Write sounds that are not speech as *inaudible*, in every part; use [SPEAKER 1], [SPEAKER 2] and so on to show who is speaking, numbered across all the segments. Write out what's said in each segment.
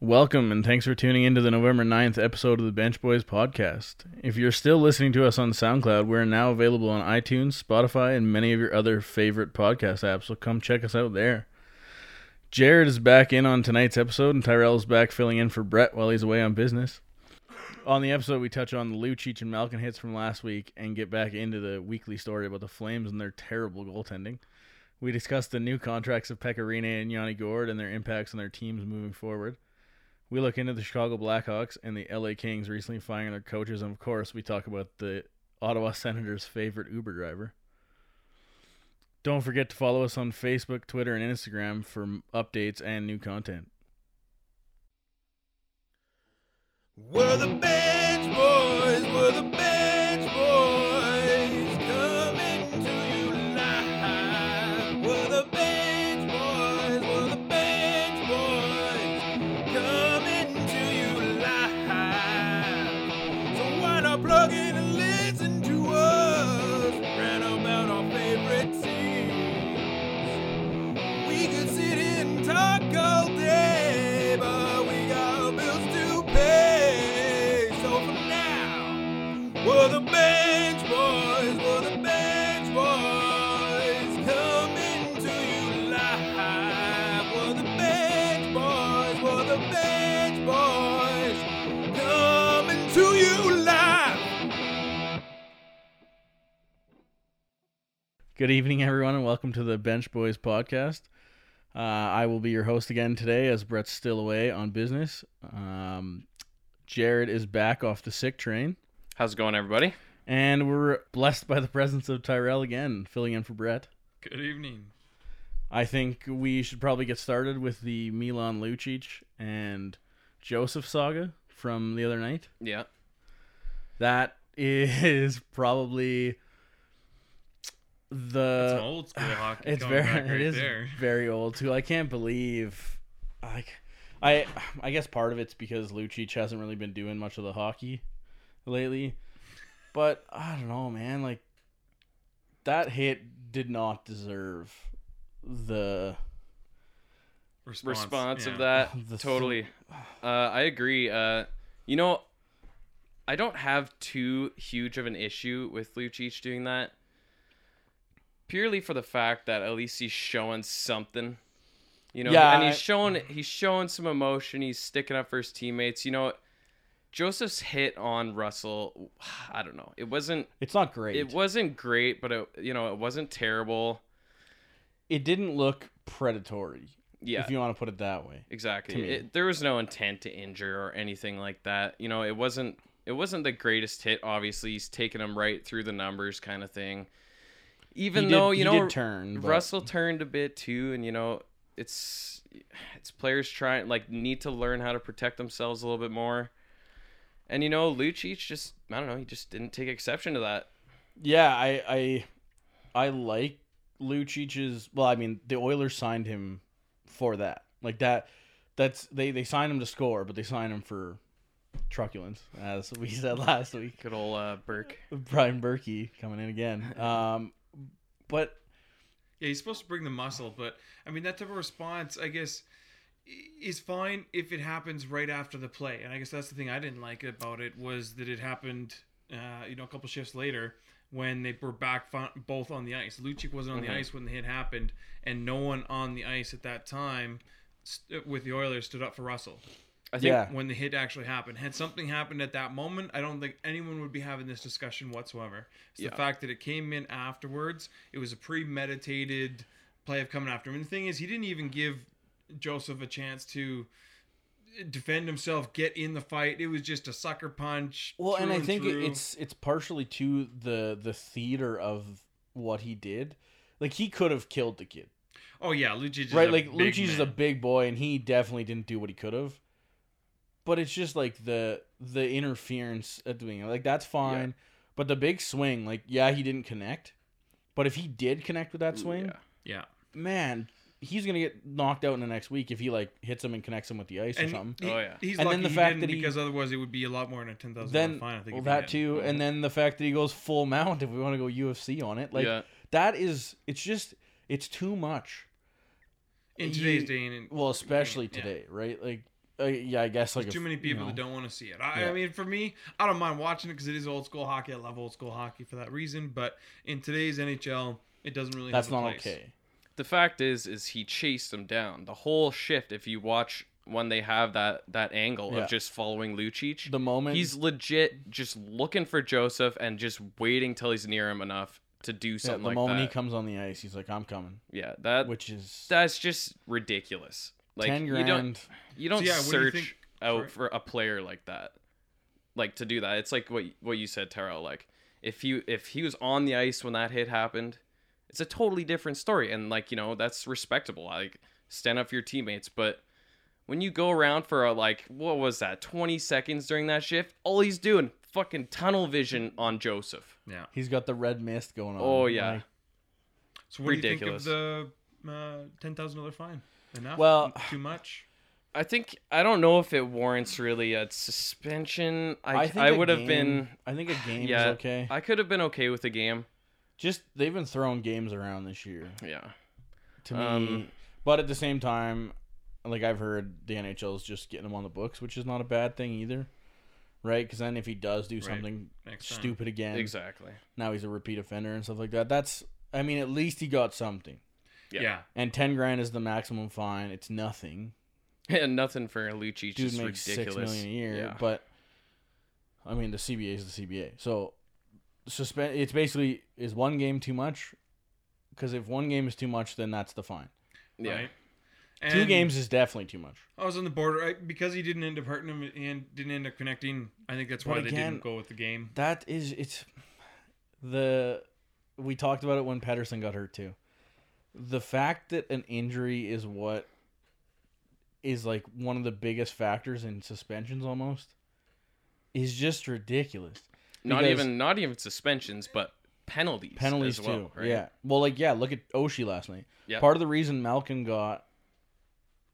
[SPEAKER 1] Welcome and thanks for tuning in to the November 9th episode of the Bench Boys podcast. If you're still listening to us on SoundCloud, we're now available on iTunes, Spotify, and many of your other favorite podcast apps, so come check us out there. Jared is back in on tonight's episode, and Tyrell's back filling in for Brett while he's away on business. On the episode, we touch on the Lucic and Malkin hits from last week and get back into the weekly story about the Flames and their terrible goaltending. We discuss the new contracts of Pecorine and Yanni Gord and their impacts on their teams moving forward. We look into the Chicago Blackhawks and the LA Kings recently firing their coaches, and of course, we talk about the Ottawa *laughs* Senators' favorite Uber driver. Don't forget to follow us on Facebook, Twitter, and Instagram for m- updates and new content.
[SPEAKER 2] We're the Bench Boys, we're the Bench Boys, coming to you live. We're the Bench Boys, we're the Bench Boys, coming to you live. So why not plug in and listen to us, rant about our favorite teams. We could sit and talk all day, but we got bills to pay. So for now, we're the bench boys, we're the bench boys, coming to you live. We're the bench boys, we're the bench boys, coming to you live.
[SPEAKER 1] Good evening, everyone, and welcome to the Bench Boys podcast. Uh, I will be your host again today as Brett's still away on business. Um, Jared is back off the sick train,
[SPEAKER 3] How's it going, everybody?
[SPEAKER 1] and we're blessed by the *laughs* presence of Tyrell again, filling in for Brett.
[SPEAKER 3] Good evening.
[SPEAKER 1] I think we should probably get started with the Milan Lucic and Joseph saga from the other night.
[SPEAKER 3] Yeah.
[SPEAKER 1] That is probably the
[SPEAKER 4] It's old
[SPEAKER 3] Uh,
[SPEAKER 4] school hockey.
[SPEAKER 1] it's
[SPEAKER 4] coming
[SPEAKER 1] very
[SPEAKER 3] *laughs*
[SPEAKER 4] back right
[SPEAKER 1] it is
[SPEAKER 4] there.
[SPEAKER 1] very old too. I can't believe I I I guess part of it's because Lucic hasn't really been doing much of the hockey lately. But I don't know, man, like that hit did not deserve the
[SPEAKER 4] Response,
[SPEAKER 3] Response
[SPEAKER 4] yeah.
[SPEAKER 1] *laughs*
[SPEAKER 3] of that.
[SPEAKER 1] The *sighs*
[SPEAKER 3] totally. Uh, I agree. Uh, you know, I don't have too huge of an issue with Lucic doing that. Purely for the fact that at least he's showing something. You know,
[SPEAKER 1] Yeah,
[SPEAKER 3] and he's
[SPEAKER 1] I-
[SPEAKER 3] showing he's showing some emotion, he's sticking up for his teammates. You know, Joseph's hit on Russell, *sighs* I don't know. It wasn't
[SPEAKER 1] It's not great.
[SPEAKER 3] it wasn't great, but it you know, it wasn't terrible.
[SPEAKER 1] it didn't look predatory
[SPEAKER 3] Yeah.
[SPEAKER 1] if you want to put it that way to
[SPEAKER 3] exactly
[SPEAKER 1] me.
[SPEAKER 3] it, there was no intent to injure or anything like that you know it wasn't it wasn't the greatest hit obviously he's taking him right through the numbers kind of thing even
[SPEAKER 1] He did-
[SPEAKER 3] though you
[SPEAKER 1] he
[SPEAKER 3] know
[SPEAKER 1] did turn but-
[SPEAKER 3] russell turned a bit too and you know it's it's players trying like need to learn how to protect themselves a little bit more and you know lucic just i don't know he just didn't take exception to that
[SPEAKER 1] yeah i i i like lucic's well i mean the oilers signed him for that like that that's they they signed him to score but they signed him for truculence as we *laughs* said last week
[SPEAKER 3] good old uh, burke
[SPEAKER 1] brian berkey coming in again
[SPEAKER 3] *laughs*
[SPEAKER 1] um but
[SPEAKER 4] Yeah, he's supposed to bring the muscle, but I mean that type of response, I guess, i- is fine if it happens right after the play. And I guess that's the thing I didn't like about it was that it happened, uh, you know, a couple shifts later when they were back fi- both on the ice. Lucic wasn't on
[SPEAKER 3] Mhm.
[SPEAKER 4] the ice when the hit happened, and no one on the ice at that time st- with the Oilers stood up for Russell.
[SPEAKER 3] i think
[SPEAKER 1] yeah
[SPEAKER 4] when the hit actually happened. Had something happened at that moment, I don't think anyone would be having this discussion whatsoever. It's
[SPEAKER 3] Yeah.
[SPEAKER 4] the fact that it came in afterwards. It was a premeditated play of coming after him. And the thing is, he didn't even give Joseph a chance to defend himself, get in the fight. It was just a sucker punch.
[SPEAKER 1] well and
[SPEAKER 4] through
[SPEAKER 1] i think it-
[SPEAKER 4] through.
[SPEAKER 1] it's it's partially to the the theater of what he did like he could have killed the kid
[SPEAKER 4] oh yeah, Lucic is
[SPEAKER 1] right
[SPEAKER 4] a
[SPEAKER 1] like
[SPEAKER 4] big
[SPEAKER 1] Lucci's is a
[SPEAKER 4] man.
[SPEAKER 1] big boy and he definitely didn't do what he could have but it's just like the the interference at the beginning like that's fine but the big swing like yeah he didn't connect but if he did connect with that swing
[SPEAKER 3] yeah.
[SPEAKER 4] yeah.
[SPEAKER 1] man he's gonna get knocked out in the next week if he like hits him and connects him with the ice or
[SPEAKER 4] And
[SPEAKER 1] something
[SPEAKER 4] he-
[SPEAKER 3] Oh, yeah.
[SPEAKER 4] he's
[SPEAKER 1] And
[SPEAKER 4] lucky
[SPEAKER 1] then the
[SPEAKER 4] he
[SPEAKER 1] fact
[SPEAKER 4] didn't
[SPEAKER 1] that he-
[SPEAKER 4] because otherwise it would be a lot more than a ten thousand
[SPEAKER 1] then
[SPEAKER 4] dollar fine. I think
[SPEAKER 1] well,
[SPEAKER 4] if he
[SPEAKER 1] that
[SPEAKER 4] had.
[SPEAKER 1] too and then the fact that he goes full mount if we want to go ufc on it like
[SPEAKER 3] yeah
[SPEAKER 1] that is it's just it's too much
[SPEAKER 4] in
[SPEAKER 1] you-
[SPEAKER 4] today's day and
[SPEAKER 1] well especially
[SPEAKER 4] Yeah.
[SPEAKER 1] today right like uh, yeah, I guess like a
[SPEAKER 4] There's too
[SPEAKER 1] f-
[SPEAKER 4] many
[SPEAKER 1] you
[SPEAKER 4] people
[SPEAKER 1] know.
[SPEAKER 4] that don't want to see it. I,
[SPEAKER 1] Yeah.
[SPEAKER 4] I mean, for me, I don't mind watching it because it is old school hockey. I love old school hockey for that reason. But in today's NHL, it doesn't really.
[SPEAKER 1] That's
[SPEAKER 4] have a
[SPEAKER 1] not
[SPEAKER 4] place.
[SPEAKER 1] okay.
[SPEAKER 3] the fact is is he chased him down the whole shift if you watch when they have that that angle
[SPEAKER 1] Yeah.
[SPEAKER 3] of just following Lucic
[SPEAKER 1] The moment
[SPEAKER 3] he's legit just looking for Joseph and just waiting till he's near him enough to do
[SPEAKER 1] yeah, the
[SPEAKER 3] something like
[SPEAKER 1] moment
[SPEAKER 3] that
[SPEAKER 1] he comes on the ice, he's like, "I'm coming,"
[SPEAKER 3] yeah that
[SPEAKER 1] which is
[SPEAKER 3] that's just ridiculous like
[SPEAKER 1] ten
[SPEAKER 3] you
[SPEAKER 1] grand.
[SPEAKER 3] don't you don't
[SPEAKER 4] So, yeah, what do you
[SPEAKER 3] search
[SPEAKER 4] think-
[SPEAKER 3] out
[SPEAKER 4] sorry.
[SPEAKER 3] for a player like that like to do that it's like what what you said Terrell like if you if he was on the ice when that hit happened it's a totally different story and like you know that's respectable like stand up for your teammates but when you go around for a, like what was that 20 seconds during that shift all he's doing fucking tunnel vision on Joseph
[SPEAKER 4] Yeah.
[SPEAKER 1] He's got the red mist going on.
[SPEAKER 3] oh yeah
[SPEAKER 1] Like,
[SPEAKER 4] So what
[SPEAKER 3] Ridiculous.
[SPEAKER 4] do you think of the uh, ten thousand dollar fine? Enough.
[SPEAKER 1] Well-
[SPEAKER 4] too much.
[SPEAKER 3] I think I don't know if it warrants really a suspension I I,
[SPEAKER 1] think a
[SPEAKER 3] would have
[SPEAKER 1] game-
[SPEAKER 3] been
[SPEAKER 1] I think a game is
[SPEAKER 3] Yeah.
[SPEAKER 1] okay.
[SPEAKER 3] I could have been okay with the game
[SPEAKER 1] Just they've been throwing games around this year.
[SPEAKER 3] yeah
[SPEAKER 1] to me.
[SPEAKER 3] Um,
[SPEAKER 1] but at the same time, like I've heard, the NHL is just getting him on the books, which is not a bad thing either, right? Because then if he does do something
[SPEAKER 4] Next time.
[SPEAKER 1] stupid again,
[SPEAKER 3] exactly *laughs*
[SPEAKER 1] now he's a repeat offender and stuff like that. That's, I mean, at least he got something.
[SPEAKER 3] Yeah.
[SPEAKER 4] yeah.
[SPEAKER 1] And ten grand is the maximum fine. It's nothing.
[SPEAKER 3] And nothing for Lucic
[SPEAKER 1] Dude
[SPEAKER 3] is
[SPEAKER 1] makes
[SPEAKER 3] ridiculous.
[SPEAKER 1] six million a year,
[SPEAKER 3] Yeah.
[SPEAKER 1] but I mean, the CBA is the CBA. So suspend. It's basically is one game too much? Because if one game is too much, then that's the fine.
[SPEAKER 3] yeah.
[SPEAKER 4] Right?
[SPEAKER 1] Two
[SPEAKER 4] And-
[SPEAKER 1] games is definitely too much.
[SPEAKER 4] I was on the border I, because he didn't end up hurting him and didn't end up connecting. I think that's
[SPEAKER 1] But
[SPEAKER 4] why they
[SPEAKER 1] again-
[SPEAKER 4] didn't go with the game.
[SPEAKER 1] That is it's the we talked about it when Pedersen got hurt too. The fact that an injury is what is like one of the biggest factors in suspensions almost is just ridiculous.
[SPEAKER 3] Not
[SPEAKER 1] Because-
[SPEAKER 3] even not even suspensions, but penalties.
[SPEAKER 1] Penalties
[SPEAKER 3] as well,
[SPEAKER 1] too.
[SPEAKER 3] Right?
[SPEAKER 1] Yeah. Well like yeah, look at Oshi last night.
[SPEAKER 3] Yeah.
[SPEAKER 1] Part of the reason Malkin got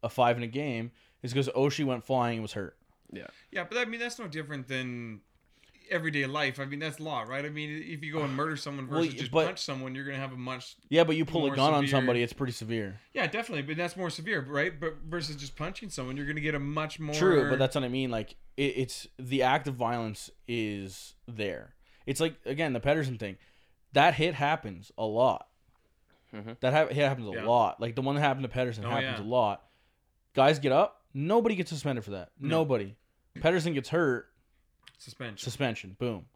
[SPEAKER 1] a five in a game is because Oshi went flying and was hurt.
[SPEAKER 4] Yeah, but I mean that's no different than everyday life. I mean that's law, right? I mean if you go and murder someone
[SPEAKER 1] Well,
[SPEAKER 4] versus
[SPEAKER 1] y-
[SPEAKER 4] just
[SPEAKER 1] but-
[SPEAKER 4] punch someone, you're gonna have a much
[SPEAKER 1] Yeah, but you pull a
[SPEAKER 4] More
[SPEAKER 1] gun on
[SPEAKER 4] severe.
[SPEAKER 1] somebody, it's pretty severe.
[SPEAKER 4] yeah definitely, but that's more severe, right? But versus just punching someone, you're gonna get a much more
[SPEAKER 1] True, but that's what I mean. Like it, it's the act of violence is there. It's like again the Pedersen thing. That hit happens a lot.
[SPEAKER 3] Mhm.
[SPEAKER 1] That ha- hit happens a
[SPEAKER 4] Yeah.
[SPEAKER 1] lot. Like the one that happened to Pedersen
[SPEAKER 4] Oh,
[SPEAKER 1] happens
[SPEAKER 4] yeah.
[SPEAKER 1] a lot. Guys get up. Nobody gets suspended for that.
[SPEAKER 4] No.
[SPEAKER 1] Nobody. Pedersen gets hurt.
[SPEAKER 4] suspension,
[SPEAKER 1] Suspension. Boom.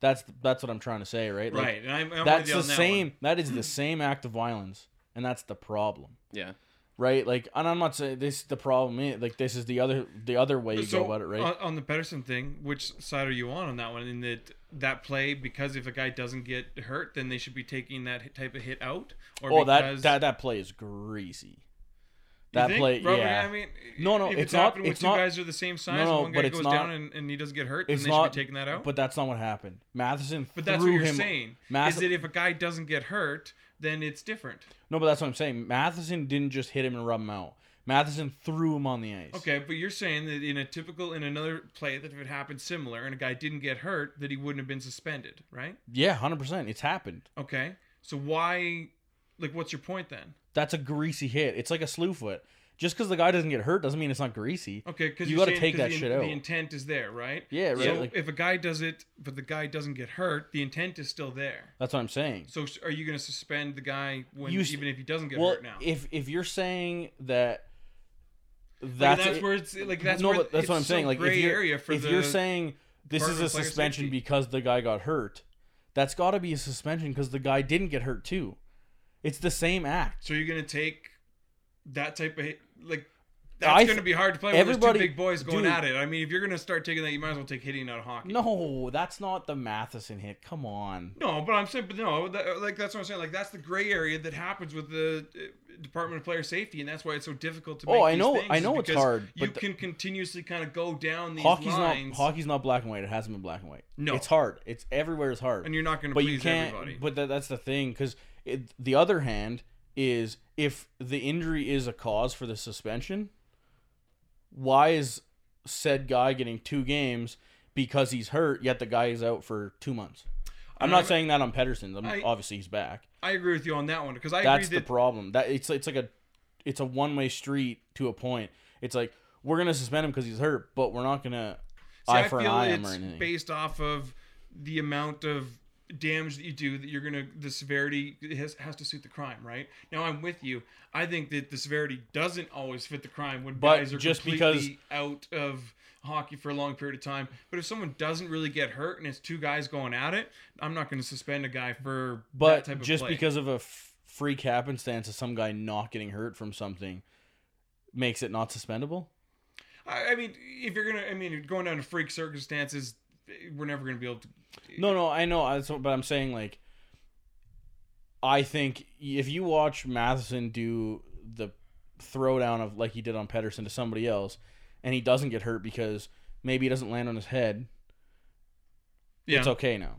[SPEAKER 1] That's that's what I'm trying to say, right? Like,
[SPEAKER 4] right? And I'm, I'm
[SPEAKER 1] That's
[SPEAKER 4] with you
[SPEAKER 1] the
[SPEAKER 4] on that
[SPEAKER 1] same. That is the same act of violence, and that's the problem
[SPEAKER 3] Yeah.
[SPEAKER 1] right? Like, and I'm not saying this. The problem is, like, this is the other the other way
[SPEAKER 4] one.
[SPEAKER 1] you
[SPEAKER 4] So uh,
[SPEAKER 1] go about it, right?
[SPEAKER 4] on, on the Pedersen thing, which side are you on on that one? In that that play, because if a guy doesn't get hurt, then they should be taking that hit- type of hit out. Or
[SPEAKER 1] oh, that
[SPEAKER 4] because,
[SPEAKER 1] that that play is greasy.
[SPEAKER 4] You
[SPEAKER 1] That
[SPEAKER 4] think?
[SPEAKER 1] play,
[SPEAKER 4] Robert,
[SPEAKER 1] yeah.
[SPEAKER 4] I mean,
[SPEAKER 1] No, no,
[SPEAKER 4] if
[SPEAKER 1] it's not-
[SPEAKER 4] happened when
[SPEAKER 1] it's
[SPEAKER 4] two
[SPEAKER 1] not-
[SPEAKER 4] guys are the same size,
[SPEAKER 1] no,
[SPEAKER 4] and one guy
[SPEAKER 1] but it's
[SPEAKER 4] goes
[SPEAKER 1] not-
[SPEAKER 4] down and, and he doesn't get hurt, then
[SPEAKER 1] it's
[SPEAKER 4] they
[SPEAKER 1] not
[SPEAKER 4] should be taking that out.
[SPEAKER 1] But that's not what happened. Matheson
[SPEAKER 4] But that's what
[SPEAKER 1] threw
[SPEAKER 4] you're
[SPEAKER 1] him.
[SPEAKER 4] saying.
[SPEAKER 1] Math-
[SPEAKER 4] is that if a guy doesn't get hurt, then it's different.
[SPEAKER 1] No, but that's what I'm saying. Matheson didn't just hit him and rub him out. Matheson threw him on the ice.
[SPEAKER 4] Okay, but you're saying that in a typical in another play that if it happened similar and a guy didn't get hurt, that he wouldn't have been suspended, right?
[SPEAKER 1] Yeah, hundred percent. It's happened.
[SPEAKER 4] Okay. So why like what's your point then?
[SPEAKER 1] That's a greasy hit. It's like a slew foot. Just because the guy doesn't get hurt doesn't mean it's not greasy.
[SPEAKER 4] Okay, because
[SPEAKER 1] You
[SPEAKER 4] got
[SPEAKER 1] gotta
[SPEAKER 4] to
[SPEAKER 1] take that
[SPEAKER 4] the, in-
[SPEAKER 1] shit out.
[SPEAKER 4] The intent is there, right?
[SPEAKER 1] Yeah, right.
[SPEAKER 4] So
[SPEAKER 1] like-
[SPEAKER 4] if a guy does it, but the guy doesn't get hurt, the intent is still there.
[SPEAKER 1] that's what I'm saying.
[SPEAKER 4] So s- are you going to suspend the guy when
[SPEAKER 1] You s-
[SPEAKER 4] even if he doesn't get
[SPEAKER 1] well,
[SPEAKER 4] hurt now?
[SPEAKER 1] if if you're saying that,
[SPEAKER 4] Like,
[SPEAKER 1] that's,
[SPEAKER 4] that's
[SPEAKER 1] it-
[SPEAKER 4] where it's like that's
[SPEAKER 1] no,
[SPEAKER 4] where
[SPEAKER 1] but that's
[SPEAKER 4] it's
[SPEAKER 1] what I'm
[SPEAKER 4] so
[SPEAKER 1] saying. Like if
[SPEAKER 4] gray
[SPEAKER 1] you're,
[SPEAKER 4] area for
[SPEAKER 1] if
[SPEAKER 4] the
[SPEAKER 1] you're saying this is
[SPEAKER 4] Department
[SPEAKER 1] a
[SPEAKER 4] of Player
[SPEAKER 1] suspension
[SPEAKER 4] Safety.
[SPEAKER 1] because the guy got hurt, that's got to be a suspension because the guy didn't get hurt too. It's the same act.
[SPEAKER 4] so you're going to take that type of hit, like
[SPEAKER 1] I
[SPEAKER 4] that's
[SPEAKER 1] th-
[SPEAKER 4] going to be hard to play. When there's two
[SPEAKER 1] everybody-
[SPEAKER 4] big boys going
[SPEAKER 1] dude.
[SPEAKER 4] at it. I mean, if you're going to start taking that, you might as well take hitting out of hockey.
[SPEAKER 1] No, that's not the Matheson hit. Come on.
[SPEAKER 4] No, but I'm saying, but no, that, like that's what I'm saying. Like that's the gray area that happens with the uh, Department of Player Safety, and that's why it's so difficult to.
[SPEAKER 1] Oh,
[SPEAKER 4] Make
[SPEAKER 1] I
[SPEAKER 4] these
[SPEAKER 1] know-
[SPEAKER 4] things,
[SPEAKER 1] I
[SPEAKER 4] is
[SPEAKER 1] know it's
[SPEAKER 4] because
[SPEAKER 1] hard,
[SPEAKER 4] You
[SPEAKER 1] but the-
[SPEAKER 4] can continuously kind of go down these
[SPEAKER 1] Hockey's
[SPEAKER 4] lines,
[SPEAKER 1] not hockey's not black and white. It hasn't been black and white.
[SPEAKER 4] No.
[SPEAKER 1] it's hard. It's everywhere is hard.
[SPEAKER 4] and you're not going to
[SPEAKER 1] but you
[SPEAKER 4] please
[SPEAKER 1] can't.
[SPEAKER 4] everybody.
[SPEAKER 1] But that, that's the thing, because the other hand is if the injury is a cause for the suspension, why is said guy getting two games because he's hurt, yet the guy is out for two months? I'm
[SPEAKER 4] And
[SPEAKER 1] not
[SPEAKER 4] I-
[SPEAKER 1] saying that on Pedersen's. I'm
[SPEAKER 4] I-
[SPEAKER 1] obviously he's back.
[SPEAKER 4] I agree with you on that one because I
[SPEAKER 1] That's
[SPEAKER 4] agree
[SPEAKER 1] the
[SPEAKER 4] that
[SPEAKER 1] problem. That it's it's like a it's a one way street to a point. It's like we're gonna suspend him because he's hurt, but we're not gonna
[SPEAKER 4] See,
[SPEAKER 1] eye
[SPEAKER 4] I
[SPEAKER 1] for an
[SPEAKER 4] feel
[SPEAKER 1] eye him or
[SPEAKER 4] it's
[SPEAKER 1] anything.
[SPEAKER 4] based off of the amount of damage that you do that you're gonna the severity has, has to suit the crime right now i'm with you i think that the severity doesn't always fit the crime when
[SPEAKER 1] But
[SPEAKER 4] guys are
[SPEAKER 1] just
[SPEAKER 4] completely out of hockey for a long period of time but if someone doesn't really get hurt and it's two guys going at it i'm not going to suspend a guy for that type
[SPEAKER 1] but
[SPEAKER 4] of
[SPEAKER 1] just
[SPEAKER 4] play.
[SPEAKER 1] because of a f- freak happenstance of some guy not getting hurt from something makes it not suspendable.
[SPEAKER 4] I, I mean if you're gonna i mean going down to freak circumstances we're never gonna be able to
[SPEAKER 1] No, no, I know, I- so- but I'm saying like, I think if you watch Matheson do the throwdown of like he did on Pedersen to somebody else, and he doesn't get hurt because maybe he doesn't land on his head,
[SPEAKER 4] yeah
[SPEAKER 1] it's okay now.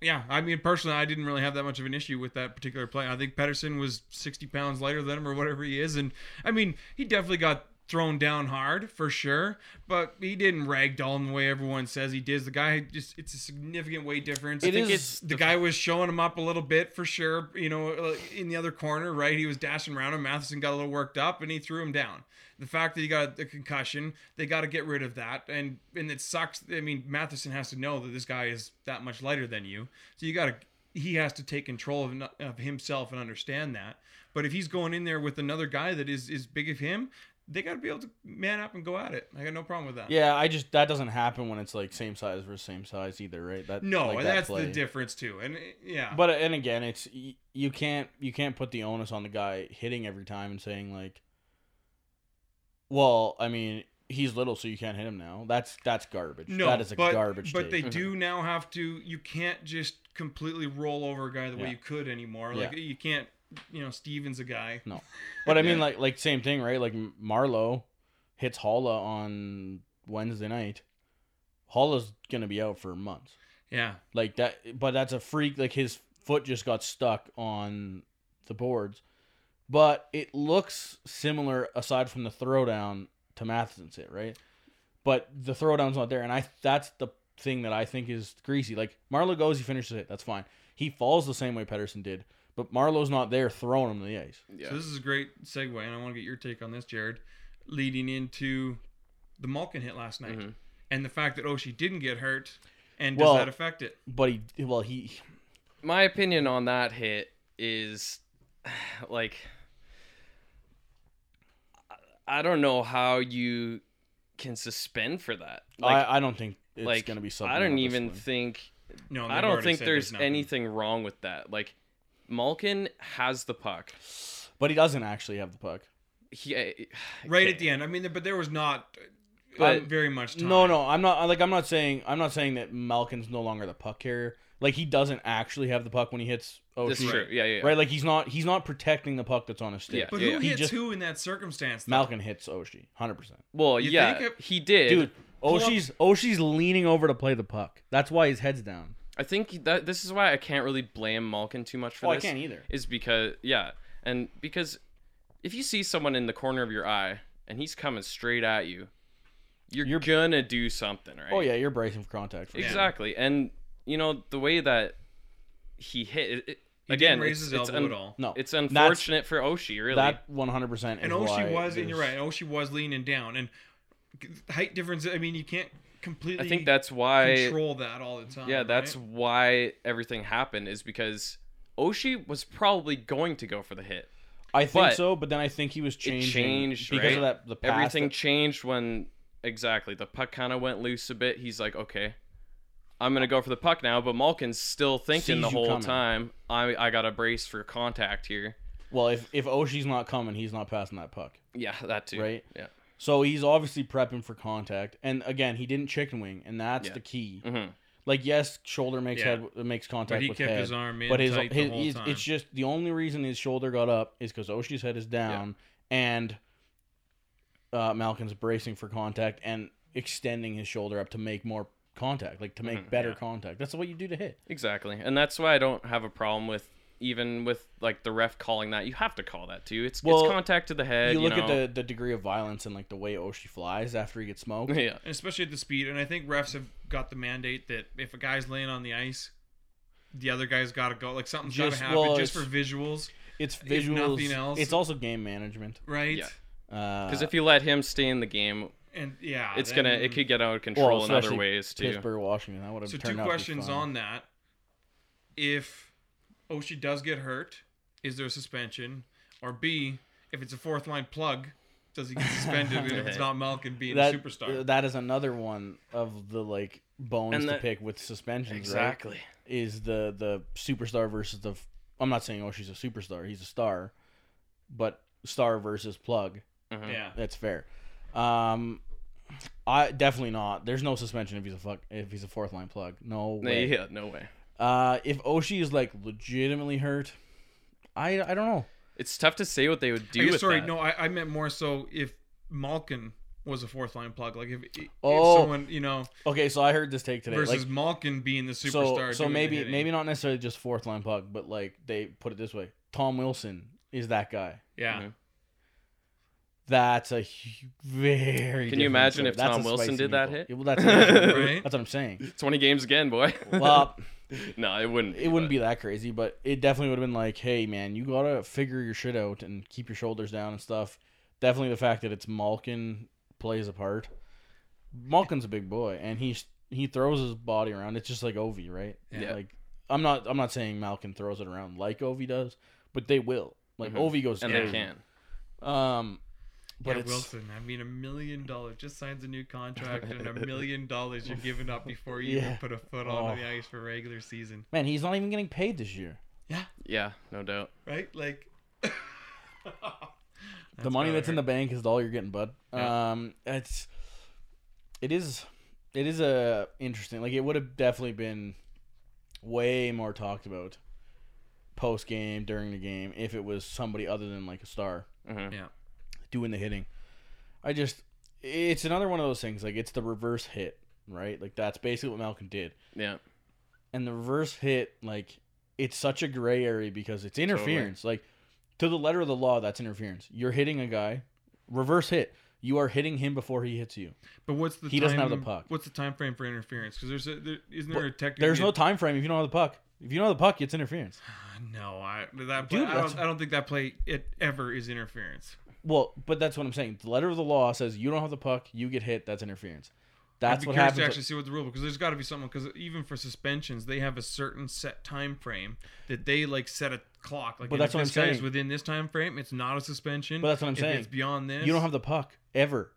[SPEAKER 4] Yeah, I mean, personally, I didn't really have that much of an issue with that particular play. I think Pedersen was 60 pounds lighter than him or whatever he is. And, I mean, he definitely got thrown down hard for sure, but he didn't ragdoll him the way everyone says he did. The guy just, it's a significant weight difference. I
[SPEAKER 1] It
[SPEAKER 4] think
[SPEAKER 1] is-
[SPEAKER 4] the guy was showing him up a little bit for sure, you know, uh, in the other corner, right? He was dashing around him. Matheson got a little worked up and he threw him down. The fact that he got a concussion, they got to get rid of that. And, and it sucks. I mean, Matheson has to know that this guy is that much lighter than you. So you got to he has to take control of, of himself and understand that. But if he's going in there with another guy that is as big of him, they got to be able to man up and go at it. I got no problem with that.
[SPEAKER 1] Yeah, I just that doesn't happen when it's like same size versus same size either, right? That
[SPEAKER 4] No,
[SPEAKER 1] like
[SPEAKER 4] and
[SPEAKER 1] that
[SPEAKER 4] that's
[SPEAKER 1] play.
[SPEAKER 4] the difference too. And uh, yeah,
[SPEAKER 1] But and again, it's y- you can't you can't put the onus on the guy hitting every time and saying like, well, I mean he's little, so you can't hit him now. That's that's garbage.
[SPEAKER 4] no,
[SPEAKER 1] that is a
[SPEAKER 4] but,
[SPEAKER 1] garbage.
[SPEAKER 4] But
[SPEAKER 1] take. *laughs*
[SPEAKER 4] they do now have to. You can't just completely roll over a guy the way
[SPEAKER 1] Yeah.
[SPEAKER 4] you could anymore. Like you can't. You know, Steven's a guy.
[SPEAKER 1] But I mean,
[SPEAKER 4] Yeah.
[SPEAKER 1] like, like same thing, right? Like M- Marlowe hits Holla on Wednesday night. Holla's gonna be out for months.
[SPEAKER 4] Yeah,
[SPEAKER 1] Like that, but that's a freak. Like his foot just got stuck on the boards. But it looks similar, aside from the throwdown to Matheson's hit, right? But the throwdown's not there, and I that's the thing that I think is greasy. Like Marlowe goes, he finishes it. That's fine. He falls the same way Pedersen did, but Marlowe's not there throwing him to the ice.
[SPEAKER 3] Yeah.
[SPEAKER 4] So this is a great segue, and I want to get your take on this, Jared, leading into the Malkin hit last night
[SPEAKER 3] Mhm.
[SPEAKER 4] and the fact that Oshie didn't get hurt, and
[SPEAKER 1] Well-
[SPEAKER 4] does that affect it?
[SPEAKER 1] But he, well, he
[SPEAKER 3] my opinion on that hit is *sighs* like I- I don't know how you can suspend for that. Like
[SPEAKER 1] I, I don't think it's
[SPEAKER 3] like
[SPEAKER 1] gonna be something.
[SPEAKER 3] I don't
[SPEAKER 1] on this
[SPEAKER 3] even
[SPEAKER 1] one.
[SPEAKER 3] think
[SPEAKER 4] No,
[SPEAKER 3] I
[SPEAKER 4] they've
[SPEAKER 3] don't
[SPEAKER 4] already
[SPEAKER 3] think
[SPEAKER 4] said
[SPEAKER 3] there's
[SPEAKER 4] nothing.
[SPEAKER 3] anything wrong with that. Like Malkin has the puck.
[SPEAKER 1] but he doesn't actually have the puck.
[SPEAKER 3] He I-
[SPEAKER 4] right
[SPEAKER 3] okay.
[SPEAKER 4] at the end. I mean, but there was not uh,
[SPEAKER 3] But-
[SPEAKER 4] very much time.
[SPEAKER 1] No, no, I'm not. Like I'm not saying I'm not saying that Malkin's no longer the puck carrier. Like he doesn't actually have the puck when he hits. Oh,
[SPEAKER 3] That's true. Yeah, yeah. yeah.
[SPEAKER 1] Right, like he's not he's not protecting the puck that's on his stick.
[SPEAKER 3] Yeah.
[SPEAKER 4] But who
[SPEAKER 1] He
[SPEAKER 4] hits
[SPEAKER 1] just-
[SPEAKER 4] who in that circumstance? though?
[SPEAKER 1] Malkin hits Oshie, hundred percent.
[SPEAKER 3] Well,
[SPEAKER 4] You
[SPEAKER 3] yeah,
[SPEAKER 4] think it-
[SPEAKER 3] he did.
[SPEAKER 1] Dude,
[SPEAKER 4] pull up-
[SPEAKER 1] Oshie's Oshie's leaning over to play the puck. That's why his head's down.
[SPEAKER 3] I think that this is why I can't really blame Malkin too much for
[SPEAKER 1] Oh, I
[SPEAKER 3] this.
[SPEAKER 4] e-,
[SPEAKER 1] can't either.
[SPEAKER 3] Is because yeah, and because if you see someone in the corner of your eye and he's coming straight at you, you're,
[SPEAKER 1] You're-
[SPEAKER 3] gonna do something, right?
[SPEAKER 1] Oh yeah, you're bracing for contact. For sure.
[SPEAKER 3] exactly. And you know the way that he hit it, it-
[SPEAKER 4] He
[SPEAKER 3] again.
[SPEAKER 4] didn't raise
[SPEAKER 3] it's,
[SPEAKER 4] his
[SPEAKER 3] it's
[SPEAKER 4] elbow
[SPEAKER 3] un-
[SPEAKER 4] at all.
[SPEAKER 1] No,
[SPEAKER 3] It's
[SPEAKER 1] that's-
[SPEAKER 3] unfortunate for Oshi, really.
[SPEAKER 1] That one hundred percent.
[SPEAKER 4] And Oshie was, and you're right. Oshie was leaning down, and height difference. I mean, you can't completely.
[SPEAKER 3] I think that's why.
[SPEAKER 4] control that all the time.
[SPEAKER 3] Yeah, that's
[SPEAKER 4] right?
[SPEAKER 3] why everything happened is because Oshi was probably going to go for the hit.
[SPEAKER 1] I think
[SPEAKER 3] But-
[SPEAKER 1] so, but then I think he was changing
[SPEAKER 3] changed,
[SPEAKER 1] because of
[SPEAKER 3] right?
[SPEAKER 1] that. The pass
[SPEAKER 3] everything
[SPEAKER 1] that-
[SPEAKER 3] changed when exactly the puck kind of went loose a bit. He's like, okay, I'm gonna go for the puck now, but Malkin's still
[SPEAKER 1] Sees
[SPEAKER 3] thinking the
[SPEAKER 1] you
[SPEAKER 3] whole
[SPEAKER 1] coming.
[SPEAKER 3] time. I I got a brace for contact here.
[SPEAKER 1] well, if if Oshie's not coming, he's not passing that puck.
[SPEAKER 3] Yeah, that too.
[SPEAKER 1] Right.
[SPEAKER 3] Yeah.
[SPEAKER 1] So he's obviously prepping for contact, and again, he didn't chicken wing, and that's
[SPEAKER 3] Yeah.
[SPEAKER 1] the key.
[SPEAKER 3] hmm
[SPEAKER 1] Like, yes, shoulder makes
[SPEAKER 4] Mm. Yeah.
[SPEAKER 1] head makes contact
[SPEAKER 4] But he
[SPEAKER 1] with
[SPEAKER 4] kept
[SPEAKER 1] head,
[SPEAKER 4] his arm in
[SPEAKER 1] but his,
[SPEAKER 4] tight
[SPEAKER 1] his-
[SPEAKER 4] the whole
[SPEAKER 1] he's-
[SPEAKER 4] time.
[SPEAKER 1] it's just the only reason his shoulder got up is because Oshie's head is down, and uh, Malkin's bracing for contact and extending his shoulder up to make more contact, like to make
[SPEAKER 4] Mm-hmm.
[SPEAKER 1] better contact. That's what you do to hit.
[SPEAKER 3] Exactly, and that's why I don't have a problem with even with like the ref calling that. You have to call that too. It's
[SPEAKER 1] Well,
[SPEAKER 3] it's contact to the head.
[SPEAKER 1] you
[SPEAKER 3] You
[SPEAKER 1] look
[SPEAKER 3] know.
[SPEAKER 1] at the, the degree of violence and like the way Oshie flies after he gets
[SPEAKER 4] *laughs*
[SPEAKER 1] smoked.
[SPEAKER 3] *laughs* yeah.
[SPEAKER 4] and especially at the speed. And I think refs have got the mandate that if a guy's laying on the ice, the other guy's got to go. Like something's got to
[SPEAKER 1] Just-
[SPEAKER 4] happen
[SPEAKER 1] well,
[SPEAKER 4] just for
[SPEAKER 1] it's-
[SPEAKER 4] visuals,
[SPEAKER 1] It's visuals.
[SPEAKER 4] nothing else-
[SPEAKER 1] It's also game management. uh,
[SPEAKER 4] right?
[SPEAKER 3] Yeah.
[SPEAKER 1] Because
[SPEAKER 3] Because if you let him stay in the game,
[SPEAKER 4] And yeah,
[SPEAKER 3] it's gonna
[SPEAKER 4] Ah, then-
[SPEAKER 3] it could get out of control in other ways too.
[SPEAKER 1] Pittsburgh, Washington, that would have
[SPEAKER 4] So two
[SPEAKER 1] turned out to be
[SPEAKER 4] questions
[SPEAKER 1] fine.
[SPEAKER 4] on that. If Oshie does get hurt, is there a suspension? Or B, if it's a fourth line plug, does he get
[SPEAKER 1] *laughs*
[SPEAKER 4] suspended if it's not Malkin being
[SPEAKER 1] that. uh,
[SPEAKER 4] a superstar?
[SPEAKER 1] That is another one of the like bones
[SPEAKER 3] And
[SPEAKER 1] to
[SPEAKER 3] that-
[SPEAKER 1] pick with suspensions. Right? is the the superstar versus the. f- I'm not saying oh she's a superstar. He's a star, but star versus plug.
[SPEAKER 3] Uh-huh.
[SPEAKER 4] yeah.
[SPEAKER 1] That's fair. Um, I definitely not. There's no suspension if he's a fuck if he's a fourth line plug. No
[SPEAKER 3] No,
[SPEAKER 1] way.
[SPEAKER 3] yeah, no way.
[SPEAKER 1] Uh, if Oshi is like legitimately hurt, I I don't know.
[SPEAKER 3] It's tough to say what they would do
[SPEAKER 4] I guess,
[SPEAKER 3] with
[SPEAKER 4] sorry,
[SPEAKER 3] that.
[SPEAKER 4] no, I, I meant more so if Malkin was a fourth line plug. Like if, if
[SPEAKER 1] Oh.
[SPEAKER 4] someone, you know,
[SPEAKER 1] Okay, so I heard this take today.
[SPEAKER 4] versus
[SPEAKER 1] like,
[SPEAKER 4] Malkin being the
[SPEAKER 1] so
[SPEAKER 4] superstar.
[SPEAKER 1] so
[SPEAKER 4] doing the
[SPEAKER 1] maybe
[SPEAKER 4] hitting.
[SPEAKER 1] maybe not necessarily just fourth line plug, but like they put it this way: Tom Wilson is that guy.
[SPEAKER 4] Yeah.
[SPEAKER 3] Mhm.
[SPEAKER 1] That's a hu- very.
[SPEAKER 3] Can
[SPEAKER 1] different
[SPEAKER 3] you imagine
[SPEAKER 1] show.
[SPEAKER 3] if
[SPEAKER 1] That's
[SPEAKER 3] Tom
[SPEAKER 1] a
[SPEAKER 3] Wilson
[SPEAKER 1] spicy
[SPEAKER 3] did that
[SPEAKER 1] meatball.
[SPEAKER 3] hit?
[SPEAKER 1] Yeah, well, that's that's
[SPEAKER 4] *laughs* Right?
[SPEAKER 1] what I'm saying.
[SPEAKER 3] Twenty games again, boy.
[SPEAKER 1] *laughs*
[SPEAKER 3] *laughs*
[SPEAKER 1] Well,
[SPEAKER 3] no, it wouldn't.
[SPEAKER 1] it wouldn't be that crazy, but it definitely would have been like, hey man, you gotta figure your shit out and keep your shoulders down and stuff. Definitely the fact that it's Malkin plays a part. Malkin's a big boy and he's he throws his body around. It's just like Ovi, right?
[SPEAKER 3] Yeah.
[SPEAKER 1] Like I'm not I'm not saying Malkin throws it around like Ovi does, but they will. Like
[SPEAKER 3] Mhm.
[SPEAKER 1] Ovi goes
[SPEAKER 3] but- and
[SPEAKER 1] crazy.
[SPEAKER 3] they can.
[SPEAKER 1] Um but
[SPEAKER 4] yeah,
[SPEAKER 1] it's
[SPEAKER 4] Wilson. I mean, a million dollars just signs a new contract, and a million dollars you're giving up before you
[SPEAKER 1] Yeah.
[SPEAKER 4] even put a foot
[SPEAKER 1] Oh.
[SPEAKER 4] onto the ice for regular season,
[SPEAKER 1] man, he's not even getting paid this year.
[SPEAKER 3] Yeah, no doubt.
[SPEAKER 4] right? Like *laughs*
[SPEAKER 1] the money that's in the bank is all you're getting, bud.
[SPEAKER 4] Yeah.
[SPEAKER 1] Um, it's it is it is a interesting. Like it would have definitely been way more talked about post game during the game if it was somebody other than like a star
[SPEAKER 3] Mhm.
[SPEAKER 1] doing the hitting. I just it's another one of those things. Like it's the reverse hit, right? Like that's basically what Malcolm did.
[SPEAKER 3] Yeah,
[SPEAKER 1] And the reverse hit, like it's such a gray area because it's interference. Like to the letter of the law, that's interference. You're hitting a guy, reverse hit. You are hitting him before he hits you.
[SPEAKER 4] But what's the
[SPEAKER 1] He doesn't have the
[SPEAKER 4] time-
[SPEAKER 1] puck.
[SPEAKER 4] What's the time frame for interference? Because there's a there, isn't
[SPEAKER 1] But
[SPEAKER 4] there a technical?
[SPEAKER 1] There's no time frame if you don't have the puck. If you don't have the puck, it's interference.
[SPEAKER 4] no. I that play,
[SPEAKER 1] Dude,
[SPEAKER 4] I,
[SPEAKER 1] that's-
[SPEAKER 4] don't, I don't think that play it ever is interference.
[SPEAKER 1] Well, but that's what I'm saying. The letter of the law says you don't have the puck, you get hit. That's interference.
[SPEAKER 4] I'd
[SPEAKER 1] That's
[SPEAKER 4] be
[SPEAKER 1] what
[SPEAKER 4] curious
[SPEAKER 1] happens.
[SPEAKER 4] to actually see what the rule because there's got to be something because even for suspensions they have a certain set time frame that they like set a clock like
[SPEAKER 1] But
[SPEAKER 4] and
[SPEAKER 1] that's
[SPEAKER 4] if
[SPEAKER 1] what
[SPEAKER 4] this
[SPEAKER 1] I'm
[SPEAKER 4] guy is
[SPEAKER 1] saying.
[SPEAKER 4] within this time frame it's not a suspension
[SPEAKER 1] But that's what I'm
[SPEAKER 4] If
[SPEAKER 1] saying.
[SPEAKER 4] it's beyond this
[SPEAKER 1] you don't have the puck ever.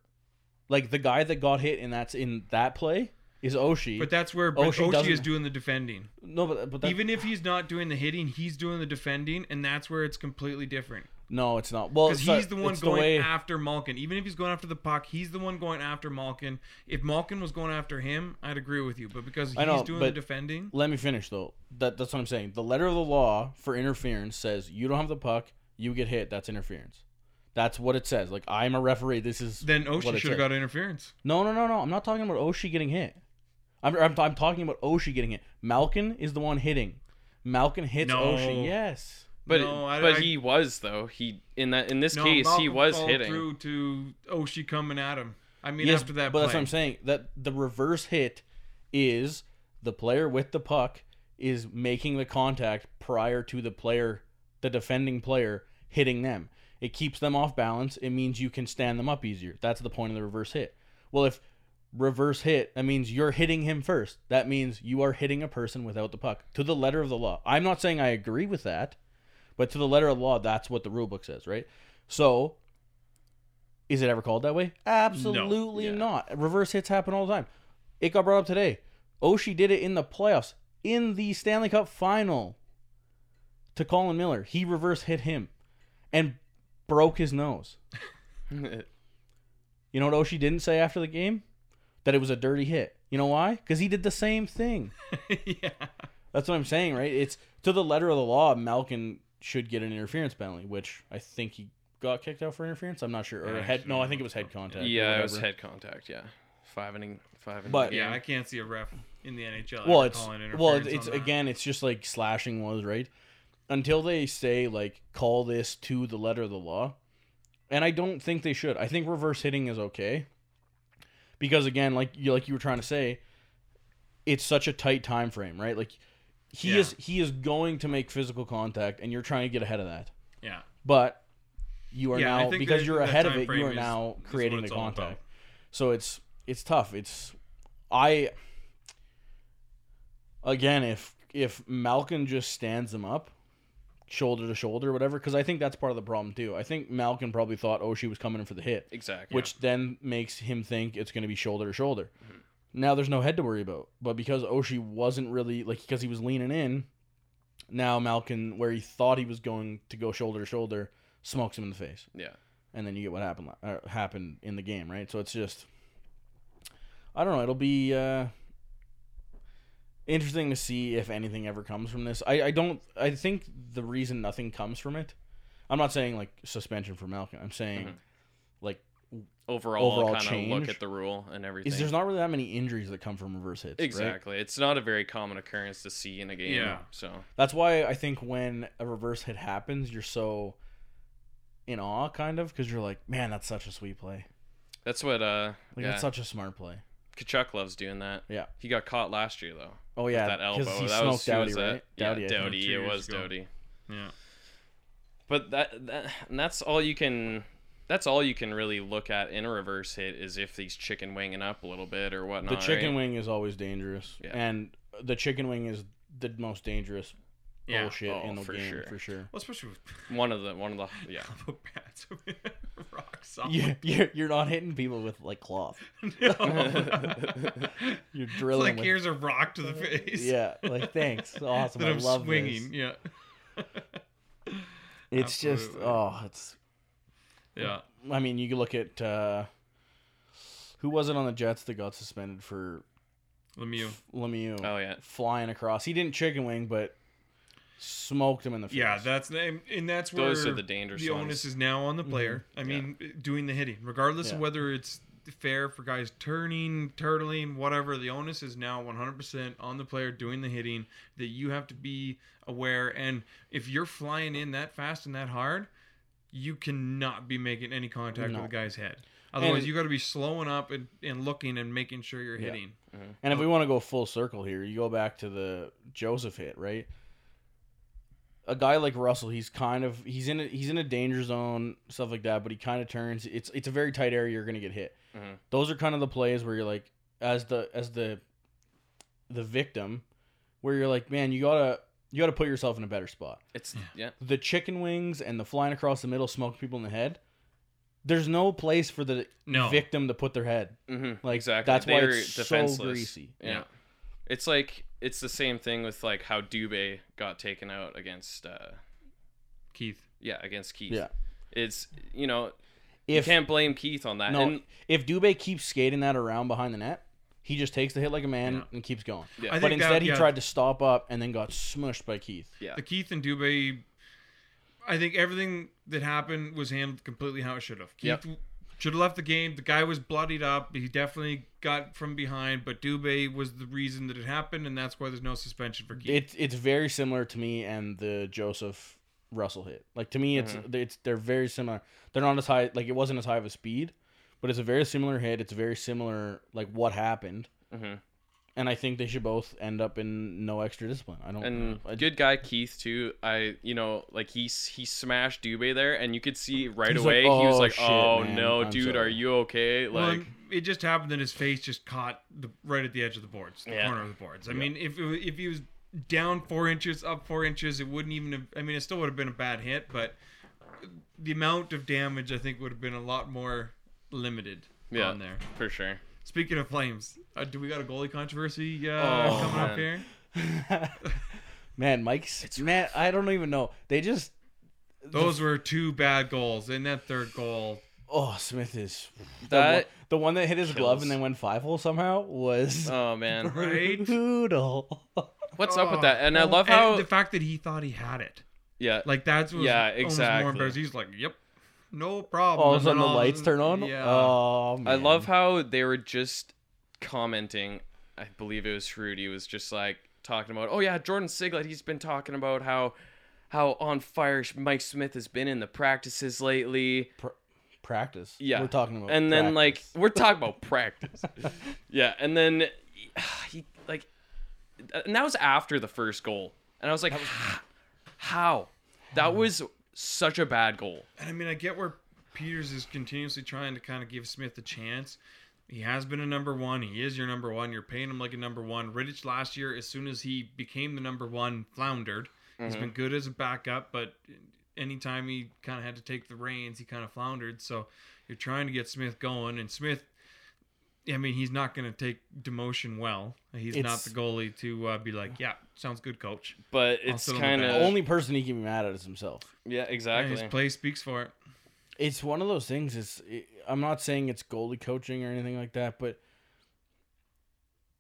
[SPEAKER 1] Like the guy that got hit and that's in that play is Oshi.
[SPEAKER 4] but that's where
[SPEAKER 1] Oshie
[SPEAKER 4] Oshie,
[SPEAKER 1] doesn't-
[SPEAKER 4] is doing the defending
[SPEAKER 1] no, but, but that,
[SPEAKER 4] even if he's not doing the hitting he's doing the defending and that's where it's completely different
[SPEAKER 1] no, it's not. Well,
[SPEAKER 4] because
[SPEAKER 1] it's not-
[SPEAKER 4] he's the one
[SPEAKER 1] it's
[SPEAKER 4] going
[SPEAKER 1] way-
[SPEAKER 4] after Malkin even if he's going after the puck he's the one going after Malkin if Malkin was going after him I'd agree with you but because he's
[SPEAKER 1] I know,
[SPEAKER 4] doing
[SPEAKER 1] but-
[SPEAKER 4] the defending
[SPEAKER 1] Let me finish though. That that's what I'm saying. The letter of the law for interference says you don't have the puck, you get hit. That's interference. That's what it says. Like I'm a referee. This is
[SPEAKER 4] then
[SPEAKER 1] what
[SPEAKER 4] Oshie
[SPEAKER 1] it
[SPEAKER 4] should
[SPEAKER 1] says.
[SPEAKER 4] have got interference
[SPEAKER 1] No, no, no, no. I'm not talking about Oshi getting hit. I'm, I'm, I'm talking about Oshi getting hit. Malkin is the one hitting. Malkin hits
[SPEAKER 4] No.
[SPEAKER 1] Oshi. Yes.
[SPEAKER 3] but
[SPEAKER 4] No, I-
[SPEAKER 3] but
[SPEAKER 4] I-
[SPEAKER 3] he was though. He in that in this
[SPEAKER 4] No,
[SPEAKER 3] case he
[SPEAKER 4] Malcolm
[SPEAKER 3] was
[SPEAKER 4] followed
[SPEAKER 3] hitting. *laughs*
[SPEAKER 4] through to Oshie coming at him. I mean,
[SPEAKER 1] yes,
[SPEAKER 4] after that,
[SPEAKER 1] but that's
[SPEAKER 4] play.
[SPEAKER 1] what I'm saying. That the reverse hit is the player with the puck is making the contact prior to the player, the defending player hitting them. It keeps them off balance. It means you can stand them up easier. That's the point of the reverse hit. Well, if reverse hit, that means you're hitting him first. That means you are hitting a person without the puck to the letter of the law. I'm not saying I agree with that, but to the letter of the law, that's what the rule book says, right? So, is it ever called that way? Absolutely
[SPEAKER 3] Yeah.
[SPEAKER 1] not. Reverse hits happen all the time. It got brought up today. Oshie did it in the playoffs, in the Stanley Cup final to Colin Miller. He reverse hit him and broke his nose. You know what Oshie didn't say after the game? That it was a dirty hit. You know why? Because he did the same thing.
[SPEAKER 4] *laughs* yeah,
[SPEAKER 1] That's what I'm saying, right? It's to the letter of the law, Malkin should get an interference penalty, which I think he got kicked out for interference. I'm not sure. Or
[SPEAKER 4] Yeah,
[SPEAKER 1] head no, I
[SPEAKER 4] actually,
[SPEAKER 1] think it was head contact. or
[SPEAKER 3] yeah, it was
[SPEAKER 1] whatever.
[SPEAKER 3] head contact. Yeah, five inning, five inning.
[SPEAKER 1] But-
[SPEAKER 4] yeah. I can't see a ref in the NHL.
[SPEAKER 1] Well,
[SPEAKER 4] ever
[SPEAKER 1] it's
[SPEAKER 4] calling
[SPEAKER 1] well,
[SPEAKER 4] interference
[SPEAKER 1] it's, it's
[SPEAKER 4] on that.
[SPEAKER 1] again, it's just like slashing was right until they say like call this to the letter of the law, and I don't think they should. I think reverse hitting is okay because again, like you like you were trying to say, it's such a tight time frame, right? Like he
[SPEAKER 4] Yeah.
[SPEAKER 1] is he is going to make physical contact, and you're trying to get ahead of that,
[SPEAKER 4] Yeah,
[SPEAKER 1] but you are
[SPEAKER 4] Yeah, I
[SPEAKER 1] now
[SPEAKER 4] think
[SPEAKER 1] because
[SPEAKER 4] that-
[SPEAKER 1] you're
[SPEAKER 4] that
[SPEAKER 1] ahead of
[SPEAKER 4] time
[SPEAKER 1] it. You
[SPEAKER 4] frame
[SPEAKER 1] are
[SPEAKER 4] is- is
[SPEAKER 1] now
[SPEAKER 4] what
[SPEAKER 1] creating the
[SPEAKER 4] it's all about.
[SPEAKER 1] contact. So it's it's tough. It's I again if if Malkin just stands him up shoulder to shoulder or whatever because I think that's part of the problem too. I think Malkin probably thought Oshie was coming in for the hit,
[SPEAKER 3] Exactly.
[SPEAKER 1] which then makes him think it's going to be shoulder to shoulder. Now there's no head to worry about, but because Oshie wasn't really like because he was leaning in, now Malkin where he thought he was going to go shoulder to shoulder smokes him in the face
[SPEAKER 3] yeah.
[SPEAKER 1] and then you get what happened la- or happened in the game, right? So it's just I don't know, it'll be uh interesting to see if anything ever comes from this. I I don't I think the reason nothing comes from it. I'm not saying like suspension for Malcolm. I'm saying
[SPEAKER 3] Mhm.
[SPEAKER 1] like
[SPEAKER 3] Overall,
[SPEAKER 1] Overall
[SPEAKER 3] kind of look
[SPEAKER 1] change.
[SPEAKER 3] at the rule and everything.
[SPEAKER 1] is there's not really that many injuries that come from reverse hits, right?
[SPEAKER 3] exactly. It's not a very common occurrence to see in a game.
[SPEAKER 4] Yeah.
[SPEAKER 3] So
[SPEAKER 1] That's why I think when a reverse hit happens, you're so in awe kind of cuz you're like, man, that's such a sweet play.
[SPEAKER 3] that's what uh
[SPEAKER 1] Like
[SPEAKER 3] yeah.
[SPEAKER 1] that's such a smart play.
[SPEAKER 3] Kachuk loves doing that.
[SPEAKER 1] Yeah.
[SPEAKER 3] He got caught last year though.
[SPEAKER 1] Oh yeah,
[SPEAKER 3] With that
[SPEAKER 1] because
[SPEAKER 3] elbow.
[SPEAKER 1] he
[SPEAKER 3] that was,
[SPEAKER 1] smoked
[SPEAKER 3] he
[SPEAKER 1] Dowdy,
[SPEAKER 3] was a-
[SPEAKER 1] right?
[SPEAKER 3] Yeah,
[SPEAKER 1] Doudy, I think.
[SPEAKER 3] Doughty.
[SPEAKER 4] Two
[SPEAKER 3] It
[SPEAKER 4] years
[SPEAKER 3] was
[SPEAKER 4] ago.
[SPEAKER 3] Doughty.
[SPEAKER 4] Yeah.
[SPEAKER 1] Oh,
[SPEAKER 3] But that, that and that's all you can that's all you can really look at in a reverse hit is if he's chicken winging up a little bit or whatnot.
[SPEAKER 1] The chicken
[SPEAKER 3] right?
[SPEAKER 1] wing is always dangerous,
[SPEAKER 3] Yeah.
[SPEAKER 1] and the chicken wing is the most dangerous
[SPEAKER 4] Yeah.
[SPEAKER 1] bullshit
[SPEAKER 3] Oh,
[SPEAKER 1] in the
[SPEAKER 3] for
[SPEAKER 1] game
[SPEAKER 3] sure.
[SPEAKER 1] for
[SPEAKER 3] *laughs*
[SPEAKER 1] sure.
[SPEAKER 4] Well, especially with *laughs*
[SPEAKER 3] One of the one of the yeah.
[SPEAKER 4] combo *laughs* pads. Rock solid. *laughs*
[SPEAKER 1] Yeah, you're, you're not hitting people with like cloth. *laughs*
[SPEAKER 4] No.
[SPEAKER 1] You're
[SPEAKER 4] It's
[SPEAKER 1] drilling
[SPEAKER 4] like
[SPEAKER 1] with
[SPEAKER 4] here's a rock
[SPEAKER 1] *laughs*
[SPEAKER 4] to the face.
[SPEAKER 1] yeah, like
[SPEAKER 3] *laughs*
[SPEAKER 4] *laughs*
[SPEAKER 1] thanks, awesome.
[SPEAKER 4] That
[SPEAKER 1] I
[SPEAKER 4] I'm
[SPEAKER 1] love
[SPEAKER 4] swinging.
[SPEAKER 1] this.
[SPEAKER 4] Yeah.
[SPEAKER 1] It's just
[SPEAKER 4] Absolutely.
[SPEAKER 1] oh, it's.
[SPEAKER 4] yeah.
[SPEAKER 1] I mean, you can look at uh, who was it on the Jets that got suspended for
[SPEAKER 4] Lemieux.
[SPEAKER 1] Lemieux
[SPEAKER 3] Oh yeah.
[SPEAKER 1] flying across. He didn't chicken wing, but smoked him in the face.
[SPEAKER 4] Yeah, that's and, and that's where
[SPEAKER 3] Those are the dangerous
[SPEAKER 4] the
[SPEAKER 3] ones.
[SPEAKER 4] onus is now on the
[SPEAKER 1] Mm-hmm.
[SPEAKER 4] player. I mean, doing the hitting, regardless
[SPEAKER 1] Yeah.
[SPEAKER 4] of whether it's fair for guys turning, turtling, whatever. The onus is now 100% on the player doing the hitting. That you have to be aware, and if you're flying in that fast and that hard, you cannot be making any contact
[SPEAKER 1] No.
[SPEAKER 4] with the guy's head. Otherwise,
[SPEAKER 1] And-
[SPEAKER 4] you got to be slowing up and, and looking and making sure you're
[SPEAKER 1] Yeah.
[SPEAKER 4] hitting.
[SPEAKER 1] And
[SPEAKER 3] Oh.
[SPEAKER 1] if we want to go full circle here, you go back to the Joseph hit, right? A guy like Russell, he's kind of he's in a, he's in a danger zone, stuff like that, but he kind of turns. It's it's a very tight area. You're gonna get hit.
[SPEAKER 3] Mhm.
[SPEAKER 1] Those are kind of the plays where you're like, as the as the the victim, where you're like, man, you gotta you gotta put yourself in a better spot.
[SPEAKER 3] It's yeah.
[SPEAKER 1] The chicken wings and the flying across the middle, smoke people in the head. There's no place for the
[SPEAKER 4] No.
[SPEAKER 1] victim to put their head.
[SPEAKER 3] hmm
[SPEAKER 1] Like
[SPEAKER 3] exactly.
[SPEAKER 1] That's why
[SPEAKER 3] They're
[SPEAKER 1] it's
[SPEAKER 3] defenseless.
[SPEAKER 1] so greasy.
[SPEAKER 3] Yeah. It's like it's the same thing with like how Dubé got taken out against uh
[SPEAKER 4] Keith.
[SPEAKER 3] yeah, against Keith.
[SPEAKER 1] Yeah.
[SPEAKER 3] It's you know,
[SPEAKER 1] If
[SPEAKER 3] you can't blame Keith on that.
[SPEAKER 1] No,
[SPEAKER 3] And
[SPEAKER 1] if Dubé keeps skating that around behind the net, he just takes the hit like a man
[SPEAKER 4] Yeah.
[SPEAKER 1] and keeps going.
[SPEAKER 3] Yeah.
[SPEAKER 4] I
[SPEAKER 1] But
[SPEAKER 4] think that-
[SPEAKER 1] instead, he
[SPEAKER 4] yeah.
[SPEAKER 1] tried to stop up and then got smushed by Keith.
[SPEAKER 3] yeah.
[SPEAKER 4] the Keith and Dubé, I think everything that happened was handled completely how it should have.
[SPEAKER 3] Yep.
[SPEAKER 4] Keith should have left the game. The guy was bloodied up. He definitely got from behind, but Dubé was the reason that it happened, and that's why there's no suspension for Keith.
[SPEAKER 1] It's it's very similar to me and the Joseph Russell hit. Like to me, it's
[SPEAKER 3] Mm-hmm.
[SPEAKER 1] it's they're very similar. They're not as high. Like it wasn't as high of a speed, but it's a very similar hit. It's very similar. Like what happened.
[SPEAKER 3] Mhm.
[SPEAKER 1] And I think they should both end up in no extra discipline. I don't.
[SPEAKER 3] And
[SPEAKER 1] Oh, I,
[SPEAKER 3] good guy Keith too. I you know like he s- he smashed Dubé there, and you could see right
[SPEAKER 1] He's
[SPEAKER 3] away
[SPEAKER 1] like,
[SPEAKER 3] he was
[SPEAKER 1] "Oh,
[SPEAKER 3] like,
[SPEAKER 1] shit,
[SPEAKER 3] "Oh
[SPEAKER 1] man,
[SPEAKER 3] no,
[SPEAKER 1] I'm
[SPEAKER 3] dude,
[SPEAKER 1] sorry."
[SPEAKER 3] are you okay?"
[SPEAKER 4] Well,
[SPEAKER 3] Like,
[SPEAKER 4] it just happened that his face just caught the right at the edge of the boards, the
[SPEAKER 3] Yeah.
[SPEAKER 4] corner of the boards. I mean, if it, if he was down four inches, up four inches, it wouldn't even. Have, I mean, it still would have been a bad hit, but the amount of damage I think would have been a lot more limited
[SPEAKER 3] Yeah.
[SPEAKER 4] on there.
[SPEAKER 3] for
[SPEAKER 1] *laughs*
[SPEAKER 3] sure.
[SPEAKER 4] Speaking of flames, uh, do we got a goalie controversy uh,
[SPEAKER 3] Oh,
[SPEAKER 4] coming up
[SPEAKER 3] man.
[SPEAKER 1] *laughs*
[SPEAKER 4] here?
[SPEAKER 1] man, Mike's man. I don't even know. They just
[SPEAKER 4] Those were two bad goals, and that third goal.
[SPEAKER 1] Oh, Smith is the
[SPEAKER 3] That
[SPEAKER 1] one, the one that hit his glove and
[SPEAKER 3] kills.
[SPEAKER 1] then went five hole somehow was *laughs* Oh,
[SPEAKER 3] Oh man,
[SPEAKER 4] right?
[SPEAKER 1] brutal.
[SPEAKER 3] what's up with
[SPEAKER 4] Oh,
[SPEAKER 3] that? And I
[SPEAKER 4] well,
[SPEAKER 3] love how
[SPEAKER 4] the fact that he thought he had it.
[SPEAKER 3] yeah,
[SPEAKER 4] Like that's what was
[SPEAKER 3] Yeah,
[SPEAKER 4] almost
[SPEAKER 3] exactly.
[SPEAKER 4] more embarrassing. He's like, "Yep, no problem."
[SPEAKER 1] All of a
[SPEAKER 4] And
[SPEAKER 1] sudden
[SPEAKER 4] then
[SPEAKER 1] the
[SPEAKER 4] of a
[SPEAKER 1] lights
[SPEAKER 4] sudden-
[SPEAKER 1] turn on.
[SPEAKER 4] Yeah.
[SPEAKER 1] Oh,
[SPEAKER 3] I
[SPEAKER 1] man.
[SPEAKER 3] love how they were just commenting. I believe it was Fruity was just like talking about, oh yeah, Jordan Siglett. He's been talking about how how on fire Mike Smith has been in the practices lately.
[SPEAKER 1] practice.
[SPEAKER 3] Yeah.
[SPEAKER 1] we're talking about.
[SPEAKER 3] and then like
[SPEAKER 1] practice.
[SPEAKER 3] we're talking about practice. *laughs* yeah, and then *sighs* he like, and that was after the first goal, and I was like, how? That was such a bad goal.
[SPEAKER 4] And I mean, I get where Peters is continuously trying to kind of give Smith a chance. He has been a number one. He is your number one. You're paying him like a number one. Riddich last year, as soon as he became the number one, floundered. He's been good as a backup, but anytime he kind of had to take the reins, he kind of floundered. So you're trying to get Smith going, and Smith. I mean, he's not going to take demotion well. He's not
[SPEAKER 1] It's-
[SPEAKER 4] the goalie to uh, be like, yeah, sounds good, coach.
[SPEAKER 3] But it's
[SPEAKER 4] Also on the
[SPEAKER 3] kind
[SPEAKER 1] The
[SPEAKER 3] of
[SPEAKER 4] bench.
[SPEAKER 3] only
[SPEAKER 1] only person he can be mad at is himself.
[SPEAKER 3] yeah,
[SPEAKER 4] And
[SPEAKER 3] exactly.
[SPEAKER 4] His play speaks for it.
[SPEAKER 1] It's one of those things. It's it, I'm not saying it's goalie coaching or anything like that, but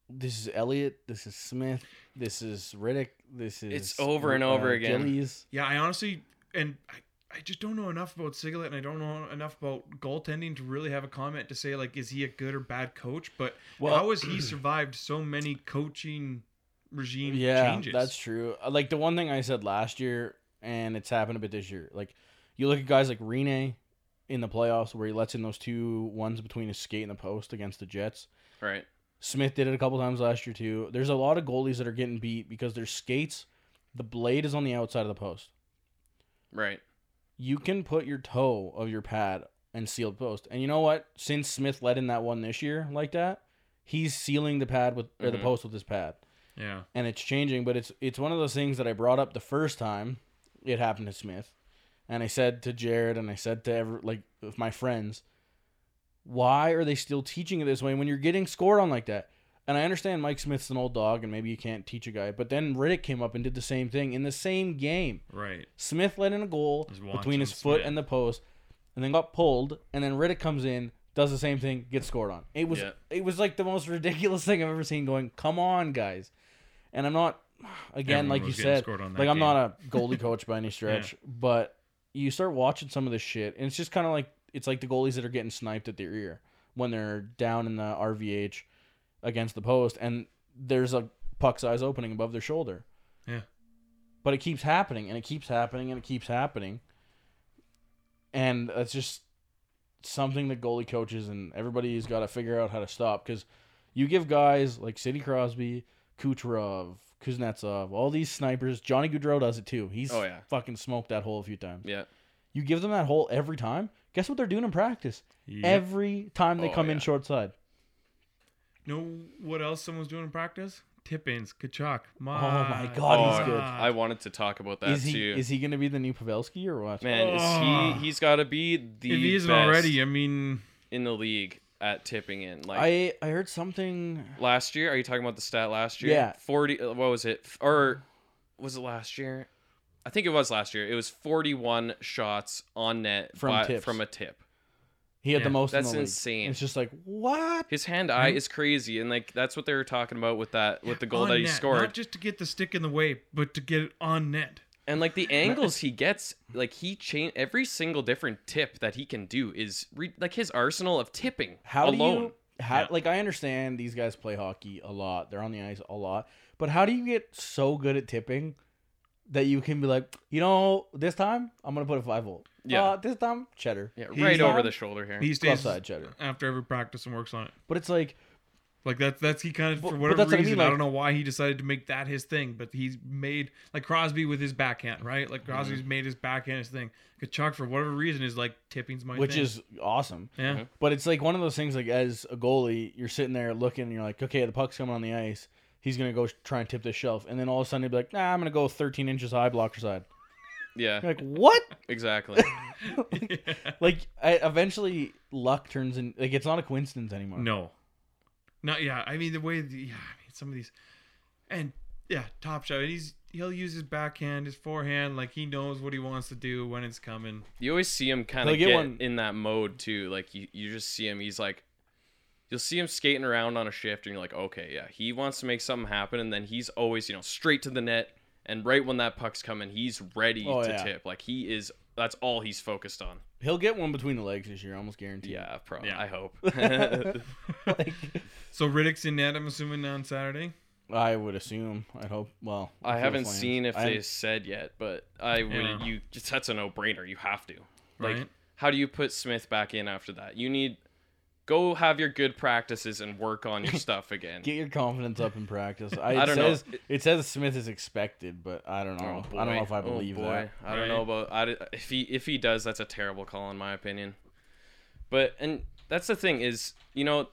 [SPEAKER 1] this is Elliot. This is Smith. This is Riddick. This is
[SPEAKER 3] It's over and over again.
[SPEAKER 1] Gillies.
[SPEAKER 4] Yeah, I honestly, and I, I just don't know enough about Siglet, and I don't know enough about goaltending to really have a comment to say like, is he a good or bad coach? But
[SPEAKER 1] Well-
[SPEAKER 4] how has he survived so many coaching regime
[SPEAKER 1] Yeah,
[SPEAKER 4] changes?
[SPEAKER 1] that's true. Uh, Like the one thing I said last year, and it's happened a bit this year. Like you look at guys like Rene in the playoffs, where he lets in those two ones between his skate and the post against the Jets.
[SPEAKER 3] right.
[SPEAKER 1] Smith did it a couple times last year too. There's a lot of goalies that are getting beat because their skates, the blade is on the outside of the post.
[SPEAKER 3] Right.
[SPEAKER 1] You can put your toe of your pad and sealed post. And you know what? Since Smith let in that one this year like that, he's sealing the pad with or the
[SPEAKER 3] Mhm.
[SPEAKER 1] post with his pad
[SPEAKER 4] yeah.
[SPEAKER 1] and it's changing. But it's it's one of those things that I brought up the first time it happened to Smith, and I said to Jared and I said to every, like with my friends, why are they still teaching it this way when you're getting scored on like that? And I understand Mike Smith's an old dog, and maybe you can't teach a guy. But then Riddick came up and did the same thing in the same game.
[SPEAKER 4] Right.
[SPEAKER 1] Smith let in a goal
[SPEAKER 4] Just
[SPEAKER 1] between
[SPEAKER 4] watching
[SPEAKER 1] his foot
[SPEAKER 4] Smith.
[SPEAKER 1] and the post, and then got pulled. And then Riddick comes in, does the same thing, gets scored on. It was
[SPEAKER 3] Yeah.
[SPEAKER 1] it was like the most ridiculous thing I've ever seen. Going, come on, guys! And I'm not again
[SPEAKER 4] Everyone
[SPEAKER 1] like you
[SPEAKER 4] was getting
[SPEAKER 1] said,
[SPEAKER 4] scored on that
[SPEAKER 1] like I'm
[SPEAKER 4] game.
[SPEAKER 1] not a goalie coach
[SPEAKER 4] *laughs*
[SPEAKER 1] by any stretch, but you start watching some of this shit, and it's just kind of like it's like the goalies that are getting sniped at their ear when they're down in the RVH against the post, and there's a puck size opening above their shoulder.
[SPEAKER 4] Yeah.
[SPEAKER 1] But it keeps happening and it keeps happening and it keeps happening. And that's just something that goalie coaches and everybody's got to figure out how to stop because you give guys like Sidney Crosby, Kucherov, Kuznetsov, all these snipers. Johnny Goudreau does it too. He's
[SPEAKER 3] Oh, yeah.
[SPEAKER 1] fucking smoked that hole a few times.
[SPEAKER 3] Yeah.
[SPEAKER 1] You give them that hole every time. Guess what they're doing in practice? Every time they
[SPEAKER 3] Oh,
[SPEAKER 1] come in
[SPEAKER 3] yeah.
[SPEAKER 1] short side.
[SPEAKER 4] know what else someone's doing in practice? Tip-ins, Kachuk. My
[SPEAKER 1] my God, Oh, he's good.
[SPEAKER 3] I wanted to talk about that
[SPEAKER 1] Is he
[SPEAKER 3] too.
[SPEAKER 1] is he going to be the new Pavelski or what?
[SPEAKER 3] Man,
[SPEAKER 4] Oh.
[SPEAKER 3] is he? He's got to be the
[SPEAKER 4] If he isn't
[SPEAKER 3] best
[SPEAKER 4] already, I mean,
[SPEAKER 3] in the league at tipping in. Like
[SPEAKER 1] I I heard something.
[SPEAKER 3] last year, are you talking about the stat last year?
[SPEAKER 1] Yeah.
[SPEAKER 3] forty. uh, What was it? F- Or was it last year? I think it was last year. It was forty-one shots on net
[SPEAKER 1] From
[SPEAKER 3] by-
[SPEAKER 1] tips.
[SPEAKER 3] from a tip.
[SPEAKER 1] He had the
[SPEAKER 4] Yeah,
[SPEAKER 1] most. in
[SPEAKER 3] that's
[SPEAKER 1] the league.
[SPEAKER 3] insane.
[SPEAKER 1] It's just like what?
[SPEAKER 3] His hand eye
[SPEAKER 1] Hmm?
[SPEAKER 3] is crazy, and like that's what they were talking about with that with the goal
[SPEAKER 4] on
[SPEAKER 3] that he
[SPEAKER 4] net,
[SPEAKER 3] scored,
[SPEAKER 4] not just to get the stick in the way, but to get it on net.
[SPEAKER 3] and
[SPEAKER 1] *laughs*
[SPEAKER 3] like the angles he gets. Like he change every single different tip that he can do is re- like his arsenal of tipping
[SPEAKER 1] How
[SPEAKER 3] alone.
[SPEAKER 1] do you? How,
[SPEAKER 4] Yeah.
[SPEAKER 1] Like I understand these guys play hockey a lot. They're on the ice a lot. But how do you get so good at tipping that you can be like, you know, this time I'm gonna put a five volt.
[SPEAKER 3] Yeah.
[SPEAKER 1] Uh, this time cheddar.
[SPEAKER 3] yeah,
[SPEAKER 4] He's
[SPEAKER 3] right over
[SPEAKER 1] on-
[SPEAKER 3] the shoulder here.
[SPEAKER 4] He
[SPEAKER 1] Glove
[SPEAKER 4] stays
[SPEAKER 1] side cheddar.
[SPEAKER 4] after every practice and works on it.
[SPEAKER 1] But it's like
[SPEAKER 4] Like that's that's he kind of
[SPEAKER 1] But-
[SPEAKER 4] for
[SPEAKER 1] but
[SPEAKER 4] whatever
[SPEAKER 1] that's what I
[SPEAKER 4] reason
[SPEAKER 1] mean,
[SPEAKER 4] I,
[SPEAKER 1] like-
[SPEAKER 4] don't know why he decided to make that his thing, but he's made like Crosby with his backhand, right?
[SPEAKER 1] Mm-hmm.
[SPEAKER 4] Like Crosby's made his backhand his thing. Kachuk for whatever reason is like tipping's my
[SPEAKER 1] which
[SPEAKER 4] thing.
[SPEAKER 1] is Uh-huh. awesome.
[SPEAKER 4] yeah *laughs*
[SPEAKER 1] But it's like one of those things. Like as a goalie, you're sitting there looking, and you're like, okay, the puck's coming on the ice. He's gonna go sh- try and tip this shelf, and then all of a sudden he'd be like, nah, I'm gonna go 13 inches high blocker side.
[SPEAKER 3] yeah,
[SPEAKER 1] *laughs* You're like, what?
[SPEAKER 3] exactly.
[SPEAKER 1] like I, eventually luck turns in like it's not a coincidence anymore
[SPEAKER 4] no, not yeah. I mean the way the, yeah, I mean, some of these and yeah top shot. And he's he'll use his backhand, his forehand, like he knows what he wants to do when it's coming.
[SPEAKER 3] You always see him kind
[SPEAKER 1] He'll
[SPEAKER 3] of
[SPEAKER 1] get
[SPEAKER 3] get,
[SPEAKER 1] one-
[SPEAKER 3] in that mode too. Like you, you just see him. He's like, you'll see him skating around on a shift, and you're like, okay, yeah, he wants to make something happen, and then he's always, you know, straight to the net, and right when that puck's coming, he's ready
[SPEAKER 1] Oh,
[SPEAKER 3] to
[SPEAKER 1] yeah.
[SPEAKER 3] tip. Like he is. That's all he's focused on.
[SPEAKER 1] he'll get one between the legs this year almost guaranteed
[SPEAKER 3] Yeah, probably.
[SPEAKER 4] Yeah.
[SPEAKER 3] I hope.
[SPEAKER 1] *laughs* Like,
[SPEAKER 4] So Riddick's in net, I'm assuming on Saturday.
[SPEAKER 1] i would assume i hope well
[SPEAKER 3] *laughs* I
[SPEAKER 1] for the
[SPEAKER 3] haven't
[SPEAKER 1] Flames.
[SPEAKER 3] seen if
[SPEAKER 1] I-
[SPEAKER 3] they said yet, but I would.
[SPEAKER 4] Yeah.
[SPEAKER 3] You just that's a no brainer. You have to. Like,
[SPEAKER 4] Right.
[SPEAKER 3] how do you put Smith back in after that? You need Go have your good practices and
[SPEAKER 1] *laughs*
[SPEAKER 3] work on your stuff again.
[SPEAKER 1] Get your confidence up in
[SPEAKER 3] *laughs*
[SPEAKER 1] practice. I, it
[SPEAKER 3] I don't know.
[SPEAKER 1] says, It says Smith is expected, but I
[SPEAKER 3] Oh,
[SPEAKER 1] don't know. Oh, I don't know if I believe that.
[SPEAKER 3] I don't know about I, d- if he if he does. That's a terrible call in my opinion. But and that's the thing is you know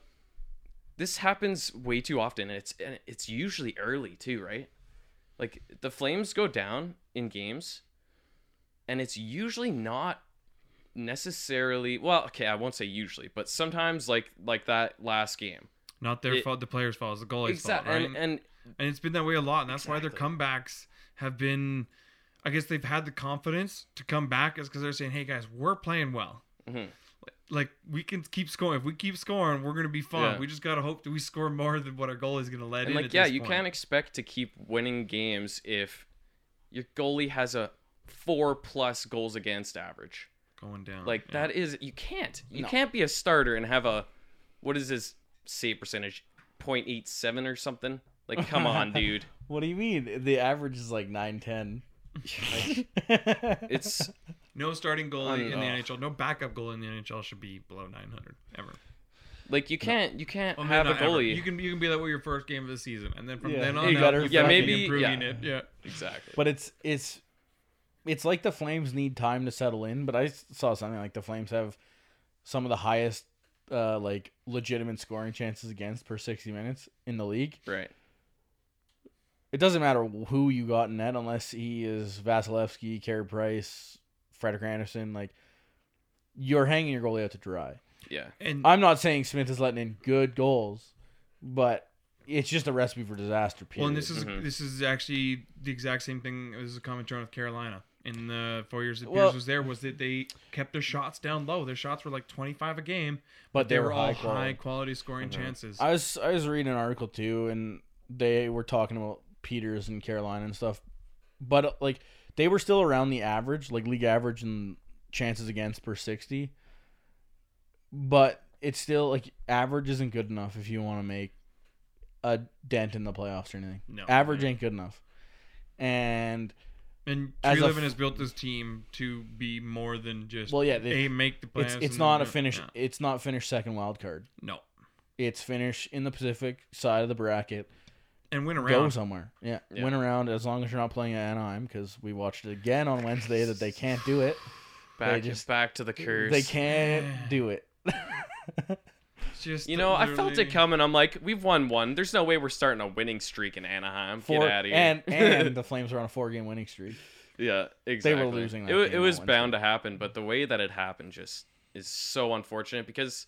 [SPEAKER 3] this happens way too often and it's and it's usually early too right like the flames go down in games and it's usually not necessarily well okay i won't say usually but sometimes like like that last game
[SPEAKER 4] Not their
[SPEAKER 3] It-
[SPEAKER 4] fault. The player's fault. It's the goalie's
[SPEAKER 3] Exact-
[SPEAKER 4] fault, right?
[SPEAKER 3] and, and
[SPEAKER 4] And it's been that way a lot, and that's why their comebacks have been. I guess they've had the confidence to come back, is because they're saying, "Hey guys, we're playing well.
[SPEAKER 3] Mhm.
[SPEAKER 4] Like we can keep scoring. If we keep scoring, we're gonna be fine.
[SPEAKER 3] Yeah.
[SPEAKER 4] We just gotta hope that we score more than what our goal is gonna let
[SPEAKER 3] And
[SPEAKER 4] in."
[SPEAKER 3] like,
[SPEAKER 4] at
[SPEAKER 3] yeah,
[SPEAKER 4] this
[SPEAKER 3] you
[SPEAKER 4] point.
[SPEAKER 3] can't expect to keep winning games if your goalie has a four plus goals against average.
[SPEAKER 4] going down
[SPEAKER 3] Like
[SPEAKER 4] yeah.
[SPEAKER 3] that is you can't. You
[SPEAKER 1] No.
[SPEAKER 3] can't be a starter and have a what is his save percentage? 0.87 or something? Like
[SPEAKER 4] *laughs*
[SPEAKER 3] come on, dude.
[SPEAKER 1] What do you mean? The average is like nine ten.
[SPEAKER 3] It's
[SPEAKER 4] No starting goalie in the
[SPEAKER 3] Ugh.
[SPEAKER 4] NHL, no backup goalie in the NHL should be below 900 ever.
[SPEAKER 3] like you can't you can't
[SPEAKER 4] Well, maybe
[SPEAKER 3] have a
[SPEAKER 4] not ever.
[SPEAKER 3] goalie.
[SPEAKER 4] You can you can be that way your first game of the season, and then from
[SPEAKER 1] Yeah.
[SPEAKER 4] then on
[SPEAKER 1] You
[SPEAKER 4] out,
[SPEAKER 1] gotta
[SPEAKER 4] you
[SPEAKER 1] Yeah,
[SPEAKER 4] gotta
[SPEAKER 1] maybe-
[SPEAKER 4] keep improving
[SPEAKER 3] yeah.
[SPEAKER 4] it. Yeah,
[SPEAKER 3] Exactly.
[SPEAKER 1] *laughs* But it's it's it's like the Flames need time to settle in. But I s- saw something like the Flames have some of the highest uh, like legitimate scoring chances against per sixty minutes in the league.
[SPEAKER 3] Right.
[SPEAKER 1] It doesn't matter who you got in net unless he is Vasilevsky, Carey Price, Frederick Anderson. Like you're hanging your goalie out to dry.
[SPEAKER 3] Yeah.
[SPEAKER 4] and
[SPEAKER 1] I'm not saying Smith is letting in good goals, but it's just a recipe for disaster. Period. Mm-hmm.
[SPEAKER 4] well, and this is
[SPEAKER 3] Mhm.
[SPEAKER 4] this is actually the exact same thing. This is a commentary with Carolina in the four years that
[SPEAKER 1] Well-
[SPEAKER 4] Pierce was there. Was that they kept their shots down low? Their shots were like 25 a game,
[SPEAKER 1] but they, were,
[SPEAKER 4] all
[SPEAKER 1] high quality.
[SPEAKER 4] high quality scoring chances.
[SPEAKER 1] I was I was reading an article too, and they were talking about Peters and Carolina and stuff, but uh, like they were still around the average, like league average and chances against per sixty. But it's still like average isn't good enough if you want to make a dent in the playoffs or anything.
[SPEAKER 4] No.
[SPEAKER 1] average ain't good enough, and
[SPEAKER 4] and
[SPEAKER 1] as a
[SPEAKER 4] Tree Living
[SPEAKER 1] f-
[SPEAKER 4] has built this team to be more than just
[SPEAKER 1] Well, yeah, they-
[SPEAKER 4] they make the playoffs.
[SPEAKER 1] it's it's
[SPEAKER 4] and-
[SPEAKER 1] not a finish.
[SPEAKER 4] yeah.
[SPEAKER 1] It's not finished second wild card.
[SPEAKER 4] No,
[SPEAKER 1] It's finish in the Pacific side of the bracket.
[SPEAKER 4] and win
[SPEAKER 1] go
[SPEAKER 4] around.
[SPEAKER 1] somewhere. Yeah.
[SPEAKER 3] Yeah.
[SPEAKER 1] win around as long as you're not playing at Anaheim because we watched it again on Wednesday that they can't do it.
[SPEAKER 3] Back
[SPEAKER 1] just-
[SPEAKER 3] back to the curse.
[SPEAKER 1] They can't do it. *laughs*
[SPEAKER 4] It's just
[SPEAKER 3] You know, I felt it
[SPEAKER 4] literally-
[SPEAKER 3] coming. I'm like, we've won one. There's no way we're starting a winning streak in Anaheim.
[SPEAKER 1] Four-
[SPEAKER 3] Get out of here.
[SPEAKER 1] And
[SPEAKER 3] *laughs*
[SPEAKER 1] and the Flames are on a four game winning streak.
[SPEAKER 3] Yeah, exactly.
[SPEAKER 1] losing that
[SPEAKER 3] It, wa-
[SPEAKER 1] game
[SPEAKER 3] it
[SPEAKER 1] on
[SPEAKER 3] was
[SPEAKER 1] Wednesday.
[SPEAKER 3] bound to happen, but the way that it happened just is so unfortunate because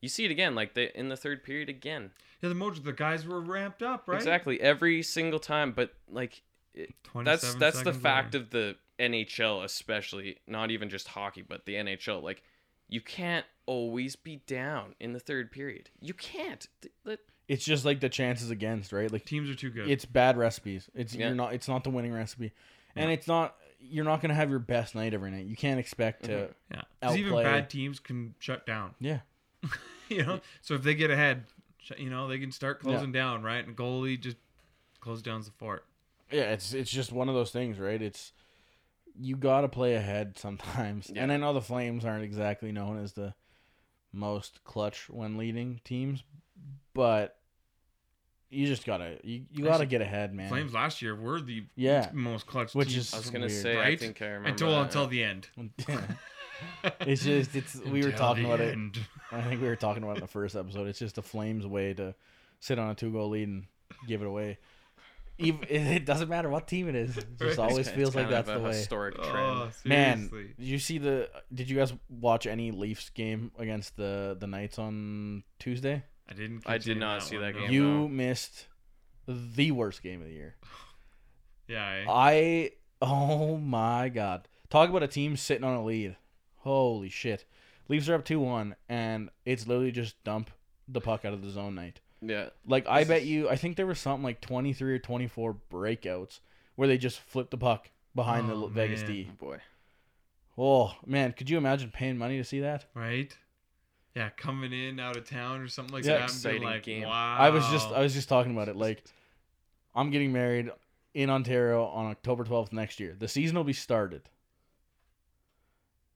[SPEAKER 3] you see it again, like they in the third period again.
[SPEAKER 4] Yeah, the mojo, the guys were ramped up, right?
[SPEAKER 3] Exactly, every single time. But like it, that's
[SPEAKER 4] 27
[SPEAKER 3] that's the
[SPEAKER 4] seconds
[SPEAKER 3] fact
[SPEAKER 4] later.
[SPEAKER 3] of the NHL, especially not even just hockey, but the NHL. Like you can't always be down in the third period. You can't. Th- that-
[SPEAKER 1] It's just like the chances against, right? Like
[SPEAKER 4] teams are too good.
[SPEAKER 1] it's bad recipes. It's
[SPEAKER 3] Yeah.
[SPEAKER 1] you're not it's not the winning recipe. And it's not you're not gonna have your best night every night. You can't expect to
[SPEAKER 3] Mm-hmm.
[SPEAKER 4] yeah, 'Cause even
[SPEAKER 1] outplay.
[SPEAKER 4] bad teams can shut down. *laughs*
[SPEAKER 1] Yeah.
[SPEAKER 4] You know, so if they get ahead, sh- you know they can start closing down, right? And goalie just close down the fort.
[SPEAKER 1] Yeah, it's it's just one of those things, right? It's you got to play ahead sometimes. And I know the Flames aren't exactly known as the most clutch when leading teams, but you just got to you, you got to
[SPEAKER 4] Actually,
[SPEAKER 1] get ahead, man.
[SPEAKER 4] Flames last year were the *laughs*
[SPEAKER 1] Yeah.
[SPEAKER 4] most clutch,
[SPEAKER 1] Which
[SPEAKER 4] teams
[SPEAKER 1] is-
[SPEAKER 3] I was gonna
[SPEAKER 1] Weird,
[SPEAKER 3] say, I
[SPEAKER 4] right?
[SPEAKER 3] think I remember
[SPEAKER 4] *laughs* until
[SPEAKER 3] that.
[SPEAKER 4] until
[SPEAKER 1] *laughs*
[SPEAKER 4] the end. *laughs*
[SPEAKER 1] it's just it's we were
[SPEAKER 4] Until
[SPEAKER 1] talking
[SPEAKER 4] the
[SPEAKER 1] about it.
[SPEAKER 4] end. *laughs*
[SPEAKER 1] I think we were talking about it in the first episode. It's just the Flames way to sit on a two goal lead and give it away. Even, it doesn't matter what team it is. It just
[SPEAKER 4] Right.
[SPEAKER 1] always
[SPEAKER 3] *laughs* It's
[SPEAKER 1] feels like
[SPEAKER 3] kind of
[SPEAKER 1] that's the
[SPEAKER 3] a
[SPEAKER 1] way.
[SPEAKER 3] historic trend.
[SPEAKER 4] Oh,
[SPEAKER 1] Man,
[SPEAKER 4] seriously.
[SPEAKER 1] did you see the? Did you guys watch any Leafs game against the the Knights on Tuesday?
[SPEAKER 4] I didn't.
[SPEAKER 3] I
[SPEAKER 4] catch
[SPEAKER 3] did
[SPEAKER 4] any of
[SPEAKER 3] not see
[SPEAKER 4] one,
[SPEAKER 3] that
[SPEAKER 4] no.
[SPEAKER 3] game.
[SPEAKER 1] you
[SPEAKER 3] no.
[SPEAKER 1] missed the worst game of the year.
[SPEAKER 4] Yeah, I,
[SPEAKER 1] I oh my god! Talk about a team sitting on a lead. Holy shit! Leafs are up two one, and it's literally just dump the puck out of the zone night.
[SPEAKER 3] Yeah,
[SPEAKER 1] Like I bet you, I think there was something like twenty three or twenty four breakouts where they just flipped the puck behind the
[SPEAKER 4] Oh,
[SPEAKER 1] Vegas
[SPEAKER 4] man.
[SPEAKER 1] D.
[SPEAKER 3] boy.
[SPEAKER 1] Oh man, could you imagine paying money to see that?
[SPEAKER 4] right. Yeah, coming in out of town or something like
[SPEAKER 1] Yeah.
[SPEAKER 4] that. and being
[SPEAKER 3] Exciting
[SPEAKER 4] like,
[SPEAKER 3] game.
[SPEAKER 4] Wow.
[SPEAKER 1] I was
[SPEAKER 3] Oh.
[SPEAKER 1] just I was just talking about it. Like, I'm getting married in Ontario on October 12th next year. The season will be started.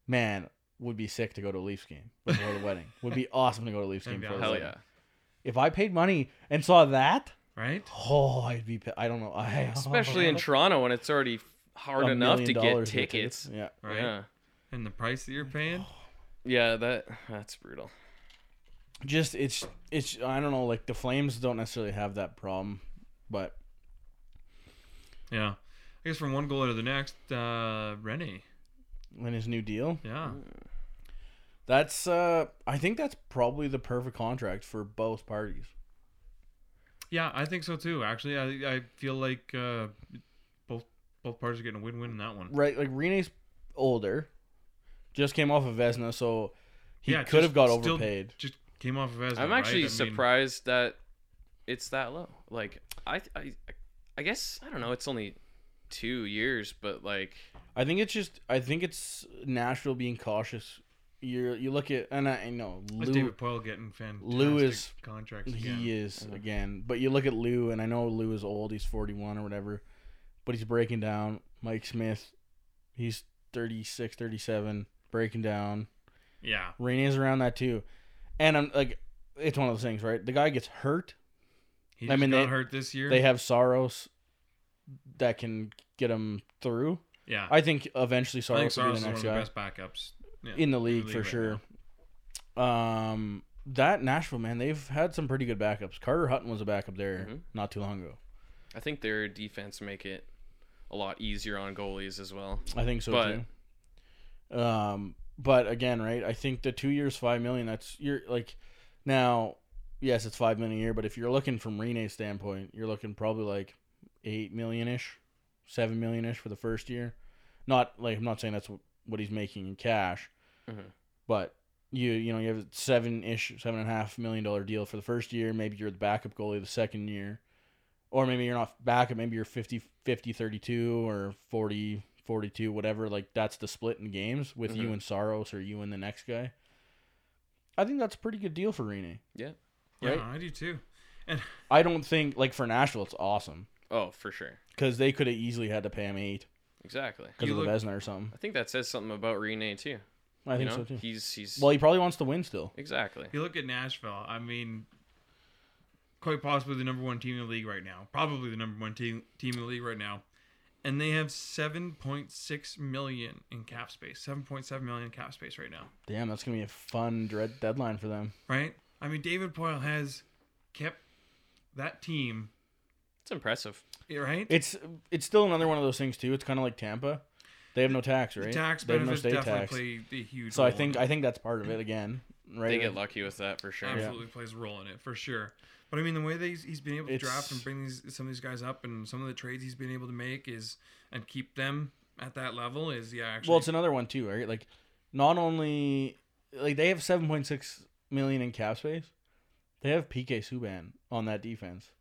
[SPEAKER 1] Man, would be sick to go to a Leafs game before the wedding. Would be awesome to go to a
[SPEAKER 3] *laughs*
[SPEAKER 1] Leafs game before
[SPEAKER 4] That'd be
[SPEAKER 1] the
[SPEAKER 3] Hell
[SPEAKER 1] wedding.
[SPEAKER 3] yeah.
[SPEAKER 1] If I paid money and saw that,
[SPEAKER 4] right?
[SPEAKER 1] oh, I'd be. pa- I don't know. *laughs* I,
[SPEAKER 3] Especially
[SPEAKER 1] *laughs*
[SPEAKER 3] in Toronto when it's already hard
[SPEAKER 1] a
[SPEAKER 3] enough to
[SPEAKER 1] million
[SPEAKER 3] get
[SPEAKER 1] dollars for
[SPEAKER 3] tickets.
[SPEAKER 1] Yeah.
[SPEAKER 4] Right.
[SPEAKER 3] Yeah.
[SPEAKER 4] And the price that you're paying.
[SPEAKER 3] Yeah, that that's brutal.
[SPEAKER 1] just it's it's I don't know like the Flames don't necessarily have that problem, but
[SPEAKER 4] Yeah. I guess from one goal to the next, uh, Rennie.
[SPEAKER 1] in his new deal,
[SPEAKER 4] Yeah.
[SPEAKER 1] that's uh I think that's probably the perfect contract for both parties.
[SPEAKER 4] Yeah, I think so too. Actually, I I feel like uh, both both parties are getting a win-win in that one.
[SPEAKER 1] Right, like Rene's older, just came off of Vesna, so he
[SPEAKER 4] Yeah,
[SPEAKER 1] could
[SPEAKER 4] just
[SPEAKER 1] have got
[SPEAKER 4] still-
[SPEAKER 1] overpaid.
[SPEAKER 4] Just came off of Vesna.
[SPEAKER 3] I'm
[SPEAKER 4] right?
[SPEAKER 3] actually
[SPEAKER 4] I mean,
[SPEAKER 3] surprised that it's that low. Like I, I I guess I don't know, it's only 2 years, but like
[SPEAKER 1] I think it's just I think it's Nashville being cautious. You you look at and I, I know
[SPEAKER 4] That's
[SPEAKER 1] Lou
[SPEAKER 4] David Poyle getting fantastic
[SPEAKER 1] Lou is-
[SPEAKER 4] contracts again.
[SPEAKER 1] he is again, but you look at Lou and I know Lou is old, he's 41 or whatever, but he's breaking down. Mike Smith, he's 36, 37, breaking down.
[SPEAKER 4] Yeah.
[SPEAKER 1] Rene's around that too. And I'm like it's one of those things, right? The guy gets hurt.
[SPEAKER 4] He
[SPEAKER 1] I
[SPEAKER 4] just
[SPEAKER 1] mean,
[SPEAKER 4] got
[SPEAKER 1] they-
[SPEAKER 4] hurt this year.
[SPEAKER 1] They have Soros that can get him through.
[SPEAKER 4] yeah.
[SPEAKER 1] I think eventually
[SPEAKER 4] I think
[SPEAKER 1] Soros will
[SPEAKER 4] Saros
[SPEAKER 1] be
[SPEAKER 4] is
[SPEAKER 1] the
[SPEAKER 4] one
[SPEAKER 1] next
[SPEAKER 4] of the
[SPEAKER 1] guy.
[SPEAKER 4] best backups yeah,
[SPEAKER 1] in the league for
[SPEAKER 4] right
[SPEAKER 1] sure.
[SPEAKER 4] now.
[SPEAKER 1] Um, that Nashville man, they've had some pretty good backups. Carter Hutton was a backup there
[SPEAKER 4] Mm-hmm.
[SPEAKER 3] Mhm.
[SPEAKER 1] not too long ago.
[SPEAKER 3] I think their defense make it a lot easier on goalies as well.
[SPEAKER 1] I think so
[SPEAKER 3] But-
[SPEAKER 1] too. Um, but again, right? I think the two years, five million. That's you're like now. Yes, it's five million a year, but if you're looking from Rene's standpoint, you're looking probably like eight million ish, seven million ish for the first year. Not like I'm not saying that's what, what he's making in cash,
[SPEAKER 3] Mhm.
[SPEAKER 1] but you you know you have a seven ish, seven and a half million dollar deal for the first year. Maybe you're the backup goalie the second year, or maybe you're not backup. Maybe you're 50, 50 32 or 40, 42, whatever. Like that's the split in games with you
[SPEAKER 3] Mhm.
[SPEAKER 1] and Saros or you and the next guy. I think that's a pretty good deal for Rene.
[SPEAKER 4] Yeah,
[SPEAKER 1] right?
[SPEAKER 4] I do too.
[SPEAKER 1] I don't think like for Nashville it's awesome
[SPEAKER 3] Oh, for sure.
[SPEAKER 1] because they could have easily had to pay him eight
[SPEAKER 3] Exactly.
[SPEAKER 1] because
[SPEAKER 4] You
[SPEAKER 1] of the
[SPEAKER 4] look-
[SPEAKER 1] Vesna or something.
[SPEAKER 3] I think that says something about Rene too.
[SPEAKER 1] I think
[SPEAKER 3] you
[SPEAKER 1] so
[SPEAKER 3] know?
[SPEAKER 1] too.
[SPEAKER 3] He's he's
[SPEAKER 1] Well, he probably wants to win still.
[SPEAKER 3] exactly.
[SPEAKER 4] You look at Nashville. I mean, quite possibly the number one team in the league right now. Probably the number one team team in the league right now, and they have seven point six million in cap space. Seven point seven million in cap space right now.
[SPEAKER 1] Damn, that's gonna be a fun dread deadline for them.
[SPEAKER 4] Right? I mean, David Poyle has kept that team
[SPEAKER 3] It's impressive.
[SPEAKER 4] right.
[SPEAKER 1] It's it's still another one of those things too. It's kind of like Tampa. They have no tax,
[SPEAKER 4] the
[SPEAKER 1] right?
[SPEAKER 4] tax
[SPEAKER 1] they have no
[SPEAKER 4] benefits
[SPEAKER 1] state
[SPEAKER 4] definitely
[SPEAKER 1] tax.
[SPEAKER 4] play a huge.
[SPEAKER 1] So I
[SPEAKER 4] role in
[SPEAKER 1] think
[SPEAKER 4] it.
[SPEAKER 1] I think that's part of it again, right?
[SPEAKER 3] They get lucky with that for sure.
[SPEAKER 4] absolutely plays a role in it for sure. But I mean, the way that he's, he's been able to
[SPEAKER 1] It's-
[SPEAKER 4] draft and bring these some of these guys up, and some of the trades he's been able to make is and keep them at that level is yeah. Actually,
[SPEAKER 1] Well, it's another one too, right? Like not only like they have 7.6 million in cap space, they have PK Subban on that defense,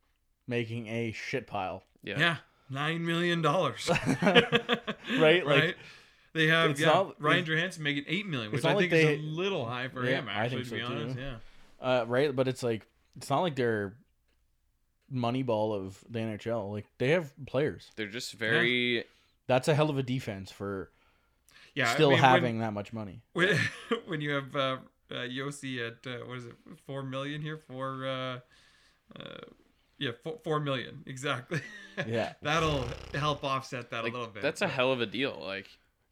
[SPEAKER 1] making a shit pile. *laughs*
[SPEAKER 3] Yeah.
[SPEAKER 4] yeah. nine million dollars, *laughs*
[SPEAKER 1] Like,
[SPEAKER 4] right? they have
[SPEAKER 1] it's
[SPEAKER 4] yeah,
[SPEAKER 1] not-
[SPEAKER 4] Ryan
[SPEAKER 1] it's-
[SPEAKER 4] Johansson making eight million,
[SPEAKER 1] it's
[SPEAKER 4] which
[SPEAKER 1] not
[SPEAKER 4] I
[SPEAKER 1] like
[SPEAKER 4] think
[SPEAKER 1] they-
[SPEAKER 4] is a little high for
[SPEAKER 1] Yeah,
[SPEAKER 4] him.
[SPEAKER 1] I
[SPEAKER 4] Actually,
[SPEAKER 1] think
[SPEAKER 4] to be
[SPEAKER 1] so, too.
[SPEAKER 4] honest, yeah.
[SPEAKER 1] Uh, right, but it's like it's not like they're Moneyball of the NHL. Like they have players.
[SPEAKER 3] They're just very
[SPEAKER 1] That's a hell of a defense for
[SPEAKER 4] Yeah, I
[SPEAKER 1] still
[SPEAKER 4] mean, when-
[SPEAKER 1] having that much money.
[SPEAKER 4] when, *laughs* when you have uh, uh, Yossi at uh, what is it four million here for uh, uh, yeah four, four million exactly *laughs*
[SPEAKER 1] Yeah.
[SPEAKER 4] that'll help offset that
[SPEAKER 3] like,
[SPEAKER 4] a little bit
[SPEAKER 3] That's a hell of a deal. Like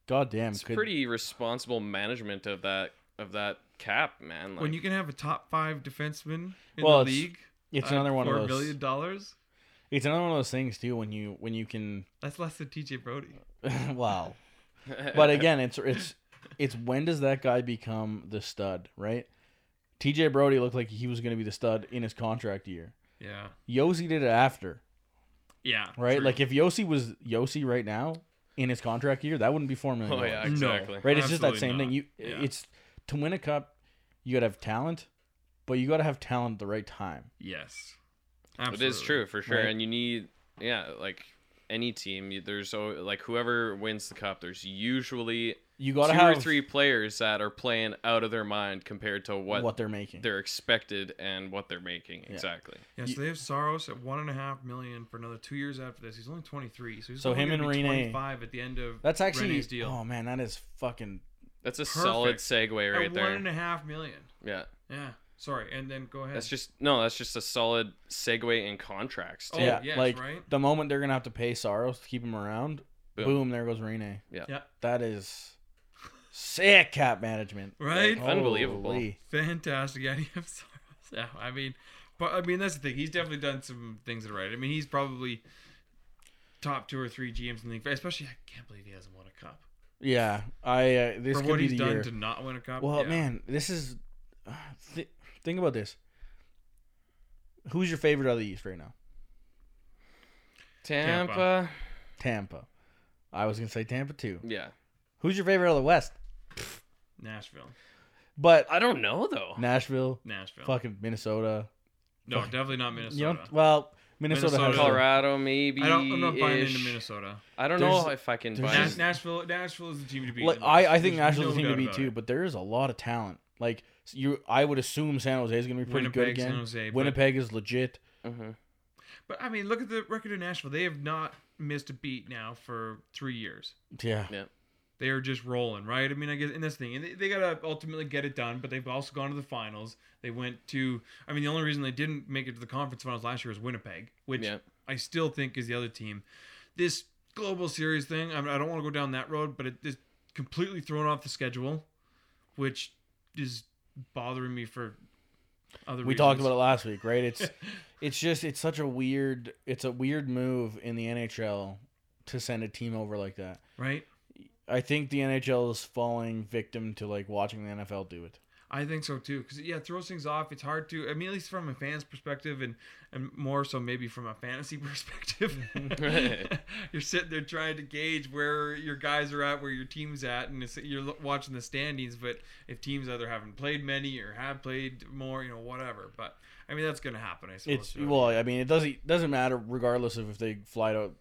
[SPEAKER 1] God damn,
[SPEAKER 3] it's
[SPEAKER 1] could-
[SPEAKER 3] pretty responsible management of that of that cap, man. Like
[SPEAKER 4] when you can have a top five defenseman in
[SPEAKER 1] Well,
[SPEAKER 4] the
[SPEAKER 1] it's-
[SPEAKER 4] league
[SPEAKER 1] It's
[SPEAKER 4] at
[SPEAKER 1] another one of
[SPEAKER 4] $4
[SPEAKER 1] those.
[SPEAKER 4] million dollars
[SPEAKER 1] It's another one of those things too when you when you can *laughs*
[SPEAKER 4] that's less than TJ Brody *laughs*
[SPEAKER 1] wow.
[SPEAKER 3] *laughs*
[SPEAKER 1] But again, it's it's it's when does that guy become the stud, right? TJ Brody looked like he was going to be the stud in his contract year.
[SPEAKER 4] yeah
[SPEAKER 1] Yossi did it after,
[SPEAKER 4] yeah
[SPEAKER 1] right?
[SPEAKER 4] true.
[SPEAKER 1] Like if Yossi was Yossi right now in his contract year, that wouldn't be four million.
[SPEAKER 3] Oh yeah,
[SPEAKER 1] dollars,
[SPEAKER 3] exactly.
[SPEAKER 1] right. It's just that
[SPEAKER 4] Absolutely
[SPEAKER 1] same thing.
[SPEAKER 4] not.
[SPEAKER 1] You
[SPEAKER 4] Yeah.
[SPEAKER 1] it's to win a cup, you got to have talent, but you got to have talent at the right time.
[SPEAKER 4] yes
[SPEAKER 3] It is
[SPEAKER 4] Absolutely.
[SPEAKER 3] true for sure,
[SPEAKER 1] Right.
[SPEAKER 3] and you need yeah, like any team, you- there's al- like whoever wins the cup, there's usually
[SPEAKER 1] You
[SPEAKER 3] two
[SPEAKER 1] got to have
[SPEAKER 3] or three players that are playing out of their mind compared to what,
[SPEAKER 1] what, they're making.
[SPEAKER 3] they're expected and what they're making exactly.
[SPEAKER 4] yeah so they have Saros at one and a half million for another two years after this he's only 23 so he's
[SPEAKER 1] So
[SPEAKER 4] only
[SPEAKER 1] him
[SPEAKER 4] gonna
[SPEAKER 1] and
[SPEAKER 4] be
[SPEAKER 1] Rene-
[SPEAKER 4] 25 at the end of
[SPEAKER 1] That's actually
[SPEAKER 4] Rene's deal
[SPEAKER 1] Oh man, that is fucking
[SPEAKER 3] That's a solid segue right
[SPEAKER 4] At
[SPEAKER 3] there.
[SPEAKER 4] one and a half million.
[SPEAKER 3] yeah.
[SPEAKER 4] Yeah. Sorry. And then go ahead.
[SPEAKER 3] That's just no, that's just a solid segue in contracts.
[SPEAKER 4] Oh,
[SPEAKER 3] too.
[SPEAKER 1] yeah,
[SPEAKER 4] yes,
[SPEAKER 1] like
[SPEAKER 4] right?
[SPEAKER 1] the moment they're gonna have to pay Soros to keep him around, boom,
[SPEAKER 3] Boom.
[SPEAKER 1] there goes Rene.
[SPEAKER 3] Yeah.
[SPEAKER 4] Yeah.
[SPEAKER 1] that is sick cap management,
[SPEAKER 4] Right?
[SPEAKER 3] Unbelievable.
[SPEAKER 1] Holy.
[SPEAKER 4] Fantastic. *laughs* Yeah, you have Soros. Yeah, I mean, but I mean that's the thing. He's definitely done some things that are right. I mean, he's probably top two or three GMs in the league. Especially, I can't believe he hasn't won a cup
[SPEAKER 1] Yeah, I uh, this
[SPEAKER 4] for
[SPEAKER 1] could
[SPEAKER 4] what
[SPEAKER 1] be
[SPEAKER 4] he's
[SPEAKER 1] the
[SPEAKER 4] done
[SPEAKER 1] year.
[SPEAKER 4] to not win a cup.
[SPEAKER 1] Well,
[SPEAKER 4] yeah.
[SPEAKER 1] man, this is uh, th- think about this. Who's your favorite out of the East right now?
[SPEAKER 3] Tampa.
[SPEAKER 4] Tampa.
[SPEAKER 1] Tampa. I was gonna say Tampa too.
[SPEAKER 3] Yeah.
[SPEAKER 1] Who's your favorite out of the West?
[SPEAKER 4] Nashville,
[SPEAKER 1] But
[SPEAKER 3] I don't know though.
[SPEAKER 1] Nashville,
[SPEAKER 4] Nashville.
[SPEAKER 1] fucking Minnesota.
[SPEAKER 4] no, definitely not Minnesota.
[SPEAKER 1] You know, well, Minnesota,
[SPEAKER 4] Minnesota.
[SPEAKER 1] has a-
[SPEAKER 3] Colorado maybe.
[SPEAKER 4] uh, I don't. I'm not buying into
[SPEAKER 3] ish.
[SPEAKER 4] Minnesota.
[SPEAKER 3] I don't
[SPEAKER 1] There's-
[SPEAKER 3] know if I can
[SPEAKER 1] there's
[SPEAKER 3] buy.
[SPEAKER 1] just-
[SPEAKER 4] Nash-
[SPEAKER 3] in-
[SPEAKER 4] Nashville. Nashville is the team to beat.
[SPEAKER 1] Like,
[SPEAKER 4] in the
[SPEAKER 1] I, I
[SPEAKER 4] West.
[SPEAKER 1] think
[SPEAKER 4] There's
[SPEAKER 1] Nashville's the
[SPEAKER 4] no
[SPEAKER 1] team to
[SPEAKER 4] doubt
[SPEAKER 1] beat
[SPEAKER 4] about
[SPEAKER 1] too,
[SPEAKER 4] it.
[SPEAKER 1] but there is a lot of talent. Like you, I would assume San Jose is gonna be pretty good
[SPEAKER 4] Winnipeg,
[SPEAKER 1] again.
[SPEAKER 4] San Jose, but-
[SPEAKER 1] Winnipeg is legit.
[SPEAKER 3] Mhm.
[SPEAKER 4] But I mean, look at the record of Nashville. They have not missed a beat now for three years.
[SPEAKER 1] Yeah,
[SPEAKER 4] They are just rolling, right? I mean, I guess, and that's the thing. And they, they gotta ultimately get it done. But they've also gone to the finals. They went to. I mean, the only reason they didn't make it to the conference finals last year was Winnipeg, which
[SPEAKER 3] Yeah.
[SPEAKER 4] I still think is the other team. This global series thing. I, mean, I don't want to go down that road, but it is completely thrown off the schedule, which is bothering me for other.
[SPEAKER 1] we
[SPEAKER 4] reasons.
[SPEAKER 1] talked about it last week, right?
[SPEAKER 4] *laughs*
[SPEAKER 1] It's it's just it's such a weird it's a weird move in the NHL to send a team over like that.
[SPEAKER 4] right.
[SPEAKER 1] I think the NHL is falling victim to like watching the NFL do it.
[SPEAKER 4] I think so too, because yeah, it throws things off. It's hard to, I mean, at least from a fan's perspective, and and more so maybe from a fantasy *laughs* perspective. *laughs* you're sitting there trying to gauge where your guys are at, where your team's at, and it's, you're lo- watching the standings. But if teams either haven't played many or have played more, you know, whatever. But I mean, that's gonna happen. I suppose.
[SPEAKER 1] It's
[SPEAKER 4] too.
[SPEAKER 1] well, I mean, it doesn't doesn't matter regardless of if they fly to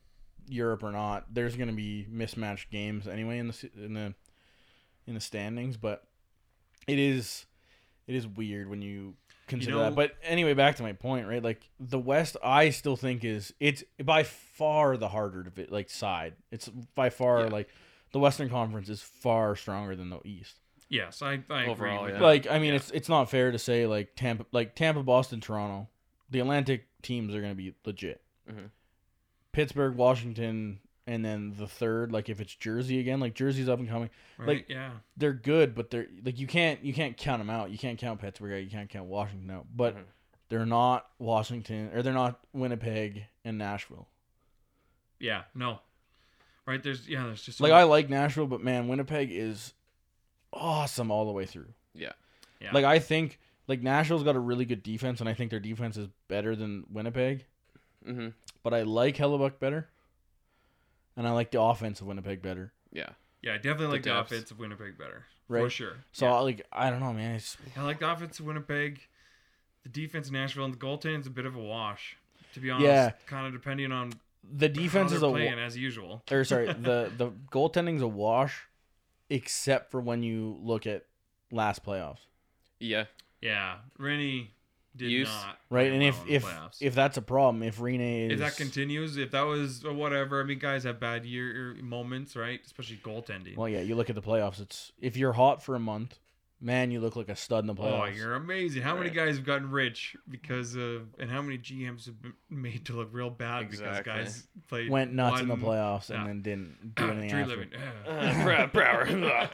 [SPEAKER 1] Europe or not. There's going to be mismatched games anyway in the se- in the in the standings, but it is it is weird when you consider
[SPEAKER 4] know-
[SPEAKER 1] that. But anyway, back to my point, right? Like the West, I still think is it's by far the harder to fit, like side. It's by far
[SPEAKER 4] Yeah.
[SPEAKER 1] like the Western Conference is far stronger than the East.
[SPEAKER 4] yes, I, I agree.
[SPEAKER 3] Overall,
[SPEAKER 4] With
[SPEAKER 3] yeah.
[SPEAKER 4] that.
[SPEAKER 1] Like I mean, it's it's not fair to say like Tampa, like Tampa, Boston, Toronto, the Atlantic teams are going to be legit.
[SPEAKER 3] Mhm.
[SPEAKER 1] Pittsburgh, Washington, and then the third, like if it's Jersey again, like Jersey's up and coming.
[SPEAKER 4] right?
[SPEAKER 1] like-
[SPEAKER 4] yeah,
[SPEAKER 1] They're good, but they're like you can't you can't count them out. You can't count Pittsburgh out. You can't count Washington out. But
[SPEAKER 3] Mhm.
[SPEAKER 1] they're not Washington or they're not Winnipeg and Nashville.
[SPEAKER 4] yeah, no, right? There's yeah, there's just so
[SPEAKER 1] Like
[SPEAKER 4] much-
[SPEAKER 1] I like Nashville, but man, Winnipeg is awesome all the way through.
[SPEAKER 3] Yeah.
[SPEAKER 4] Yeah.
[SPEAKER 1] Like I think like Nashville's got a really good defense, and I think their defense is better than Winnipeg.
[SPEAKER 3] Mhm.
[SPEAKER 1] But I like Hellebuck better, and I like the offense of Winnipeg better.
[SPEAKER 3] Yeah.
[SPEAKER 4] yeah, I definitely like the
[SPEAKER 3] depths.
[SPEAKER 4] offense of Winnipeg better for
[SPEAKER 1] Right.
[SPEAKER 4] sure.
[SPEAKER 1] So
[SPEAKER 4] Yeah.
[SPEAKER 1] I like I don't know, man. It's
[SPEAKER 4] I like the offense of Winnipeg, the defense of Nashville, and the goaltending's a bit of a wash, to be honest.
[SPEAKER 1] Yeah.
[SPEAKER 4] Kind of depending on
[SPEAKER 1] the defense
[SPEAKER 4] how
[SPEAKER 1] is
[SPEAKER 4] they're
[SPEAKER 1] a wa-
[SPEAKER 4] playing as usual.
[SPEAKER 1] or
[SPEAKER 4] *laughs*
[SPEAKER 1] sorry the the goaltending's a wash, except for when you look at last playoffs,
[SPEAKER 3] Yeah.
[SPEAKER 4] Yeah, Rennie did
[SPEAKER 3] Use-
[SPEAKER 4] not
[SPEAKER 1] right?
[SPEAKER 4] play
[SPEAKER 1] And
[SPEAKER 4] well
[SPEAKER 1] if
[SPEAKER 4] in the
[SPEAKER 1] if
[SPEAKER 4] playoffs.
[SPEAKER 1] if that's a problem, if Rene is
[SPEAKER 4] If that continues, if that was or whatever, I mean, guys have bad year er, moments, right? Especially goaltending.
[SPEAKER 1] well, yeah, you look at the playoffs. It's if you're hot for a month, man, you look like a stud in the
[SPEAKER 4] Oh,
[SPEAKER 1] playoffs.
[SPEAKER 4] you're amazing! How many
[SPEAKER 3] Right.
[SPEAKER 4] guys have gotten rich because of, and how many GMs have been *laughs* made to look real bad
[SPEAKER 3] Exactly.
[SPEAKER 4] because guys played
[SPEAKER 1] Went nuts in the
[SPEAKER 4] one- *clears throat*
[SPEAKER 1] playoffs and
[SPEAKER 4] Yeah.
[SPEAKER 1] then didn't
[SPEAKER 4] *clears throat*
[SPEAKER 1] do anything
[SPEAKER 4] Tree
[SPEAKER 1] after.
[SPEAKER 4] living.
[SPEAKER 3] *laughs* Uh, Brow-
[SPEAKER 4] *laughs*
[SPEAKER 3] *laughs* Brower.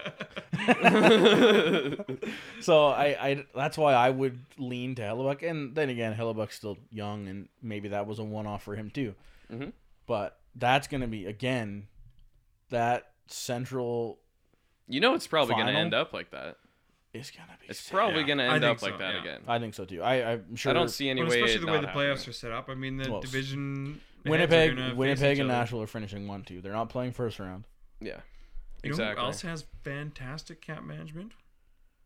[SPEAKER 1] *laughs* So I, I that's why I would lean to Hellebuck, and then again, Hellebuck's still young, and maybe that was a one-off for him too.
[SPEAKER 3] Mhm.
[SPEAKER 1] But that's going to be again that central
[SPEAKER 3] you know it's probably going to
[SPEAKER 1] Final?
[SPEAKER 3] end up like that.
[SPEAKER 1] is going to be.
[SPEAKER 3] It's
[SPEAKER 1] sick.
[SPEAKER 3] probably
[SPEAKER 4] Yeah,
[SPEAKER 3] going to
[SPEAKER 4] I
[SPEAKER 3] end
[SPEAKER 4] think
[SPEAKER 3] up like
[SPEAKER 4] so,
[SPEAKER 3] that
[SPEAKER 4] yeah.
[SPEAKER 3] again.
[SPEAKER 1] I think so too. I, I'm sure.
[SPEAKER 3] I don't see any
[SPEAKER 4] Well,
[SPEAKER 3] way.
[SPEAKER 4] especially
[SPEAKER 3] it
[SPEAKER 4] the way
[SPEAKER 3] not
[SPEAKER 4] the
[SPEAKER 3] happening.
[SPEAKER 4] playoffs are set up. I mean, the
[SPEAKER 1] Well, s-
[SPEAKER 4] division the heads are gonna
[SPEAKER 1] Winnipeg,
[SPEAKER 4] face
[SPEAKER 1] Winnipeg,
[SPEAKER 4] each
[SPEAKER 1] and
[SPEAKER 4] other.
[SPEAKER 1] Nashville are finishing one two. They're not playing first round.
[SPEAKER 3] Yeah.
[SPEAKER 4] You know
[SPEAKER 3] Exactly.
[SPEAKER 4] who else has fantastic cap management?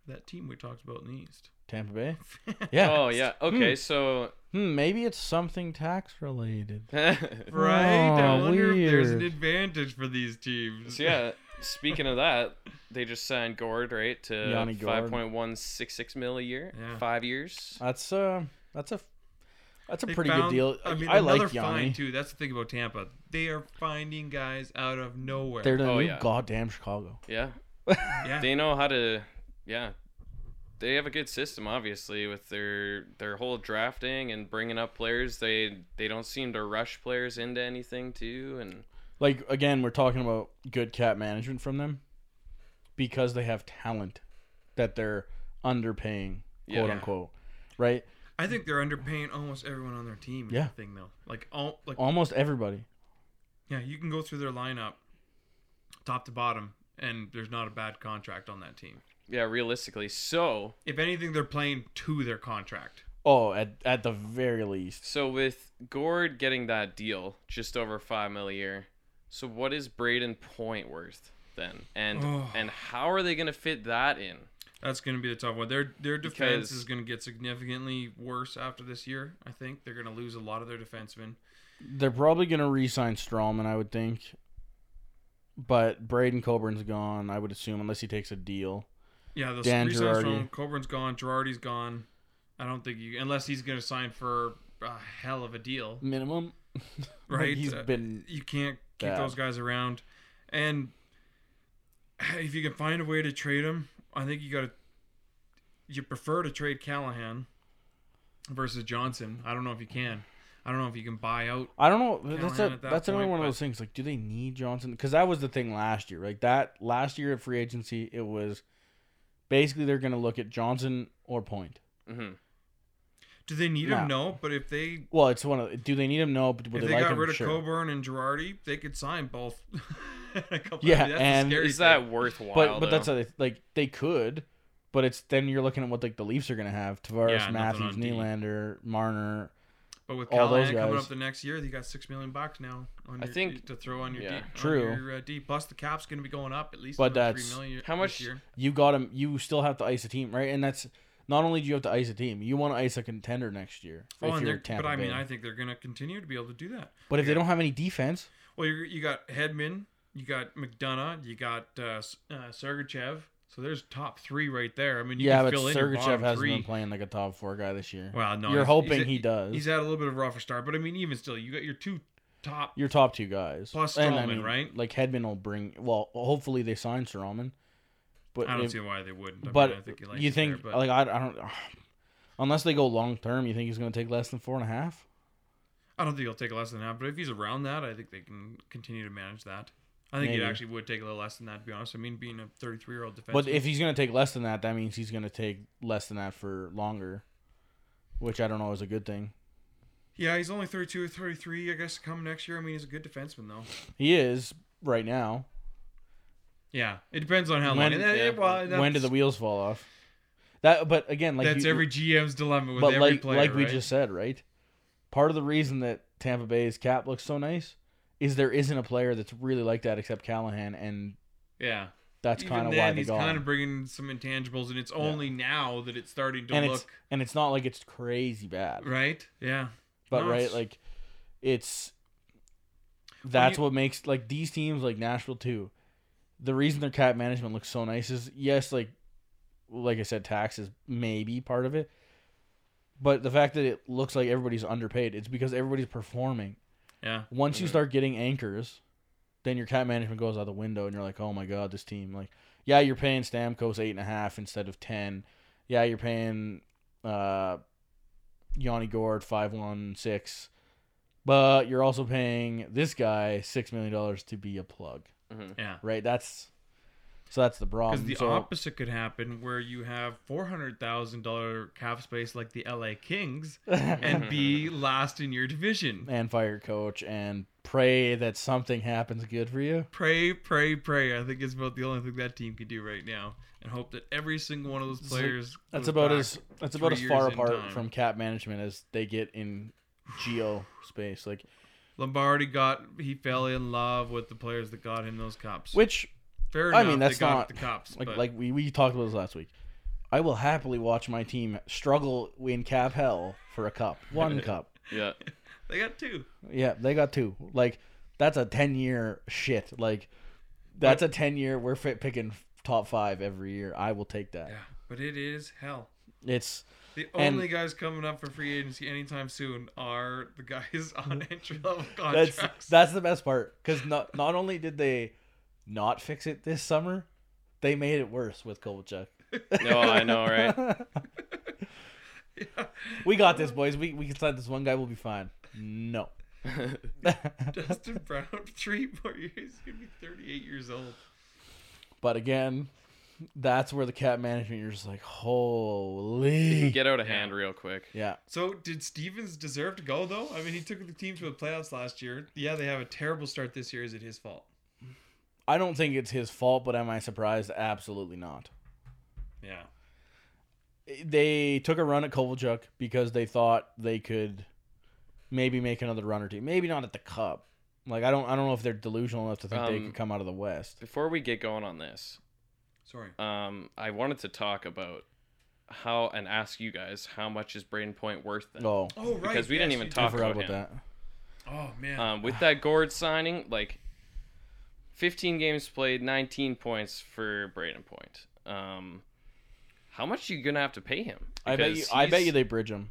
[SPEAKER 4] That team we talked about in the East.
[SPEAKER 1] Tampa Bay. *laughs* Yeah.
[SPEAKER 3] Oh yeah. Okay. So.
[SPEAKER 1] Hmm, maybe it's something tax related.
[SPEAKER 3] so
[SPEAKER 4] *laughs* Right? I
[SPEAKER 1] Oh,
[SPEAKER 4] wonder if there's an
[SPEAKER 1] weird.
[SPEAKER 4] advantage for these teams.
[SPEAKER 1] *laughs*
[SPEAKER 3] yeah. Speaking of that, they just signed Gord right to
[SPEAKER 1] Yanni
[SPEAKER 3] five
[SPEAKER 1] Gourde.
[SPEAKER 3] point one six six mil a year,
[SPEAKER 4] Yeah.
[SPEAKER 3] five years.
[SPEAKER 1] That's uh, that's a, that's a
[SPEAKER 4] They
[SPEAKER 1] pretty
[SPEAKER 4] found-
[SPEAKER 1] good deal.
[SPEAKER 4] I mean, another
[SPEAKER 1] like Yanni.
[SPEAKER 4] find too. That's the thing about Tampa. They are finding guys out of nowhere.
[SPEAKER 1] They're the
[SPEAKER 3] Oh,
[SPEAKER 1] new
[SPEAKER 3] yeah.
[SPEAKER 1] goddamn Chicago.
[SPEAKER 3] Yeah.
[SPEAKER 4] Yeah.
[SPEAKER 3] they know how to yeah they have a good system obviously with their their whole drafting and bringing up players they they don't seem to rush players into anything too and
[SPEAKER 1] Like again, we're talking about good cap management from them because they have talent that they're underpaying,
[SPEAKER 3] Yeah.
[SPEAKER 1] quote unquote. Right?
[SPEAKER 4] I think they're underpaying almost everyone on their team. is
[SPEAKER 1] Yeah.
[SPEAKER 4] the Thing though, like all like
[SPEAKER 1] Almost everybody.
[SPEAKER 4] yeah, you can go through their lineup, top to bottom, and there's not a bad contract on that team.
[SPEAKER 3] yeah realistically so
[SPEAKER 4] If anything, they're playing to their contract.
[SPEAKER 1] Oh, at at the very least.
[SPEAKER 3] so with gord getting that deal just over five mil a year so what is braden point worth then and
[SPEAKER 4] Oh.
[SPEAKER 3] and how are they gonna fit that in
[SPEAKER 4] That's going to be the tough one. Their their defense
[SPEAKER 3] Because-
[SPEAKER 4] is going to get significantly worse after this year. I think they're going to lose a lot of their defensemen.
[SPEAKER 1] They're probably gonna re sign Strawman, I would think. But Braden Coburn's gone, I would assume, unless he takes a deal.
[SPEAKER 4] Yeah, the
[SPEAKER 1] Dan
[SPEAKER 4] resigns from
[SPEAKER 1] Girardi.
[SPEAKER 4] Coburn's gone. Girardi's gone. I don't think you unless he's going to sign for a hell of a deal,
[SPEAKER 1] Minimum. Like,
[SPEAKER 4] right?
[SPEAKER 1] he's
[SPEAKER 4] Uh,
[SPEAKER 1] been
[SPEAKER 4] you can't keep
[SPEAKER 1] bad.
[SPEAKER 4] those guys around, and if you can find a way to trade them, I think you got to. You prefer to trade Callahan versus Johnson. I don't know if you can. I don't know if you can buy out
[SPEAKER 1] I don't know. th- That's
[SPEAKER 4] Carolina
[SPEAKER 1] a,
[SPEAKER 4] at that
[SPEAKER 1] that's another
[SPEAKER 4] point,
[SPEAKER 1] one of
[SPEAKER 4] but-
[SPEAKER 1] those things. Like, do they need Johnson? Because that was the thing last year. Like that last year at free agency, it was basically they're going to look at Johnson or Point.
[SPEAKER 3] hmm
[SPEAKER 4] Do they need him?
[SPEAKER 1] No.
[SPEAKER 4] No, but if they
[SPEAKER 1] Well, it's one of. Do they need him? No. But would
[SPEAKER 4] if
[SPEAKER 1] they,
[SPEAKER 4] they
[SPEAKER 1] like
[SPEAKER 4] got
[SPEAKER 1] him?
[SPEAKER 4] rid of
[SPEAKER 1] Sure.
[SPEAKER 4] Coburn and Girardi, they could sign both. *laughs* A couple-
[SPEAKER 1] Yeah,
[SPEAKER 4] I mean, that's the
[SPEAKER 1] and
[SPEAKER 4] scary
[SPEAKER 3] is that
[SPEAKER 4] thing.
[SPEAKER 3] worthwhile
[SPEAKER 1] but but
[SPEAKER 3] though?
[SPEAKER 1] that's a, like they could. But it's then you're looking at what like the Leafs are going to have: Tavares,
[SPEAKER 4] Yeah, nothing
[SPEAKER 1] Matthews,
[SPEAKER 4] on D.
[SPEAKER 1] Nylander, Marner.
[SPEAKER 4] But with
[SPEAKER 1] all those
[SPEAKER 4] Callahan coming
[SPEAKER 1] guys.
[SPEAKER 4] up the next year, you got six million bucks now. On
[SPEAKER 3] I
[SPEAKER 4] your,
[SPEAKER 3] think-
[SPEAKER 4] to throw on your
[SPEAKER 3] yeah.
[SPEAKER 4] D,
[SPEAKER 1] True.
[SPEAKER 4] On your, uh, D plus the cap's going to be going up at least.
[SPEAKER 1] But
[SPEAKER 4] another
[SPEAKER 1] that's-
[SPEAKER 4] three million
[SPEAKER 3] How
[SPEAKER 4] this
[SPEAKER 3] much-
[SPEAKER 4] year.
[SPEAKER 1] You got him. You still have to ice a team, right? And that's not only do you have to ice a team, you want to ice a contender next year.
[SPEAKER 4] Oh,
[SPEAKER 1] if
[SPEAKER 4] and
[SPEAKER 1] you're
[SPEAKER 4] they're-
[SPEAKER 1] Tampa
[SPEAKER 4] but I mean,
[SPEAKER 1] Bay.
[SPEAKER 4] I think they're going to continue to be able to do that.
[SPEAKER 1] but if they don't have any defense,
[SPEAKER 4] Well, you you got Hedman, you got McDonough, you got uh, S- uh, Sergachev. So there's top three right there. I mean, you
[SPEAKER 1] yeah,
[SPEAKER 4] can
[SPEAKER 1] but
[SPEAKER 4] fill in your
[SPEAKER 1] Sergachev
[SPEAKER 4] bottom
[SPEAKER 1] hasn't
[SPEAKER 4] three.
[SPEAKER 1] been playing like a top four guy this year.
[SPEAKER 4] Well, no,
[SPEAKER 1] You're
[SPEAKER 4] he's-
[SPEAKER 1] hoping
[SPEAKER 4] he's-
[SPEAKER 1] he does.
[SPEAKER 4] He's had a little bit of a rougher start, but I mean, even still, you got your two top.
[SPEAKER 1] your top two guys
[SPEAKER 4] Plus
[SPEAKER 1] And, I
[SPEAKER 4] Stroman,
[SPEAKER 1] mean,
[SPEAKER 4] right?
[SPEAKER 1] Like Hedman will bring. Well, hopefully they sign Stroman. But
[SPEAKER 4] I don't
[SPEAKER 1] if-
[SPEAKER 4] see why they wouldn't. I mean,
[SPEAKER 1] but
[SPEAKER 4] I think he likes
[SPEAKER 1] you
[SPEAKER 4] it there,
[SPEAKER 1] think
[SPEAKER 4] but-
[SPEAKER 1] like I, I don't. *sighs* Unless they go long term, you think he's going to take less than four and a half?
[SPEAKER 4] I don't think he'll take less than that. But if he's around that, I think they can continue to manage that. I think
[SPEAKER 1] Maybe.
[SPEAKER 4] it actually would take a little less than that, to be honest. I mean, being a 33 year old defenseman.
[SPEAKER 1] But if he's going to take less than that, that means he's going to take less than that for longer, which I don't know is a good thing.
[SPEAKER 4] yeah, he's only 32 or 33, I guess. Come next year, I mean, he's a good defenseman though.
[SPEAKER 1] He is right now.
[SPEAKER 4] Yeah, it depends on how
[SPEAKER 1] When-
[SPEAKER 4] long. and-
[SPEAKER 3] yeah.
[SPEAKER 4] and- well,
[SPEAKER 1] when do
[SPEAKER 4] that's-
[SPEAKER 1] the wheels fall off? That, but again, like
[SPEAKER 4] that's
[SPEAKER 1] you-
[SPEAKER 4] every GM's dilemma with
[SPEAKER 1] but
[SPEAKER 4] every
[SPEAKER 1] like
[SPEAKER 4] player.
[SPEAKER 1] like we
[SPEAKER 4] right?
[SPEAKER 1] just said, right? Part of the reason that Tampa Bay's cap looks so nice is there isn't a player that's really like that except Callahan, and
[SPEAKER 4] yeah,
[SPEAKER 1] that's
[SPEAKER 4] Even
[SPEAKER 1] kind of
[SPEAKER 4] then,
[SPEAKER 1] why they
[SPEAKER 4] he's
[SPEAKER 1] got
[SPEAKER 4] kind
[SPEAKER 1] him.
[SPEAKER 4] of bringing some intangibles, and it's only now that it's starting to
[SPEAKER 1] And
[SPEAKER 4] look
[SPEAKER 1] it's and it's not like it's crazy bad,
[SPEAKER 4] right. Yeah,
[SPEAKER 1] but
[SPEAKER 4] no,
[SPEAKER 1] right,
[SPEAKER 4] it's-
[SPEAKER 1] like it's that's
[SPEAKER 4] you-
[SPEAKER 1] what makes like these teams like Nashville too. The reason their cap management looks so nice is yes, like like I said, taxes may be part of it, but the fact that it looks like everybody's underpaid, it's because everybody's performing.
[SPEAKER 4] yeah.
[SPEAKER 1] once you
[SPEAKER 3] Mhm.
[SPEAKER 1] start getting anchors, then your cap management goes out the window, and you're like, oh my god, this team. Like, yeah, you're paying Stamkos eight and a half instead of ten. Yeah, you're paying uh, Yanni Gord five one six, but you're also paying this guy six million dollars to be a plug,
[SPEAKER 4] Yeah.
[SPEAKER 1] right? That's so that's the
[SPEAKER 4] Because
[SPEAKER 1] problem.
[SPEAKER 4] the
[SPEAKER 1] Um, So-
[SPEAKER 4] opposite could happen where you have $400,000 cap space like the LA Kings and be last in your division.
[SPEAKER 1] *laughs* and fire coach and pray that something happens good for you.
[SPEAKER 4] Pray, pray, pray. I think it's about the only thing that team can do right now. And hope that every single one of those
[SPEAKER 1] So
[SPEAKER 4] players.
[SPEAKER 1] That's
[SPEAKER 4] goes
[SPEAKER 1] about
[SPEAKER 4] back.
[SPEAKER 1] as that's about as
[SPEAKER 4] three
[SPEAKER 1] far
[SPEAKER 4] years in
[SPEAKER 1] apart
[SPEAKER 4] time.
[SPEAKER 1] from cap management as they get in geo space. Like
[SPEAKER 4] Lombardi got. He fell in love with the players that got him those cups.
[SPEAKER 1] which
[SPEAKER 4] Fair
[SPEAKER 1] I
[SPEAKER 4] enough.
[SPEAKER 1] mean, that's
[SPEAKER 4] they got
[SPEAKER 1] not-
[SPEAKER 4] the cups.
[SPEAKER 1] like
[SPEAKER 4] but
[SPEAKER 1] like we, we talked about this last week. I will happily watch my team struggle in cap hell for a cup.
[SPEAKER 4] *laughs*
[SPEAKER 1] One cup.
[SPEAKER 3] yeah
[SPEAKER 4] they got two.
[SPEAKER 1] Yeah, they got two. Like that's a ten year shit. Like that's a ten year we're fit picking top five every year. I will take that.
[SPEAKER 4] Yeah, but it is hell.
[SPEAKER 1] It's
[SPEAKER 4] The
[SPEAKER 1] And-
[SPEAKER 4] only guys coming up for free agency anytime soon are the guys *laughs* on entry level contracts.
[SPEAKER 1] that's
[SPEAKER 4] *laughs*
[SPEAKER 1] that's the best part because not not only did they not fix it this summer, They made it worse with Kovalchuk.
[SPEAKER 3] No, I know,
[SPEAKER 1] *laughs*
[SPEAKER 3] right? *laughs*
[SPEAKER 1] We got this, boys. We we can sign this one guy. We'll be fine. No.
[SPEAKER 4] Justin Brown, *laughs* three more years, he's gonna be 38 years old.
[SPEAKER 1] *laughs* But again, that's where the cap management. You're just like, holy.
[SPEAKER 3] Get out of hand real quick.
[SPEAKER 1] yeah.
[SPEAKER 4] So, did Stevens deserve to go though? I mean, he took the team to the playoffs last year. Yeah, they have a terrible start this year. Is it his fault?
[SPEAKER 1] I don't think it's his fault, but am I surprised? Absolutely not.
[SPEAKER 4] Yeah.
[SPEAKER 1] They took a run at Kovalchuk because they thought they could maybe make another run or two. Maybe not at the cup. Like I don't I don't know if they're delusional enough to think they
[SPEAKER 3] Um,
[SPEAKER 1] could come out of the West.
[SPEAKER 3] Before we get going on this,
[SPEAKER 4] Sorry.
[SPEAKER 3] um, I wanted to talk about how and ask you guys how much is Braden Point worth then?
[SPEAKER 1] Oh,
[SPEAKER 4] Oh right.
[SPEAKER 3] Because we didn't even
[SPEAKER 4] you
[SPEAKER 1] I
[SPEAKER 3] talk
[SPEAKER 1] forgot
[SPEAKER 3] about
[SPEAKER 1] about
[SPEAKER 3] him.
[SPEAKER 1] that.
[SPEAKER 4] did. Oh man.
[SPEAKER 3] Um, with that Gord signing, like 15 games played, 19 points for Braden Point. Um, how much you gonna have to pay him?
[SPEAKER 1] I bet you.
[SPEAKER 3] Because
[SPEAKER 1] I bet
[SPEAKER 3] he's-
[SPEAKER 1] you they bridge him.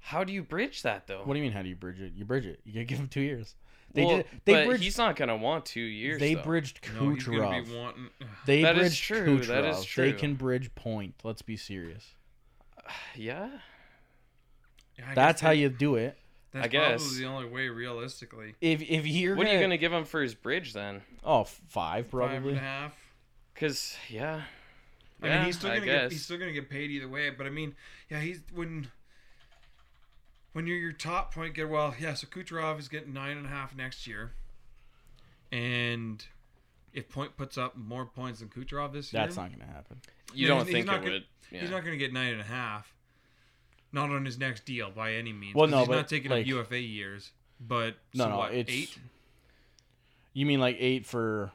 [SPEAKER 3] How do you bridge that though?
[SPEAKER 1] What do you mean? How do you bridge it? You bridge it. You gotta give him two years. They
[SPEAKER 3] well,
[SPEAKER 1] did. They
[SPEAKER 3] but
[SPEAKER 1] bridged.
[SPEAKER 3] he's not gonna want two years.
[SPEAKER 1] they
[SPEAKER 3] though.
[SPEAKER 1] bridged
[SPEAKER 4] no, he's
[SPEAKER 1] Kucherov.
[SPEAKER 4] gonna be wanting.
[SPEAKER 1] they
[SPEAKER 3] That is
[SPEAKER 1] bridged
[SPEAKER 3] true,
[SPEAKER 1] Kucherov.
[SPEAKER 3] that is
[SPEAKER 1] They
[SPEAKER 3] true.
[SPEAKER 1] can bridge point. Let's be serious.
[SPEAKER 3] Yeah.
[SPEAKER 4] Yeah, I guess
[SPEAKER 1] That's how
[SPEAKER 4] that-
[SPEAKER 1] you do it.
[SPEAKER 4] That's
[SPEAKER 3] I guess.
[SPEAKER 4] probably the only way, realistically.
[SPEAKER 1] If if you're
[SPEAKER 3] What are
[SPEAKER 1] gonna,
[SPEAKER 3] you gonna give him for his bridge then?
[SPEAKER 1] oh five
[SPEAKER 4] Five and
[SPEAKER 1] probably.
[SPEAKER 4] a half.
[SPEAKER 3] Cause yeah.
[SPEAKER 4] I mean,
[SPEAKER 3] Yeah,
[SPEAKER 4] he's still
[SPEAKER 3] I
[SPEAKER 4] gonna get,
[SPEAKER 3] guess.
[SPEAKER 4] he's still gonna get paid either way. But I mean, yeah, he's when when you're your top point getter. Well, yeah, so Kucherov is getting nine and a half next year, and if Point puts up more points than Kucherov this year,
[SPEAKER 1] That's not gonna happen.
[SPEAKER 3] You
[SPEAKER 4] No,
[SPEAKER 3] don't
[SPEAKER 4] he's- he's
[SPEAKER 3] think
[SPEAKER 4] not
[SPEAKER 3] it
[SPEAKER 4] gonna-
[SPEAKER 3] would? Yeah.
[SPEAKER 4] He's not gonna get nine and a half. Not on his next deal by any means.
[SPEAKER 1] Well,
[SPEAKER 4] 'cause
[SPEAKER 1] no,
[SPEAKER 4] he's
[SPEAKER 1] but,
[SPEAKER 4] not taking
[SPEAKER 1] like-
[SPEAKER 4] up UFA years. But
[SPEAKER 1] No,
[SPEAKER 4] so
[SPEAKER 1] no,
[SPEAKER 4] what,
[SPEAKER 1] it's
[SPEAKER 4] eight
[SPEAKER 1] You mean like eight for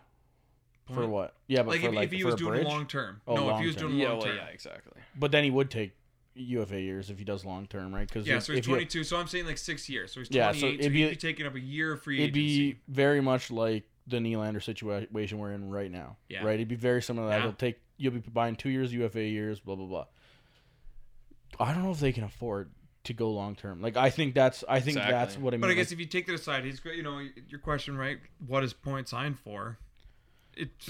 [SPEAKER 1] for
[SPEAKER 4] Point?
[SPEAKER 1] what? Yeah, but
[SPEAKER 4] Like
[SPEAKER 1] for
[SPEAKER 4] if,
[SPEAKER 1] like
[SPEAKER 4] if he
[SPEAKER 1] for
[SPEAKER 4] was
[SPEAKER 1] a
[SPEAKER 4] doing
[SPEAKER 1] bridge.
[SPEAKER 4] long term.
[SPEAKER 1] Oh,
[SPEAKER 4] no, if he was
[SPEAKER 1] long-term.
[SPEAKER 4] doing
[SPEAKER 3] yeah,
[SPEAKER 4] long
[SPEAKER 3] well,
[SPEAKER 4] term.
[SPEAKER 3] yeah, exactly.
[SPEAKER 1] But then he would take UFA years if he does long term, right? Because
[SPEAKER 4] Yeah, so he's
[SPEAKER 1] if you-
[SPEAKER 4] 22. so I'm saying like six years. So he's 28.
[SPEAKER 1] Yeah, so
[SPEAKER 4] so
[SPEAKER 1] it'd
[SPEAKER 4] he'd
[SPEAKER 1] be-
[SPEAKER 4] be taking up a year of free
[SPEAKER 1] it'd
[SPEAKER 4] agency.
[SPEAKER 1] be very much like the Nylander situation we're in right now.
[SPEAKER 4] Yeah.
[SPEAKER 1] Right. It'd be very similar. To that.
[SPEAKER 4] Yeah.
[SPEAKER 1] He'll take. You'll be buying two years UFA years. Blah blah blah. I don't know if they can afford to go long term. Like I think that's. I think that's
[SPEAKER 3] Exactly.
[SPEAKER 1] what I mean.
[SPEAKER 4] But I
[SPEAKER 1] Like,
[SPEAKER 4] guess if you take that aside, he's you know your question right. What is point signed for?
[SPEAKER 1] *clears throat*
[SPEAKER 4] It's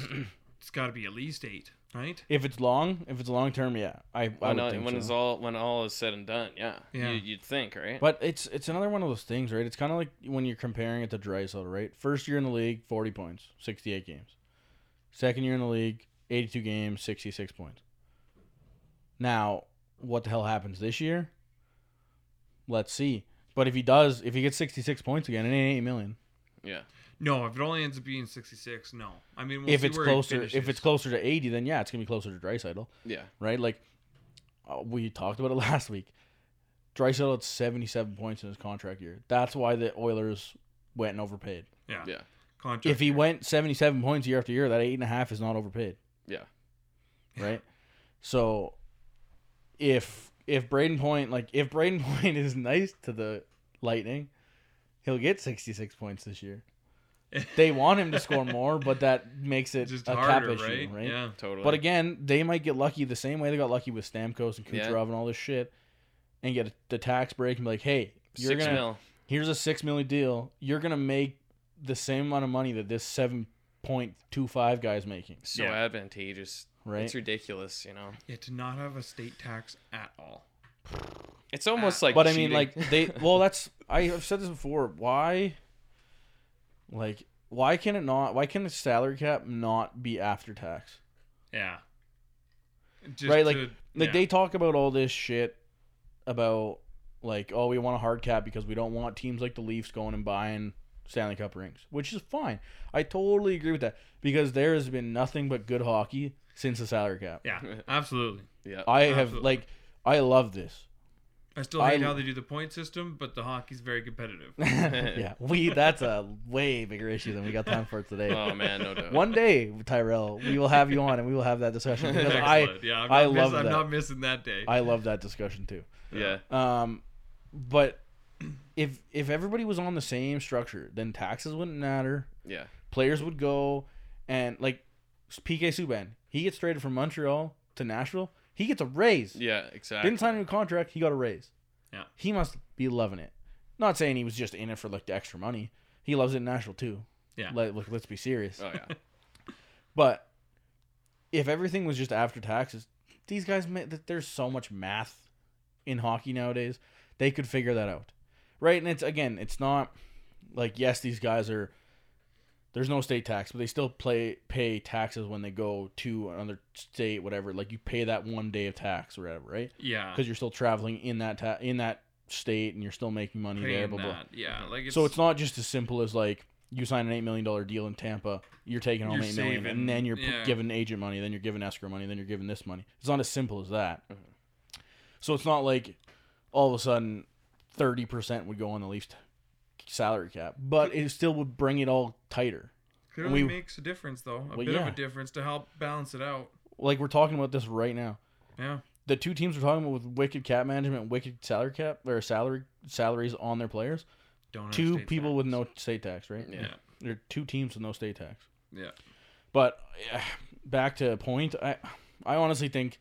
[SPEAKER 4] it's got to be at least eight, right?
[SPEAKER 1] if it's long, if it's long term, yeah, I, I
[SPEAKER 3] When,
[SPEAKER 1] would
[SPEAKER 3] all,
[SPEAKER 1] think
[SPEAKER 3] when
[SPEAKER 1] so.
[SPEAKER 3] it's all when all is said and done, yeah.
[SPEAKER 4] Yeah.
[SPEAKER 3] You, you'd think,
[SPEAKER 4] *laughs*
[SPEAKER 3] right?
[SPEAKER 1] But it's it's another one of those things, right? It's kind of like when you're comparing it to Drysdale, right? First year in the league, 40 points, 68 games. Second year in the league, 82 games, 66 points. Now, what the hell happens this year? Let's see. But if he does, if he gets 66 points again, it ain't 8 million.
[SPEAKER 3] yeah.
[SPEAKER 4] No, if it only ends up being sixty six, no. I mean, we'll
[SPEAKER 1] if
[SPEAKER 4] see
[SPEAKER 1] it's
[SPEAKER 4] where he
[SPEAKER 1] closer, if
[SPEAKER 4] finishes.
[SPEAKER 1] it's closer to 80, then yeah, it's gonna be closer to Drysdale,
[SPEAKER 3] Yeah.
[SPEAKER 1] right? Like uh, we talked about it *laughs* last week. Drysdale had 77 points in his contract year. That's why the Oilers went and overpaid.
[SPEAKER 4] yeah,
[SPEAKER 3] Yeah.
[SPEAKER 4] contract.
[SPEAKER 1] if he
[SPEAKER 4] *laughs*
[SPEAKER 1] went 77 points year after year, that eight and a half is not overpaid.
[SPEAKER 3] Yeah.
[SPEAKER 1] Right. so if if Braden Point like if Braden *laughs* Point is nice to the Lightning, he'll get 66 points this year. They want him to score more, but that makes it
[SPEAKER 4] just
[SPEAKER 1] a
[SPEAKER 4] harder,
[SPEAKER 1] cap
[SPEAKER 4] right?
[SPEAKER 1] issue, right?
[SPEAKER 4] Yeah,
[SPEAKER 3] Totally.
[SPEAKER 1] But again, they might get lucky the same way they got lucky with Stamkos and Kucherov
[SPEAKER 3] Yeah.
[SPEAKER 1] and all this shit, and get the tax break and be like, "Hey, you're
[SPEAKER 3] 6
[SPEAKER 1] gonna
[SPEAKER 3] mil.
[SPEAKER 1] here's a six million deal. You're gonna make the same amount of money that this seven point two five guy's making,
[SPEAKER 3] So
[SPEAKER 4] Yeah.
[SPEAKER 3] advantageous.
[SPEAKER 1] right?
[SPEAKER 3] It's ridiculous, you know.
[SPEAKER 4] yeah, to not have a state tax at all.
[SPEAKER 3] It's almost like
[SPEAKER 1] but I mean,
[SPEAKER 3] cheating.
[SPEAKER 1] like
[SPEAKER 3] *laughs*
[SPEAKER 1] they. Well, that's I- I've said this before. Why, like, why can it not? Why can the salary cap not be after tax?
[SPEAKER 4] Yeah, just
[SPEAKER 1] Right, like-
[SPEAKER 4] to-
[SPEAKER 1] Like
[SPEAKER 4] yeah.
[SPEAKER 1] they talk about all this shit about like oh we want a hard cap because we don't want teams like the Leafs going and buying Stanley Cup rings, which is fine. I totally agree with that because there has been nothing but good hockey since the salary cap.
[SPEAKER 4] yeah, absolutely.
[SPEAKER 3] yeah.
[SPEAKER 1] I have
[SPEAKER 4] Absolutely.
[SPEAKER 1] like I love
[SPEAKER 4] *laughs*
[SPEAKER 1] this.
[SPEAKER 4] I still hate
[SPEAKER 1] I-
[SPEAKER 4] how they do the point system, but the hockey's very competitive.
[SPEAKER 1] *laughs* yeah, we that's a way bigger issue than we got time for today.
[SPEAKER 3] oh man, no doubt.
[SPEAKER 1] One day, Tyrell, we will have you on and we will have that discussion because I
[SPEAKER 4] Excellent. yeah, I'm
[SPEAKER 1] I
[SPEAKER 4] not
[SPEAKER 1] love
[SPEAKER 4] miss- I'm
[SPEAKER 1] that.
[SPEAKER 4] not missing that day.
[SPEAKER 1] I love that discussion too.
[SPEAKER 3] yeah.
[SPEAKER 1] Um, but if if everybody was on the same structure, then taxes wouldn't matter.
[SPEAKER 3] Yeah.
[SPEAKER 1] Players would go and like PK Subban, he gets traded from Montreal to Nashville. He gets a raise.
[SPEAKER 3] Yeah, exactly.
[SPEAKER 1] Didn't sign a new contract. He got a raise.
[SPEAKER 4] Yeah.
[SPEAKER 1] He must be loving it. Not saying he was just in it for like the extra money. He loves it in Nashville too.
[SPEAKER 4] Yeah.
[SPEAKER 1] *laughs* Let, look, let's be serious.
[SPEAKER 3] Oh yeah.
[SPEAKER 1] But if everything was just after taxes, these guys ma- that there's so much math in hockey nowadays, they could figure that out. Right? And it's again, it's not like yes, these guys are there's no state tax, but they still play pay taxes when they go to another state whatever. Like you pay that one day of tax or whatever, right?
[SPEAKER 4] Yeah.
[SPEAKER 1] Cuz you're still traveling in that ta- in that state and you're still making money there,
[SPEAKER 4] Paying
[SPEAKER 1] blah, blah.
[SPEAKER 4] that. Yeah. Like it's,
[SPEAKER 1] So it's not just as simple as like you sign an eight million dollar deal in Tampa, you're taking home
[SPEAKER 4] You're
[SPEAKER 1] eight million,
[SPEAKER 4] saving-
[SPEAKER 1] and then you're p-
[SPEAKER 4] yeah.
[SPEAKER 1] giving agent money, then you're giving escrow money, then you're giving this money. It's not as simple as that. So it's not like all of a sudden thirty percent would go on the Leafs t- salary cap, but it still would bring it all tighter. we-
[SPEAKER 4] clearly makes a difference though. A
[SPEAKER 1] Well,
[SPEAKER 4] bit of
[SPEAKER 1] yeah.
[SPEAKER 4] a difference to help balance it out.
[SPEAKER 1] Like we're talking about this right now.
[SPEAKER 4] Yeah.
[SPEAKER 1] The two teams we're talking about with wicked cap management, wicked salary cap or salary salaries on their players.
[SPEAKER 4] Don't have
[SPEAKER 1] Two
[SPEAKER 4] state
[SPEAKER 1] people
[SPEAKER 4] tax.
[SPEAKER 1] with no state tax, right?
[SPEAKER 4] Yeah.
[SPEAKER 1] There are two teams with no state tax.
[SPEAKER 4] Yeah.
[SPEAKER 1] But *sighs* eh, back to point, I I honestly think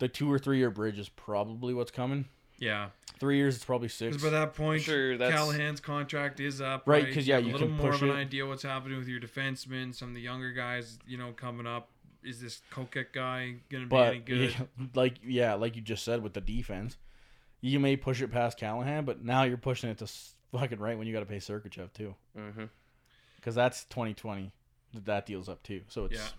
[SPEAKER 1] the two or three year bridge is probably what's coming.
[SPEAKER 4] Yeah.
[SPEAKER 1] Three years, it's probably six.
[SPEAKER 4] Because by that point,
[SPEAKER 3] Sure, that's-
[SPEAKER 4] Callahan's contract is up.
[SPEAKER 1] Right, 'cause, yeah,
[SPEAKER 4] have
[SPEAKER 1] you
[SPEAKER 4] a little
[SPEAKER 1] can
[SPEAKER 4] more
[SPEAKER 1] push
[SPEAKER 4] of an
[SPEAKER 1] it.
[SPEAKER 4] idea what's happening with your defensemen. Some of the younger guys, you know, coming up. Is this Kokek guy gonna be any
[SPEAKER 1] but
[SPEAKER 4] good?
[SPEAKER 1] *laughs* yeah, like yeah, like you just said with the defense, you may push it past Callahan, but now you're pushing it to s- fucking right when you got to pay Sergachev too,
[SPEAKER 3] Mm-hmm.
[SPEAKER 1] because that's 2020 that that deal's up too. So it's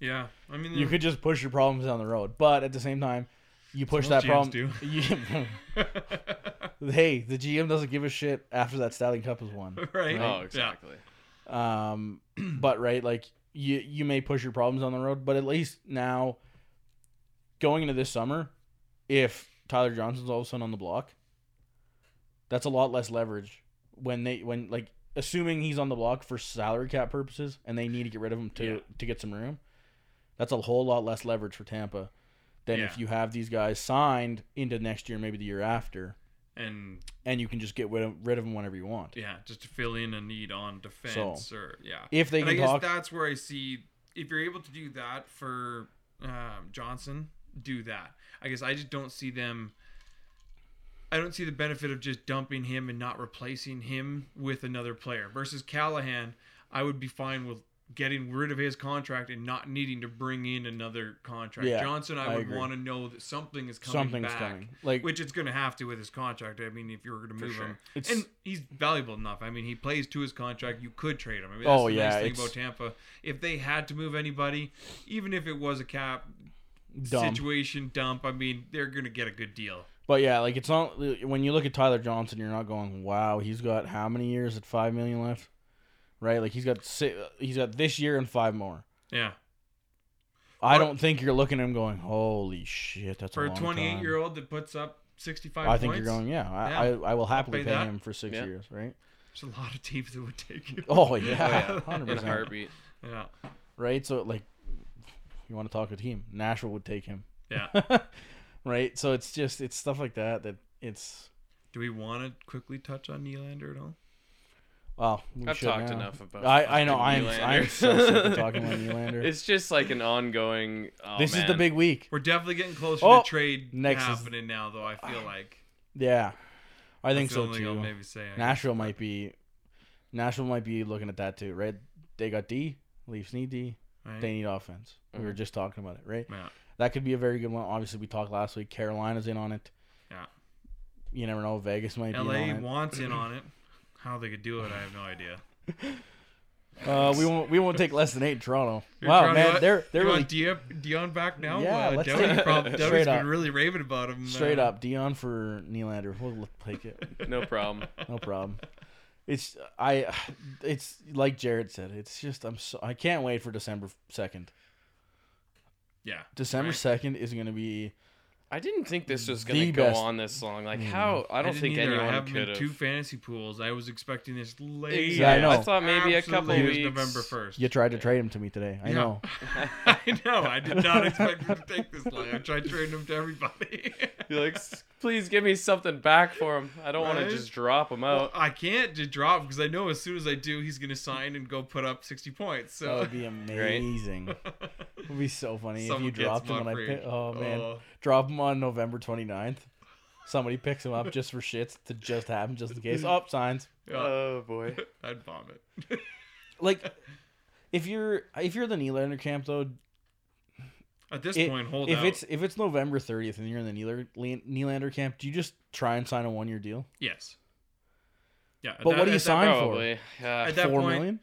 [SPEAKER 4] Yeah, I mean,
[SPEAKER 1] you could just push your problems down the road, but at the same time, you push that
[SPEAKER 4] most
[SPEAKER 1] problem.
[SPEAKER 4] GMs
[SPEAKER 1] *laughs* you- hey, the GM doesn't give a shit after that Stanley Cup is won.
[SPEAKER 4] *laughs* right.
[SPEAKER 3] Oh, exactly.
[SPEAKER 1] Um, but right, like you you may push your problems on the road, but at least now, going into this summer, if Tyler Johnson's all of a sudden on the block, that's a lot less leverage when they when like assuming he's on the block for salary cap purposes and they need to get rid of him to
[SPEAKER 4] Yeah.
[SPEAKER 1] to get some room. That's a whole lot less leverage for Tampa than if
[SPEAKER 4] Yeah.
[SPEAKER 1] you have these guys signed into next year, maybe the year after,
[SPEAKER 4] Yeah, and
[SPEAKER 1] and you can just get rid of, rid of them whenever you want.
[SPEAKER 4] yeah, just to fill in a need on defense or yeah.
[SPEAKER 1] If they
[SPEAKER 4] and I
[SPEAKER 1] can
[SPEAKER 4] guess
[SPEAKER 1] talk,
[SPEAKER 4] that's where I see if you're able to do that for um, Johnson, do that. I guess I just don't see them. I don't see the benefit of just dumping him and not replacing him with another player. Versus Callahan, I would be fine with getting rid of his contract and not needing to bring in another contract.
[SPEAKER 1] Yeah,
[SPEAKER 4] Johnson, I,
[SPEAKER 1] I
[SPEAKER 4] would
[SPEAKER 1] agree.
[SPEAKER 4] want to know that something is coming
[SPEAKER 1] something's
[SPEAKER 4] back,
[SPEAKER 1] coming. Like
[SPEAKER 4] which it's going to have to with his contract. I mean, if you were going to move him,
[SPEAKER 3] sure.
[SPEAKER 1] it's
[SPEAKER 4] and he's valuable enough. I mean, he plays to his contract. You could trade him. I mean, that's
[SPEAKER 1] Oh,
[SPEAKER 4] the
[SPEAKER 1] yeah,
[SPEAKER 4] nice thing
[SPEAKER 1] it's-
[SPEAKER 4] about Tampa. If they had to move anybody, even if it was a cap
[SPEAKER 1] dumb.
[SPEAKER 4] situation dump, I mean, they're gonna get a good deal.
[SPEAKER 1] But yeah, like it's not when you look at Tyler Johnson, you're not going, "Wow, he's got how many years at five million left?" Right? Like he's got si he's got this year and five more.
[SPEAKER 4] Yeah,
[SPEAKER 1] I don't think you're looking at him going, "Holy shit, that's
[SPEAKER 4] for
[SPEAKER 1] a
[SPEAKER 4] a
[SPEAKER 1] long
[SPEAKER 4] 28
[SPEAKER 1] time."
[SPEAKER 4] year old that puts up 65
[SPEAKER 1] I
[SPEAKER 4] points,
[SPEAKER 1] think you're going, yeah. I,
[SPEAKER 4] Yeah.
[SPEAKER 1] I, I will happily
[SPEAKER 4] pay
[SPEAKER 1] pay
[SPEAKER 4] that.
[SPEAKER 1] him for six
[SPEAKER 3] Yeah.
[SPEAKER 1] years, right?
[SPEAKER 4] there's a lot of teams that would take you.
[SPEAKER 1] Oh
[SPEAKER 4] *laughs*
[SPEAKER 1] yeah,
[SPEAKER 3] yeah.
[SPEAKER 1] hundred
[SPEAKER 3] In a
[SPEAKER 1] percent.
[SPEAKER 3] heartbeat.
[SPEAKER 4] Yeah,
[SPEAKER 1] Right? So like, you want to talk to a team? Nashville would take him,
[SPEAKER 4] yeah.
[SPEAKER 1] *laughs* right? So it's just it's stuff like that that it's
[SPEAKER 4] Do we want to quickly touch on Nylander at all?
[SPEAKER 1] well. We
[SPEAKER 3] I've
[SPEAKER 1] should
[SPEAKER 3] talked
[SPEAKER 1] now.
[SPEAKER 3] enough about.
[SPEAKER 1] I, I know
[SPEAKER 3] fucking
[SPEAKER 1] I'm
[SPEAKER 3] Nylander.
[SPEAKER 1] I'm so sick of
[SPEAKER 3] *laughs*
[SPEAKER 1] talking about Nylander.
[SPEAKER 3] It's just like an ongoing. oh,
[SPEAKER 1] this is the
[SPEAKER 3] man.
[SPEAKER 1] big week.
[SPEAKER 4] We're definitely getting closer
[SPEAKER 1] Oh,
[SPEAKER 4] to trade
[SPEAKER 1] next is-
[SPEAKER 4] happening now, though. I feel like
[SPEAKER 1] Yeah, I think
[SPEAKER 4] That's the
[SPEAKER 1] so
[SPEAKER 4] only thing I'll
[SPEAKER 1] too.
[SPEAKER 4] maybe say. I guess.
[SPEAKER 1] Nashville might be, Nashville might be looking at that too, right? They got D. Leafs need D.
[SPEAKER 4] Right?
[SPEAKER 1] They need offense. We were just talking about it, right?
[SPEAKER 4] Yeah.
[SPEAKER 1] That could be a very good one. Obviously, we talked last week. Carolina's in on it.
[SPEAKER 4] Yeah.
[SPEAKER 1] You never know. Vegas might be in
[SPEAKER 4] LA
[SPEAKER 1] on it.
[SPEAKER 4] wants in on it. How they could do it, I have no idea.
[SPEAKER 1] Uh, we won't. We won't take less than eight in Toronto.
[SPEAKER 4] *laughs* You're
[SPEAKER 1] wow,
[SPEAKER 4] trying to
[SPEAKER 1] man,
[SPEAKER 4] let-
[SPEAKER 1] they're they're
[SPEAKER 4] you
[SPEAKER 1] really
[SPEAKER 4] want Dion, Dion back now.
[SPEAKER 1] Yeah,
[SPEAKER 4] uh,
[SPEAKER 1] let's
[SPEAKER 4] Devin's
[SPEAKER 1] take it
[SPEAKER 4] prob-
[SPEAKER 1] straight
[SPEAKER 4] Devin's
[SPEAKER 1] up.
[SPEAKER 4] been really raving about him. uh,
[SPEAKER 1] straight up Dion for Nylander. We'll take it.
[SPEAKER 3] No problem.
[SPEAKER 1] No problem. It's I. It's like Jared said. It's just I'm. So, I can't wait for December second.
[SPEAKER 4] Yeah,
[SPEAKER 1] December
[SPEAKER 4] Right.
[SPEAKER 1] second is going to be
[SPEAKER 3] I didn't think this was gonna
[SPEAKER 1] The
[SPEAKER 3] go
[SPEAKER 1] best-
[SPEAKER 3] on this long. Like how? I don't
[SPEAKER 4] didn't
[SPEAKER 3] think
[SPEAKER 4] either. I
[SPEAKER 3] anyone
[SPEAKER 4] have him
[SPEAKER 3] could
[SPEAKER 4] in
[SPEAKER 3] have.
[SPEAKER 4] two fantasy pools. I was expecting this late.
[SPEAKER 3] Exactly.
[SPEAKER 1] Yeah, I know.
[SPEAKER 3] thought maybe a couple
[SPEAKER 4] Absolutely,
[SPEAKER 3] weeks.
[SPEAKER 4] It was November first.
[SPEAKER 1] you tried to trade him to me today. I
[SPEAKER 4] Yeah.
[SPEAKER 1] know.
[SPEAKER 4] I know. I did not expect him to take this long. I tried trading him to everybody. *laughs*
[SPEAKER 3] You're like, "S- please give me something back for him. I don't want to
[SPEAKER 4] Right?
[SPEAKER 3] just drop him
[SPEAKER 4] Well,
[SPEAKER 3] out.
[SPEAKER 4] I can't just drop because I know as soon as I do, he's gonna sign and go put up sixty points.
[SPEAKER 1] That
[SPEAKER 4] *laughs* So
[SPEAKER 1] would be amazing.
[SPEAKER 4] *laughs*
[SPEAKER 1] It would be so funny if you
[SPEAKER 4] Someone gets
[SPEAKER 1] dropped him
[SPEAKER 4] him
[SPEAKER 1] when I
[SPEAKER 4] on free.
[SPEAKER 1] pick. Oh man,
[SPEAKER 4] Oh.
[SPEAKER 1] drop him on November 29th. Somebody picks him up just for shits to just happen, just in case. Up signs.
[SPEAKER 4] yeah,
[SPEAKER 3] Oh boy.
[SPEAKER 4] I'd vomit.
[SPEAKER 1] Like, if you're if you're the Nylander camp though,
[SPEAKER 4] At this
[SPEAKER 1] It-
[SPEAKER 4] point, hold
[SPEAKER 1] if
[SPEAKER 4] out.
[SPEAKER 1] it's if it's November 30th and you're in the Nylander, Nylander camp, do you just try and sign a one year deal?
[SPEAKER 4] yes. Yeah. at
[SPEAKER 1] But what do you
[SPEAKER 4] at
[SPEAKER 1] sign? Fine for it.
[SPEAKER 3] Probably. Yeah.
[SPEAKER 4] At that
[SPEAKER 1] Four
[SPEAKER 4] point-
[SPEAKER 1] million?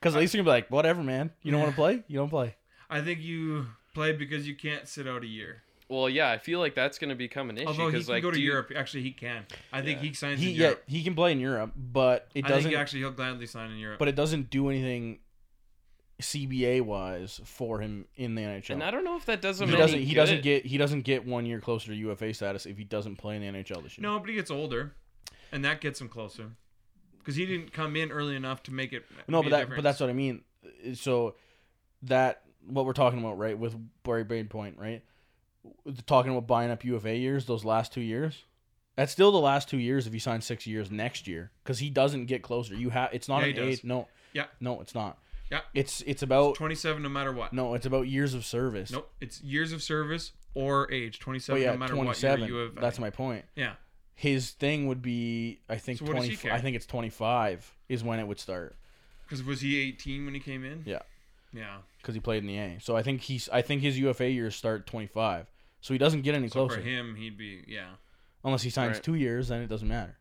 [SPEAKER 1] Because at least you're gonna be like, whatever, man. You don't want to play? You don't play.
[SPEAKER 4] I think you play because you can't sit out a year.
[SPEAKER 3] Well, yeah, I feel like that's going to become an issue
[SPEAKER 4] Although he
[SPEAKER 3] because
[SPEAKER 4] can
[SPEAKER 3] like
[SPEAKER 4] go to
[SPEAKER 3] do you-
[SPEAKER 4] Europe. Actually, he can. I think
[SPEAKER 3] Yeah.
[SPEAKER 4] he signs
[SPEAKER 1] He
[SPEAKER 4] in
[SPEAKER 1] yeah,
[SPEAKER 4] Europe.
[SPEAKER 1] he can play in Europe, but it
[SPEAKER 4] I think
[SPEAKER 1] doesn't.
[SPEAKER 4] actually he'll gladly sign in Europe.
[SPEAKER 1] but it doesn't do anything CBA wise for him in the NHL.
[SPEAKER 3] and I don't know if that does him
[SPEAKER 1] he
[SPEAKER 3] any
[SPEAKER 1] doesn't. He doesn't
[SPEAKER 3] good.
[SPEAKER 1] get. He doesn't get one year closer to UFA status if he doesn't play in the NHL this year.
[SPEAKER 4] no, but he gets older, and that gets him closer. Because he didn't come in early enough to make it.
[SPEAKER 1] no,
[SPEAKER 4] be
[SPEAKER 1] but
[SPEAKER 4] a
[SPEAKER 1] that.
[SPEAKER 4] difference.
[SPEAKER 1] But that's what I mean. So that what we're talking about, right? With Barry Brainpoint, right? Talking about buying up UFA years, those last two years. That's still the last two years if he signs six years next year, because he doesn't get closer. You have. It's not
[SPEAKER 4] Yeah,
[SPEAKER 1] an
[SPEAKER 4] he does.
[SPEAKER 1] age. No.
[SPEAKER 4] Yeah.
[SPEAKER 1] No, it's not.
[SPEAKER 4] Yeah.
[SPEAKER 1] It's it's about
[SPEAKER 4] twenty-seven, no matter what.
[SPEAKER 1] no, it's about years of service.
[SPEAKER 4] Nope, it's years of service or age.
[SPEAKER 1] But
[SPEAKER 4] Twenty-seven,
[SPEAKER 1] yeah,
[SPEAKER 4] no matter what year
[SPEAKER 1] 27.
[SPEAKER 4] you have.
[SPEAKER 1] that's my point.
[SPEAKER 4] yeah.
[SPEAKER 1] His thing would be, I think
[SPEAKER 4] So what does he
[SPEAKER 1] 20.
[SPEAKER 4] care?
[SPEAKER 1] I think it's 25 is when it would start
[SPEAKER 4] Because was he eighteen when he came in?
[SPEAKER 1] Yeah.
[SPEAKER 4] Yeah.
[SPEAKER 1] because he played in the A. So I think he's. I think his UFA years start at 25. So he doesn't get any
[SPEAKER 4] So
[SPEAKER 1] closer
[SPEAKER 4] for him, he'd be yeah.
[SPEAKER 1] unless he signs
[SPEAKER 3] Right.
[SPEAKER 1] two years. Then it doesn't matter.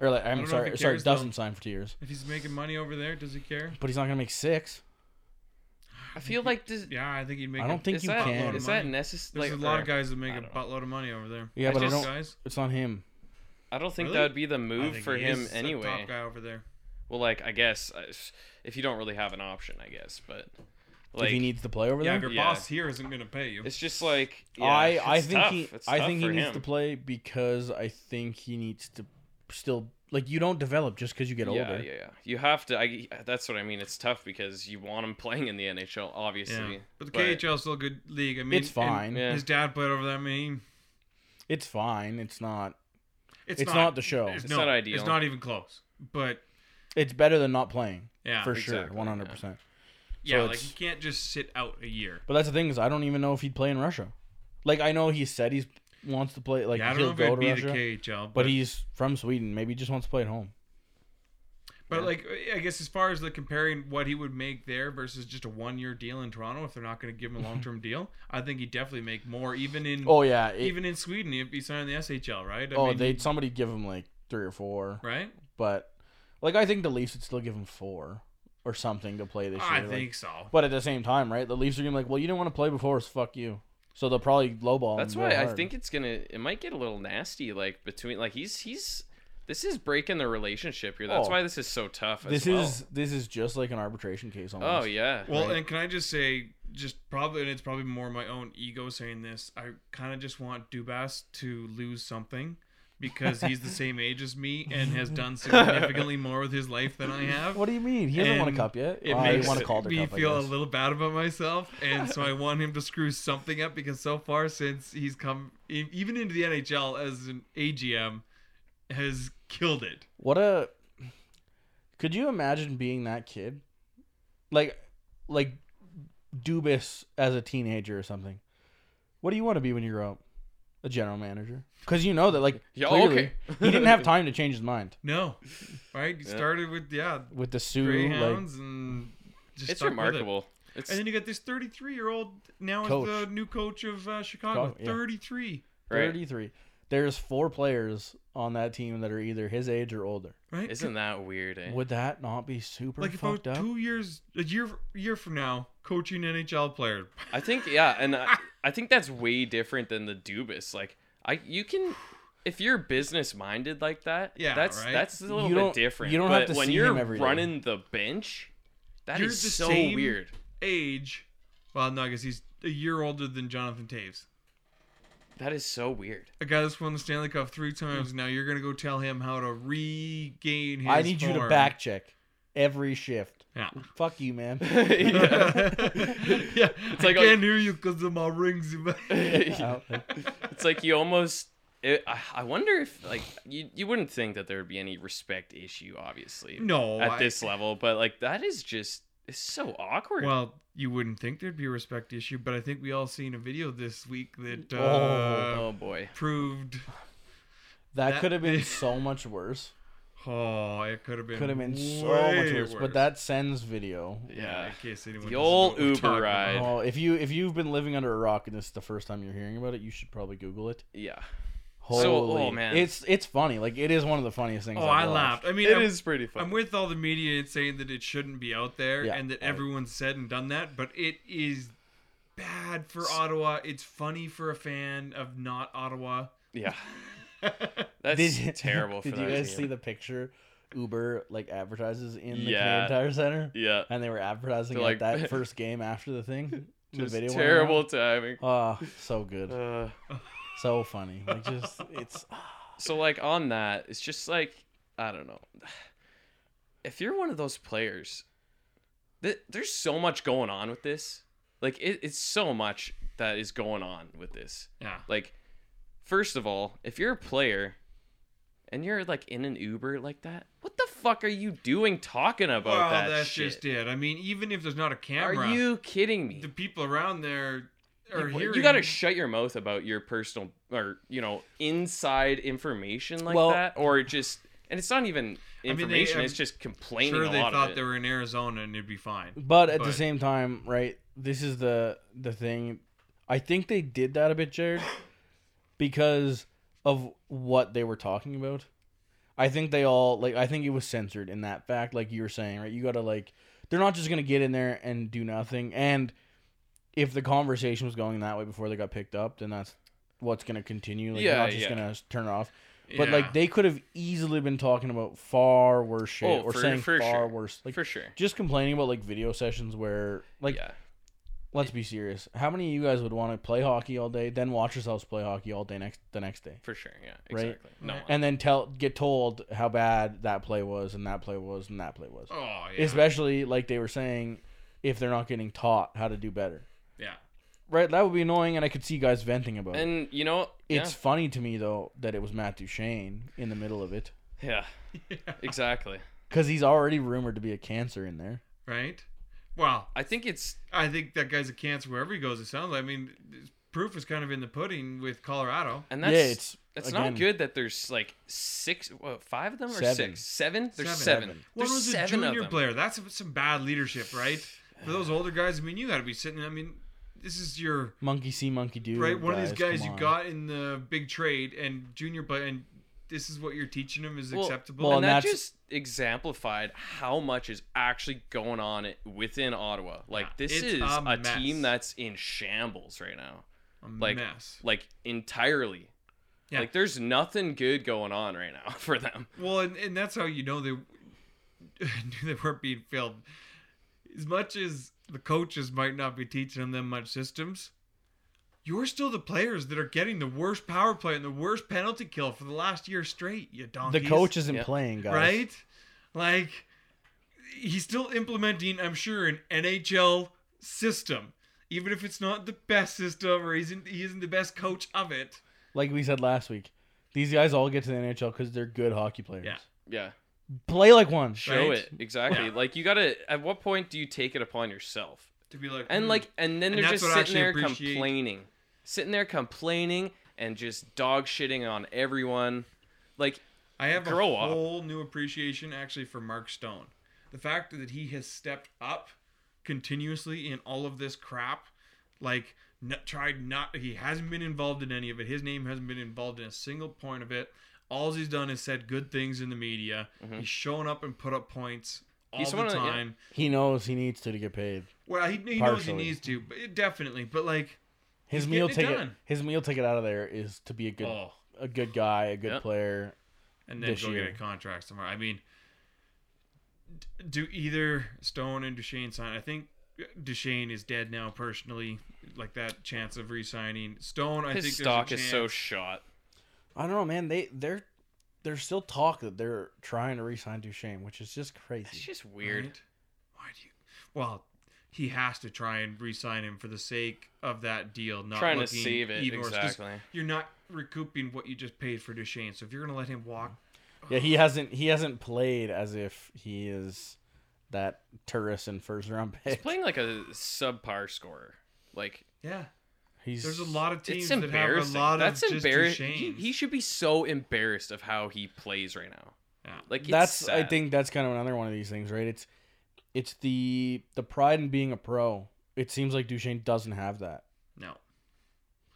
[SPEAKER 1] Or like,
[SPEAKER 4] don't know
[SPEAKER 1] I'm
[SPEAKER 4] if
[SPEAKER 1] sorry,
[SPEAKER 4] he
[SPEAKER 1] sorry,
[SPEAKER 4] cares, though.
[SPEAKER 1] doesn't sign for two years.
[SPEAKER 4] If he's making money over there, does he care?
[SPEAKER 1] But he's not gonna make six.
[SPEAKER 3] I feel like does,
[SPEAKER 4] Yeah, I think he'd make.
[SPEAKER 1] I don't
[SPEAKER 4] a,
[SPEAKER 1] think
[SPEAKER 3] is
[SPEAKER 1] you
[SPEAKER 3] that
[SPEAKER 1] can.
[SPEAKER 3] is that
[SPEAKER 4] Money.
[SPEAKER 3] necessary?
[SPEAKER 4] There's a lot of guys that make
[SPEAKER 3] I
[SPEAKER 4] a
[SPEAKER 3] don't know.
[SPEAKER 4] buttload of money over there.
[SPEAKER 1] Yeah,
[SPEAKER 3] I
[SPEAKER 1] but I
[SPEAKER 3] just-
[SPEAKER 1] don't.
[SPEAKER 4] guys.
[SPEAKER 1] It's not him.
[SPEAKER 3] I don't think
[SPEAKER 4] Really?
[SPEAKER 3] that would be the
[SPEAKER 4] I
[SPEAKER 3] move
[SPEAKER 4] think
[SPEAKER 3] for
[SPEAKER 4] he
[SPEAKER 3] him
[SPEAKER 4] is the
[SPEAKER 3] anyway.
[SPEAKER 4] Top guy over there.
[SPEAKER 3] Well, like I guess uh, if you don't really have an option, I guess, but
[SPEAKER 1] if
[SPEAKER 3] like
[SPEAKER 1] he needs to play over
[SPEAKER 4] Yeah,
[SPEAKER 1] there,
[SPEAKER 4] if your
[SPEAKER 3] Yeah.
[SPEAKER 4] boss here isn't going to pay you.
[SPEAKER 3] it's just like yeah,
[SPEAKER 1] I I
[SPEAKER 3] it's
[SPEAKER 1] think
[SPEAKER 3] tough.
[SPEAKER 1] he
[SPEAKER 3] It's
[SPEAKER 1] I
[SPEAKER 3] tough
[SPEAKER 1] think he
[SPEAKER 3] for
[SPEAKER 1] needs
[SPEAKER 3] him.
[SPEAKER 1] to play because I think he needs to still like you don't develop just because you get
[SPEAKER 3] yeah,
[SPEAKER 1] older.
[SPEAKER 3] yeah, yeah. You have to. I, that's what I mean. It's tough because you want him playing in the NHL, obviously.
[SPEAKER 4] Yeah. But the KHL is still a good league. I mean,
[SPEAKER 1] it's fine.
[SPEAKER 4] and
[SPEAKER 3] Yeah.
[SPEAKER 4] His dad played over there. I mean,
[SPEAKER 1] It's fine. It's not.
[SPEAKER 4] it's,
[SPEAKER 1] It's, not, the show.
[SPEAKER 3] It's not ideal.
[SPEAKER 4] It's not even close. But
[SPEAKER 1] It's better than not playing
[SPEAKER 4] yeah,
[SPEAKER 1] for sure,
[SPEAKER 3] exactly,
[SPEAKER 1] one hundred percent.
[SPEAKER 4] yeah,
[SPEAKER 1] so
[SPEAKER 4] like
[SPEAKER 1] it's-
[SPEAKER 4] you can't just sit out a year.
[SPEAKER 1] But that's the thing is, I don't even know if he'd play in Russia. Like I know he said he's wants to play. Like
[SPEAKER 4] yeah, I
[SPEAKER 1] he'll
[SPEAKER 4] don't know
[SPEAKER 1] go
[SPEAKER 4] if it'd
[SPEAKER 1] to
[SPEAKER 4] be
[SPEAKER 1] Russia,
[SPEAKER 4] the KHL, but,
[SPEAKER 1] but he's from Sweden. Maybe he just wants to play at home.
[SPEAKER 4] but like I guess as far as the comparing what he would make there versus just a one year deal in Toronto, if they're not going to give him a long term deal, I think he'd definitely make more even in
[SPEAKER 1] Mm-hmm. Oh yeah. it-
[SPEAKER 4] even in Sweden if he signed in the SHL, right? I
[SPEAKER 1] oh,
[SPEAKER 4] mean,
[SPEAKER 1] they'd somebody give him like three or four,
[SPEAKER 4] right.
[SPEAKER 1] but like I think the Leafs would still give him four or something to play this
[SPEAKER 4] I
[SPEAKER 1] year. like-
[SPEAKER 4] think so.
[SPEAKER 1] But at the same time, right? The Leafs are gonna be like, well, you didn't want to play before, so fuck you. So they'll probably lowball. him
[SPEAKER 3] That's
[SPEAKER 1] real
[SPEAKER 3] why I
[SPEAKER 1] hard.
[SPEAKER 3] think it's gonna. It might get a little nasty, like between like he's he's. This is breaking the relationship here. That's
[SPEAKER 1] Oh.
[SPEAKER 3] why this is so tough. As
[SPEAKER 1] this
[SPEAKER 3] well.
[SPEAKER 1] is this is just like an arbitration case. Almost.
[SPEAKER 3] Oh yeah.
[SPEAKER 4] Well, and can I just say, just probably, and it's probably more my own ego saying this. I kind of just want Dubas to lose something because
[SPEAKER 1] *laughs*
[SPEAKER 4] he's the same age as me and has done significantly more with his life than I have.
[SPEAKER 1] What do you mean? He hasn't won a
[SPEAKER 4] And
[SPEAKER 1] cup yet.
[SPEAKER 4] It
[SPEAKER 1] Well, he
[SPEAKER 4] makes
[SPEAKER 1] won a Calder
[SPEAKER 4] me
[SPEAKER 1] Cup, I
[SPEAKER 4] feel a
[SPEAKER 1] guess.
[SPEAKER 4] little bad about myself, and so I want him to screw something up because so far since he's come e- even into the NHL as an AGM, has killed it.
[SPEAKER 1] What a. Could you imagine being that kid, like, like, Dubis as a teenager or something? What do you want to be when you grow up? A general manager, because you know that like
[SPEAKER 3] Yeah,
[SPEAKER 1] clearly
[SPEAKER 3] okay.
[SPEAKER 1] he didn't have time to change his mind
[SPEAKER 4] No, right? He
[SPEAKER 3] Yeah.
[SPEAKER 4] started with yeah,
[SPEAKER 1] with the Sue like
[SPEAKER 4] Greyhounds and just
[SPEAKER 3] it's
[SPEAKER 4] stuck with it.
[SPEAKER 3] remarkable. It's
[SPEAKER 4] And then you got this 33 year old now
[SPEAKER 1] Coach.
[SPEAKER 4] is the new coach of uh, Chicago.
[SPEAKER 1] Chicago, yeah.
[SPEAKER 4] 33,
[SPEAKER 3] right.
[SPEAKER 1] 33. There's four players on that team that are either his age or older.
[SPEAKER 4] right?
[SPEAKER 3] Isn't that weird? Eh?
[SPEAKER 1] Would that not be super
[SPEAKER 4] like about
[SPEAKER 1] fucked up?
[SPEAKER 4] two years, a year year from now, coaching NHL player.
[SPEAKER 3] I think yeah, and I, I think that's way different than the Dubis. Like I, you can, if you're business minded like that,
[SPEAKER 4] Yeah,
[SPEAKER 3] that's
[SPEAKER 4] right?
[SPEAKER 3] that's a little
[SPEAKER 1] You
[SPEAKER 3] bit
[SPEAKER 1] don't-
[SPEAKER 3] different.
[SPEAKER 1] you don't
[SPEAKER 3] but
[SPEAKER 1] have to
[SPEAKER 3] when
[SPEAKER 1] see
[SPEAKER 3] you're
[SPEAKER 1] him every day.
[SPEAKER 3] running the bench, that is
[SPEAKER 4] You're the
[SPEAKER 3] so
[SPEAKER 4] same-
[SPEAKER 3] weird.
[SPEAKER 4] Age, well, no, I guess he's a year older than Jonathan Taves,
[SPEAKER 3] That is so weird.
[SPEAKER 4] *laughs*
[SPEAKER 3] *laughs*
[SPEAKER 4] a guy that's won the Stanley Cup three times. Now you're gonna go tell him how to regain his.
[SPEAKER 1] I need you to
[SPEAKER 4] form.
[SPEAKER 1] back check every shift.
[SPEAKER 4] Yeah.
[SPEAKER 1] Fuck you,
[SPEAKER 3] *laughs*
[SPEAKER 1] man.
[SPEAKER 3] Yeah.
[SPEAKER 4] *laughs* yeah, it's like
[SPEAKER 3] like
[SPEAKER 4] I
[SPEAKER 3] a-
[SPEAKER 4] can't hear you because of my rings. *laughs* in my-
[SPEAKER 1] Out.
[SPEAKER 3] It's like you almost. It, I- I wonder if like you, you wouldn't think that there would be any respect issue, obviously,
[SPEAKER 4] no,
[SPEAKER 3] at
[SPEAKER 4] I-
[SPEAKER 3] this level. But like that is just it's so awkward.
[SPEAKER 4] Well, you wouldn't think there'd be a respect issue, but I think we all seen a video this week that uh,
[SPEAKER 1] Oh,
[SPEAKER 3] oh boy.
[SPEAKER 4] proved.
[SPEAKER 1] That,
[SPEAKER 4] That-
[SPEAKER 1] could have been so much worse.
[SPEAKER 4] Oh, it could have been.
[SPEAKER 1] Could have been so
[SPEAKER 4] way
[SPEAKER 1] much worse, But that sends video.
[SPEAKER 4] Yeah,
[SPEAKER 3] Yeah.
[SPEAKER 4] in case anyone.
[SPEAKER 3] The
[SPEAKER 4] doesn't know
[SPEAKER 3] old
[SPEAKER 4] what we're
[SPEAKER 3] Uber
[SPEAKER 4] talking
[SPEAKER 3] ride.
[SPEAKER 4] about.
[SPEAKER 1] Oh, if you if you've been living under a rock and this is the first time you're hearing about it, you should probably Google it.
[SPEAKER 3] Yeah.
[SPEAKER 1] Holy,
[SPEAKER 3] So- oh, man.
[SPEAKER 1] it's it's funny. Like it is one of the funniest things.
[SPEAKER 4] Oh,
[SPEAKER 1] I've
[SPEAKER 4] I
[SPEAKER 1] watched.
[SPEAKER 4] laughed. I mean,
[SPEAKER 3] It
[SPEAKER 4] I'm,
[SPEAKER 3] is pretty funny.
[SPEAKER 4] I'm with all the media and saying that it shouldn't be out there
[SPEAKER 1] Yeah,
[SPEAKER 4] and that
[SPEAKER 1] I-
[SPEAKER 4] everyone's said and done that, but it is bad for Ottawa. It's funny for a fan of not Ottawa.
[SPEAKER 3] *laughs*
[SPEAKER 1] *laughs*
[SPEAKER 3] yeah. That's
[SPEAKER 1] you- *laughs*
[SPEAKER 3] terrible for
[SPEAKER 1] Did
[SPEAKER 3] that
[SPEAKER 1] you guys
[SPEAKER 3] team.
[SPEAKER 1] see the picture Uber like advertises in the
[SPEAKER 3] Yeah.
[SPEAKER 1] Canadian Tire Center?
[SPEAKER 3] yeah.
[SPEAKER 1] And they were advertising
[SPEAKER 3] They're
[SPEAKER 1] like,
[SPEAKER 3] like- *laughs*
[SPEAKER 1] that first game after the thing. the
[SPEAKER 3] Just
[SPEAKER 1] video went
[SPEAKER 3] terrible
[SPEAKER 1] around.
[SPEAKER 3] timing.
[SPEAKER 1] Oh, so good.
[SPEAKER 3] Uh,
[SPEAKER 1] so funny. Like just it's
[SPEAKER 3] so like on that, it's just like I don't know. *sighs* If you're one of those players, th- there's so much going on with this. Like it, it's so much that is going on with this.
[SPEAKER 4] Yeah.
[SPEAKER 3] Like, first of all, if you're a player and you're like in an Uber like that, what the fuck are you doing talking about
[SPEAKER 1] Oh,
[SPEAKER 4] well,
[SPEAKER 3] that
[SPEAKER 4] that's
[SPEAKER 3] shit?
[SPEAKER 4] just it. I mean, even if there's not a camera,
[SPEAKER 3] are you kidding me?
[SPEAKER 4] the people around there are
[SPEAKER 3] Well,
[SPEAKER 4] hearing.
[SPEAKER 3] You gotta shut your mouth about your personal or you know inside information like
[SPEAKER 1] Well-
[SPEAKER 3] that, or just and it's not even
[SPEAKER 4] mean, they-
[SPEAKER 3] information.
[SPEAKER 4] I'm
[SPEAKER 3] it's just complaining.
[SPEAKER 4] sure
[SPEAKER 3] a
[SPEAKER 4] they
[SPEAKER 3] lot
[SPEAKER 4] thought
[SPEAKER 3] of
[SPEAKER 4] they
[SPEAKER 3] it.
[SPEAKER 4] were in Arizona and it'd be fine.
[SPEAKER 1] But at the
[SPEAKER 4] But-
[SPEAKER 1] same time, right? This is the the thing. I think they did that a bit, Jared, because of what they were talking about. I think they all like. I think it was censored in that fact, like you were saying, right? You gotta like. They're not just gonna get in there and do nothing. And if the conversation was going that way before they got picked up, then that's what's gonna continue. Like,
[SPEAKER 3] Yeah,
[SPEAKER 1] you're not just
[SPEAKER 3] yeah.
[SPEAKER 1] gonna turn it off. But
[SPEAKER 4] Yeah.
[SPEAKER 1] like they could have easily been talking about far worse shit
[SPEAKER 3] Oh,
[SPEAKER 1] or
[SPEAKER 3] for-
[SPEAKER 1] saying
[SPEAKER 3] for
[SPEAKER 1] far
[SPEAKER 3] sure.
[SPEAKER 1] worse. Like
[SPEAKER 3] for sure.
[SPEAKER 1] just complaining about like video sessions where like
[SPEAKER 3] yeah,
[SPEAKER 1] let's be serious how many of you guys would want to play hockey all day then watch yourselves play hockey all day next the next day
[SPEAKER 3] for sure. Yeah,
[SPEAKER 1] right?
[SPEAKER 3] exactly. No, one.
[SPEAKER 1] and then tell get told how bad that play was and that play was and that play was
[SPEAKER 4] oh yeah,
[SPEAKER 1] especially like they were saying if they're not getting taught how to do better
[SPEAKER 4] yeah. *laughs*
[SPEAKER 1] right that would be annoying and i could see guys venting about it
[SPEAKER 3] and you know,
[SPEAKER 1] it's funny to me though that it was matt duchene in the middle of it
[SPEAKER 3] yeah, yeah, exactly.
[SPEAKER 1] because he's already rumored to be a cancer in there
[SPEAKER 4] Right. Well,
[SPEAKER 3] I think it's
[SPEAKER 4] I think that guy's a cancer wherever he goes. It sounds. like. I mean, proof is kind of in the pudding with Colorado.
[SPEAKER 3] and that's
[SPEAKER 1] yeah it's
[SPEAKER 3] it's
[SPEAKER 1] again,
[SPEAKER 3] not good that there's like six, what, five of them or
[SPEAKER 1] Seven.
[SPEAKER 3] six, seven. There's
[SPEAKER 4] Seven.
[SPEAKER 3] seven.
[SPEAKER 4] One
[SPEAKER 3] There's
[SPEAKER 4] was a
[SPEAKER 3] seven of
[SPEAKER 4] junior
[SPEAKER 3] them.
[SPEAKER 4] player. That's some bad leadership, right? For those older guys, I mean, you got to be sitting. I mean, this is your
[SPEAKER 1] monkey see monkey do
[SPEAKER 4] right one of these guys
[SPEAKER 1] come
[SPEAKER 4] you
[SPEAKER 1] on.
[SPEAKER 4] got in the big trade and junior player, and this is what you're teaching them is
[SPEAKER 3] Well,
[SPEAKER 4] acceptable.
[SPEAKER 1] well,
[SPEAKER 3] and
[SPEAKER 1] and
[SPEAKER 3] that
[SPEAKER 1] that's-
[SPEAKER 3] just exemplified how much is actually going on i- within Ottawa. Like this
[SPEAKER 4] it's
[SPEAKER 3] is
[SPEAKER 4] a
[SPEAKER 3] a,
[SPEAKER 4] mess.
[SPEAKER 3] team that's in shambles right now,
[SPEAKER 4] a
[SPEAKER 3] like-
[SPEAKER 4] mess.
[SPEAKER 3] like entirely.
[SPEAKER 4] Yeah.
[SPEAKER 3] Like there's nothing good going on right now *laughs* for them.
[SPEAKER 4] Well, and, and that's how you know they *laughs* knew they weren't being filmed. As much as the coaches might not be teaching them much systems, you're still the players that are getting the worst power play and the worst penalty kill for the last year straight. You
[SPEAKER 1] the
[SPEAKER 4] donkeys.
[SPEAKER 1] coach isn't
[SPEAKER 3] Yeah.
[SPEAKER 1] playing guys
[SPEAKER 4] right? Like he's still implementing, I'm sure, an NHL system, even if it's not the best system or isn't he isn't the best coach of it.
[SPEAKER 1] like we said last week, these guys all get to the NHL because they're good hockey players.
[SPEAKER 4] Yeah.
[SPEAKER 3] Yeah,
[SPEAKER 1] Play like one.
[SPEAKER 3] show
[SPEAKER 4] Right?
[SPEAKER 3] it exactly. Like you gotta. At what point do you take it upon yourself?
[SPEAKER 4] To be like
[SPEAKER 3] And
[SPEAKER 4] "Hmm,
[SPEAKER 3] like, and then
[SPEAKER 4] And
[SPEAKER 3] they're
[SPEAKER 4] that's
[SPEAKER 3] just
[SPEAKER 4] what I
[SPEAKER 3] sitting there
[SPEAKER 4] actually appreciate.
[SPEAKER 3] complaining, sitting there complaining and just dog shitting on everyone. Like
[SPEAKER 4] I have
[SPEAKER 3] grow
[SPEAKER 4] a
[SPEAKER 3] up.
[SPEAKER 4] whole new appreciation actually for Mark Stone. The fact that he has stepped up continuously in all of this crap, like n- tried not he hasn't been involved in any of it. His name hasn't been involved in a single point of it. All he's done is said good things in the media. He's shown up and put up points all
[SPEAKER 3] Mm-hmm. He's
[SPEAKER 4] the
[SPEAKER 3] one of the- yeah.
[SPEAKER 4] time.
[SPEAKER 1] He knows he needs to to get paid.
[SPEAKER 4] Well, he, he knows he
[SPEAKER 1] Partially.
[SPEAKER 4] needs to, but it, definitely. But like,
[SPEAKER 1] His
[SPEAKER 4] He's
[SPEAKER 1] meal
[SPEAKER 4] getting it
[SPEAKER 1] ticket.
[SPEAKER 4] done.
[SPEAKER 1] His meal ticket out of there is to be a good,
[SPEAKER 4] oh,
[SPEAKER 1] a good guy, a good
[SPEAKER 3] Yep.
[SPEAKER 1] player.
[SPEAKER 4] and then
[SPEAKER 1] this
[SPEAKER 4] go
[SPEAKER 1] year.
[SPEAKER 4] get a contract somewhere. I mean, d- do either Stone and Duchesne sign? I think Duchesne is dead now personally. Like that chance of re-signing Stone, I
[SPEAKER 3] his
[SPEAKER 4] think
[SPEAKER 3] stock
[SPEAKER 4] there's
[SPEAKER 3] is
[SPEAKER 4] a
[SPEAKER 3] so
[SPEAKER 4] chance.
[SPEAKER 3] shot.
[SPEAKER 1] I don't know, man. They they're there's still talk that they're trying to re-sign Duchesne, which is just
[SPEAKER 3] It's
[SPEAKER 1] crazy.
[SPEAKER 3] just weird.
[SPEAKER 4] Right? Why do you? Well, he has to try and re-sign him for the sake of that deal. Not
[SPEAKER 3] Trying to
[SPEAKER 4] looking
[SPEAKER 3] save it
[SPEAKER 4] even worse, 'cause
[SPEAKER 3] exactly.
[SPEAKER 4] You're not recouping what you just paid for Duchesne. So if you're gonna let him walk,
[SPEAKER 1] Yeah, he hasn't he hasn't played as if he is that tourist in first round pick.
[SPEAKER 4] *laughs*
[SPEAKER 3] He's playing like a subpar scorer. Like
[SPEAKER 4] yeah,
[SPEAKER 1] He's
[SPEAKER 4] there's a lot of teams
[SPEAKER 3] it's
[SPEAKER 4] that have a
[SPEAKER 3] embarrassing.
[SPEAKER 4] lot
[SPEAKER 3] That's
[SPEAKER 4] of just
[SPEAKER 3] embarrassing.
[SPEAKER 4] Duchesnes.
[SPEAKER 3] He, he should be so embarrassed of how he plays right now.
[SPEAKER 4] Yeah.
[SPEAKER 3] Like it's
[SPEAKER 1] that's I
[SPEAKER 3] sad.
[SPEAKER 1] think that's kind of another one of these things, right? It's it's the the pride in being a pro. It seems like Duchesne doesn't have that.
[SPEAKER 4] No.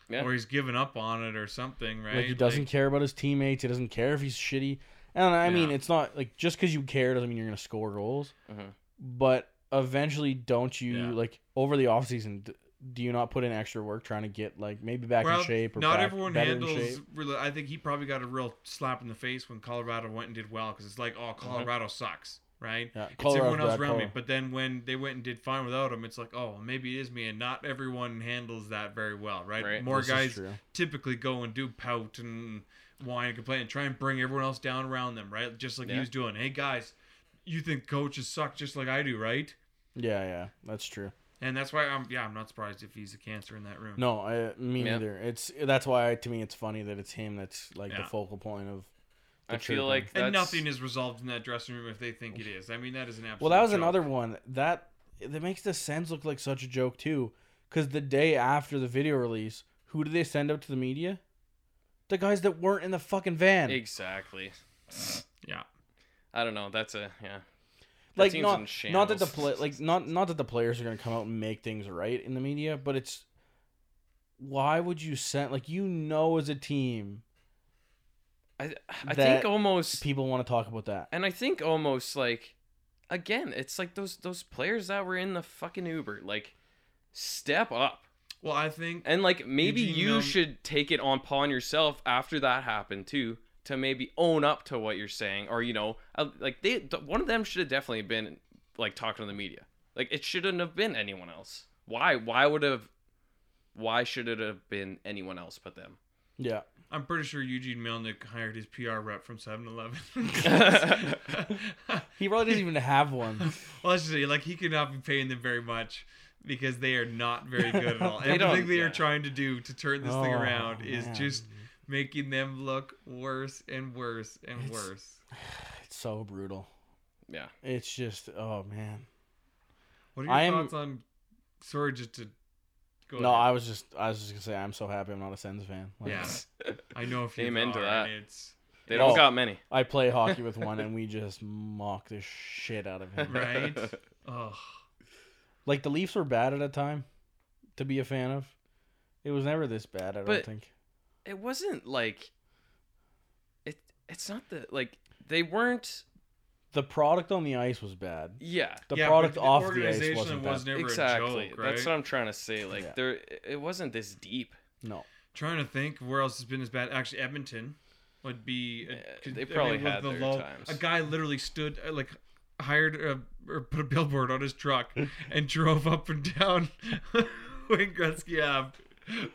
[SPEAKER 3] Yeah.
[SPEAKER 4] Or he's given up on it or something, right?
[SPEAKER 1] Like he doesn't
[SPEAKER 4] Like,
[SPEAKER 1] care about his teammates. He doesn't care if he's shitty. And I mean,
[SPEAKER 4] Yeah. Mm-hmm.
[SPEAKER 1] it's not like just because you care doesn't mean you're gonna score goals.
[SPEAKER 3] Mhm.
[SPEAKER 1] But eventually, don't you
[SPEAKER 4] Yeah.
[SPEAKER 1] like over the off season? d- Do you not put in extra work trying to get like maybe back
[SPEAKER 4] well,
[SPEAKER 1] in shape or
[SPEAKER 4] not
[SPEAKER 1] back-
[SPEAKER 4] everyone
[SPEAKER 1] better in
[SPEAKER 4] handles.
[SPEAKER 1] shape?
[SPEAKER 4] Really, I think he probably got a real slap in the face when Colorado went and did well because it's like,
[SPEAKER 3] Uh-huh.
[SPEAKER 4] oh, Colorado sucks, right?
[SPEAKER 1] Yeah,
[SPEAKER 4] it's everyone
[SPEAKER 1] Colorado's
[SPEAKER 4] else
[SPEAKER 1] bad
[SPEAKER 4] around me.
[SPEAKER 1] call.
[SPEAKER 4] But then when they went and did fine without him, it's like, oh, maybe it is me, and not everyone handles that very well, right?
[SPEAKER 3] Right.
[SPEAKER 4] More
[SPEAKER 1] This is
[SPEAKER 4] guys
[SPEAKER 1] true.
[SPEAKER 4] typically go and do pout and whine and complain and try and bring everyone else down around them, right? Just like he
[SPEAKER 3] Yeah.
[SPEAKER 4] was doing. Hey guys, you think coaches suck just like I do, right?
[SPEAKER 1] Yeah, yeah, that's true.
[SPEAKER 4] And that's why I'm yeah, I'm not surprised if he's a cancer in that room.
[SPEAKER 1] No, I, me
[SPEAKER 3] Yeah.
[SPEAKER 1] neither. It's that's why to me it's funny that it's him that's like
[SPEAKER 4] Yeah.
[SPEAKER 1] the focal point of.
[SPEAKER 3] I
[SPEAKER 1] the
[SPEAKER 3] feel
[SPEAKER 1] chirping.
[SPEAKER 3] like that's
[SPEAKER 4] And nothing is resolved in that dressing room if they think it is. I mean, that is an absolute.
[SPEAKER 1] Well, that was
[SPEAKER 4] joke.
[SPEAKER 1] another one that that makes the Sens look like such a joke too. Because the day after the video release, who did they send out to the media? The guys that weren't in the fucking van.
[SPEAKER 3] exactly.
[SPEAKER 4] *sighs* Yeah.
[SPEAKER 3] I don't know. That's a yeah. That
[SPEAKER 1] like
[SPEAKER 3] team's
[SPEAKER 1] not
[SPEAKER 3] in
[SPEAKER 1] not that the
[SPEAKER 3] shambles.
[SPEAKER 1] pla- like not not that the players are gonna come out and make things right in the media, but it's why would you send like you know as a team
[SPEAKER 3] I I
[SPEAKER 1] That
[SPEAKER 3] think almost
[SPEAKER 1] people want to talk about that.
[SPEAKER 3] and I think almost like again, it's like those those players that were in the fucking Uber like step up.
[SPEAKER 4] Well, I think
[SPEAKER 3] And like maybe
[SPEAKER 4] Eugene,
[SPEAKER 3] you
[SPEAKER 4] um,
[SPEAKER 3] should take it upon yourself after that happened too to maybe own up to what you're saying or you know uh, like they th- one of them should have definitely been like talking to the media. Like it shouldn't have been anyone else. Why why would have why should it have been anyone else but them?
[SPEAKER 1] Yeah.
[SPEAKER 4] I'm pretty sure Eugene Melnick hired his PR rep
[SPEAKER 1] *laughs*
[SPEAKER 4] from 7-Eleven.
[SPEAKER 1] He probably doesn't even have
[SPEAKER 4] *laughs*
[SPEAKER 1] one.
[SPEAKER 4] well, let's just say, like, he could not be paying them very much because they are not very
[SPEAKER 1] *laughs*
[SPEAKER 4] good at all.
[SPEAKER 3] They don't-
[SPEAKER 4] Everything they
[SPEAKER 3] yeah.
[SPEAKER 4] are trying to do to turn this thing
[SPEAKER 1] Oh,
[SPEAKER 4] around is
[SPEAKER 1] man.
[SPEAKER 4] just making them look worse and worse and worse.
[SPEAKER 1] It's so brutal.
[SPEAKER 3] Yeah.
[SPEAKER 1] It's just oh man.
[SPEAKER 4] What are your
[SPEAKER 1] I am-
[SPEAKER 4] thoughts on? Sorry, just to go.
[SPEAKER 1] No,
[SPEAKER 4] ahead.
[SPEAKER 1] I was just I was just gonna say I'm so happy I'm not a Sens fan. Like,
[SPEAKER 4] Yeah, *laughs* I know a few.
[SPEAKER 3] Amen
[SPEAKER 4] that
[SPEAKER 3] to
[SPEAKER 4] are,
[SPEAKER 3] that.
[SPEAKER 4] and It's
[SPEAKER 3] They don't
[SPEAKER 1] Oh.
[SPEAKER 3] got many.
[SPEAKER 1] I play hockey with one and we just mock the shit out of
[SPEAKER 4] *laughs*
[SPEAKER 1] him.
[SPEAKER 3] *laughs*
[SPEAKER 4] right. oh,
[SPEAKER 1] Like the Leafs were bad at a time to be a fan of. It was never this bad, I don't
[SPEAKER 3] But-
[SPEAKER 1] think.
[SPEAKER 3] it wasn't like it it's not the like they weren't
[SPEAKER 1] The product on the ice was bad.
[SPEAKER 3] yeah
[SPEAKER 1] The
[SPEAKER 4] Yeah, but
[SPEAKER 1] product
[SPEAKER 4] the
[SPEAKER 1] off the ice
[SPEAKER 4] organization
[SPEAKER 1] wasn't
[SPEAKER 4] was
[SPEAKER 1] bad.
[SPEAKER 4] never a
[SPEAKER 3] exactly
[SPEAKER 4] joke,
[SPEAKER 3] that's
[SPEAKER 4] right?
[SPEAKER 3] what i'm trying to say like
[SPEAKER 1] Yeah.
[SPEAKER 3] there it wasn't this *laughs* deep
[SPEAKER 1] No.
[SPEAKER 4] trying to think where else has been as bad. Actually, Edmonton would be. a-
[SPEAKER 3] Yeah,
[SPEAKER 4] could-
[SPEAKER 3] they
[SPEAKER 4] I mean,
[SPEAKER 3] probably
[SPEAKER 4] with
[SPEAKER 3] had their times.
[SPEAKER 4] A guy literally stood uh, like hired a, or put a billboard on his truck
[SPEAKER 3] *laughs*
[SPEAKER 4] and drove up and down *laughs* Wayne Gretzky Ave.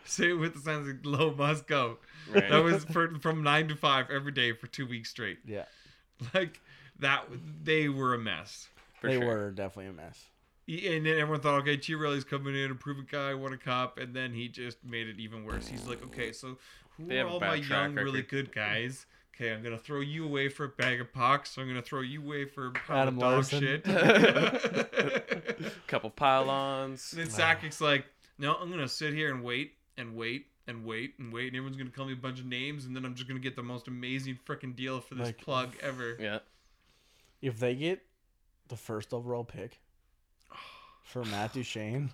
[SPEAKER 4] Say with the signs like "Low must go."
[SPEAKER 3] Right.
[SPEAKER 4] That was for, from nine to five every day for two weeks straight.
[SPEAKER 1] Yeah.
[SPEAKER 4] Like that, they were a mess.
[SPEAKER 3] for
[SPEAKER 1] they
[SPEAKER 3] sure
[SPEAKER 1] were definitely a mess.
[SPEAKER 4] And then everyone thought, okay, Chiarelli's coming in, improving guy, what a cop. And then he just made it even worse. He's like, okay, so who
[SPEAKER 3] They
[SPEAKER 4] are
[SPEAKER 3] have a
[SPEAKER 4] all
[SPEAKER 3] bad
[SPEAKER 4] my
[SPEAKER 3] track
[SPEAKER 4] young, really
[SPEAKER 3] record.
[SPEAKER 4] good guys? Okay, I'm gonna throw you away for a bag of pucks. I'm gonna throw you away for a pound
[SPEAKER 1] Adam
[SPEAKER 4] of dog
[SPEAKER 1] Larson.
[SPEAKER 3] *laughs*
[SPEAKER 4] shit. *laughs*
[SPEAKER 3] couple pylons
[SPEAKER 4] And then Sakic's like, no, I'm gonna sit here and wait and wait and wait and wait, and everyone's gonna call me a bunch of names, and then I'm just gonna get the most amazing freaking deal for this
[SPEAKER 1] Like-
[SPEAKER 4] plug ever.
[SPEAKER 3] yeah
[SPEAKER 1] If they get the first overall
[SPEAKER 4] *sighs*
[SPEAKER 1] pick for Matt Duchene,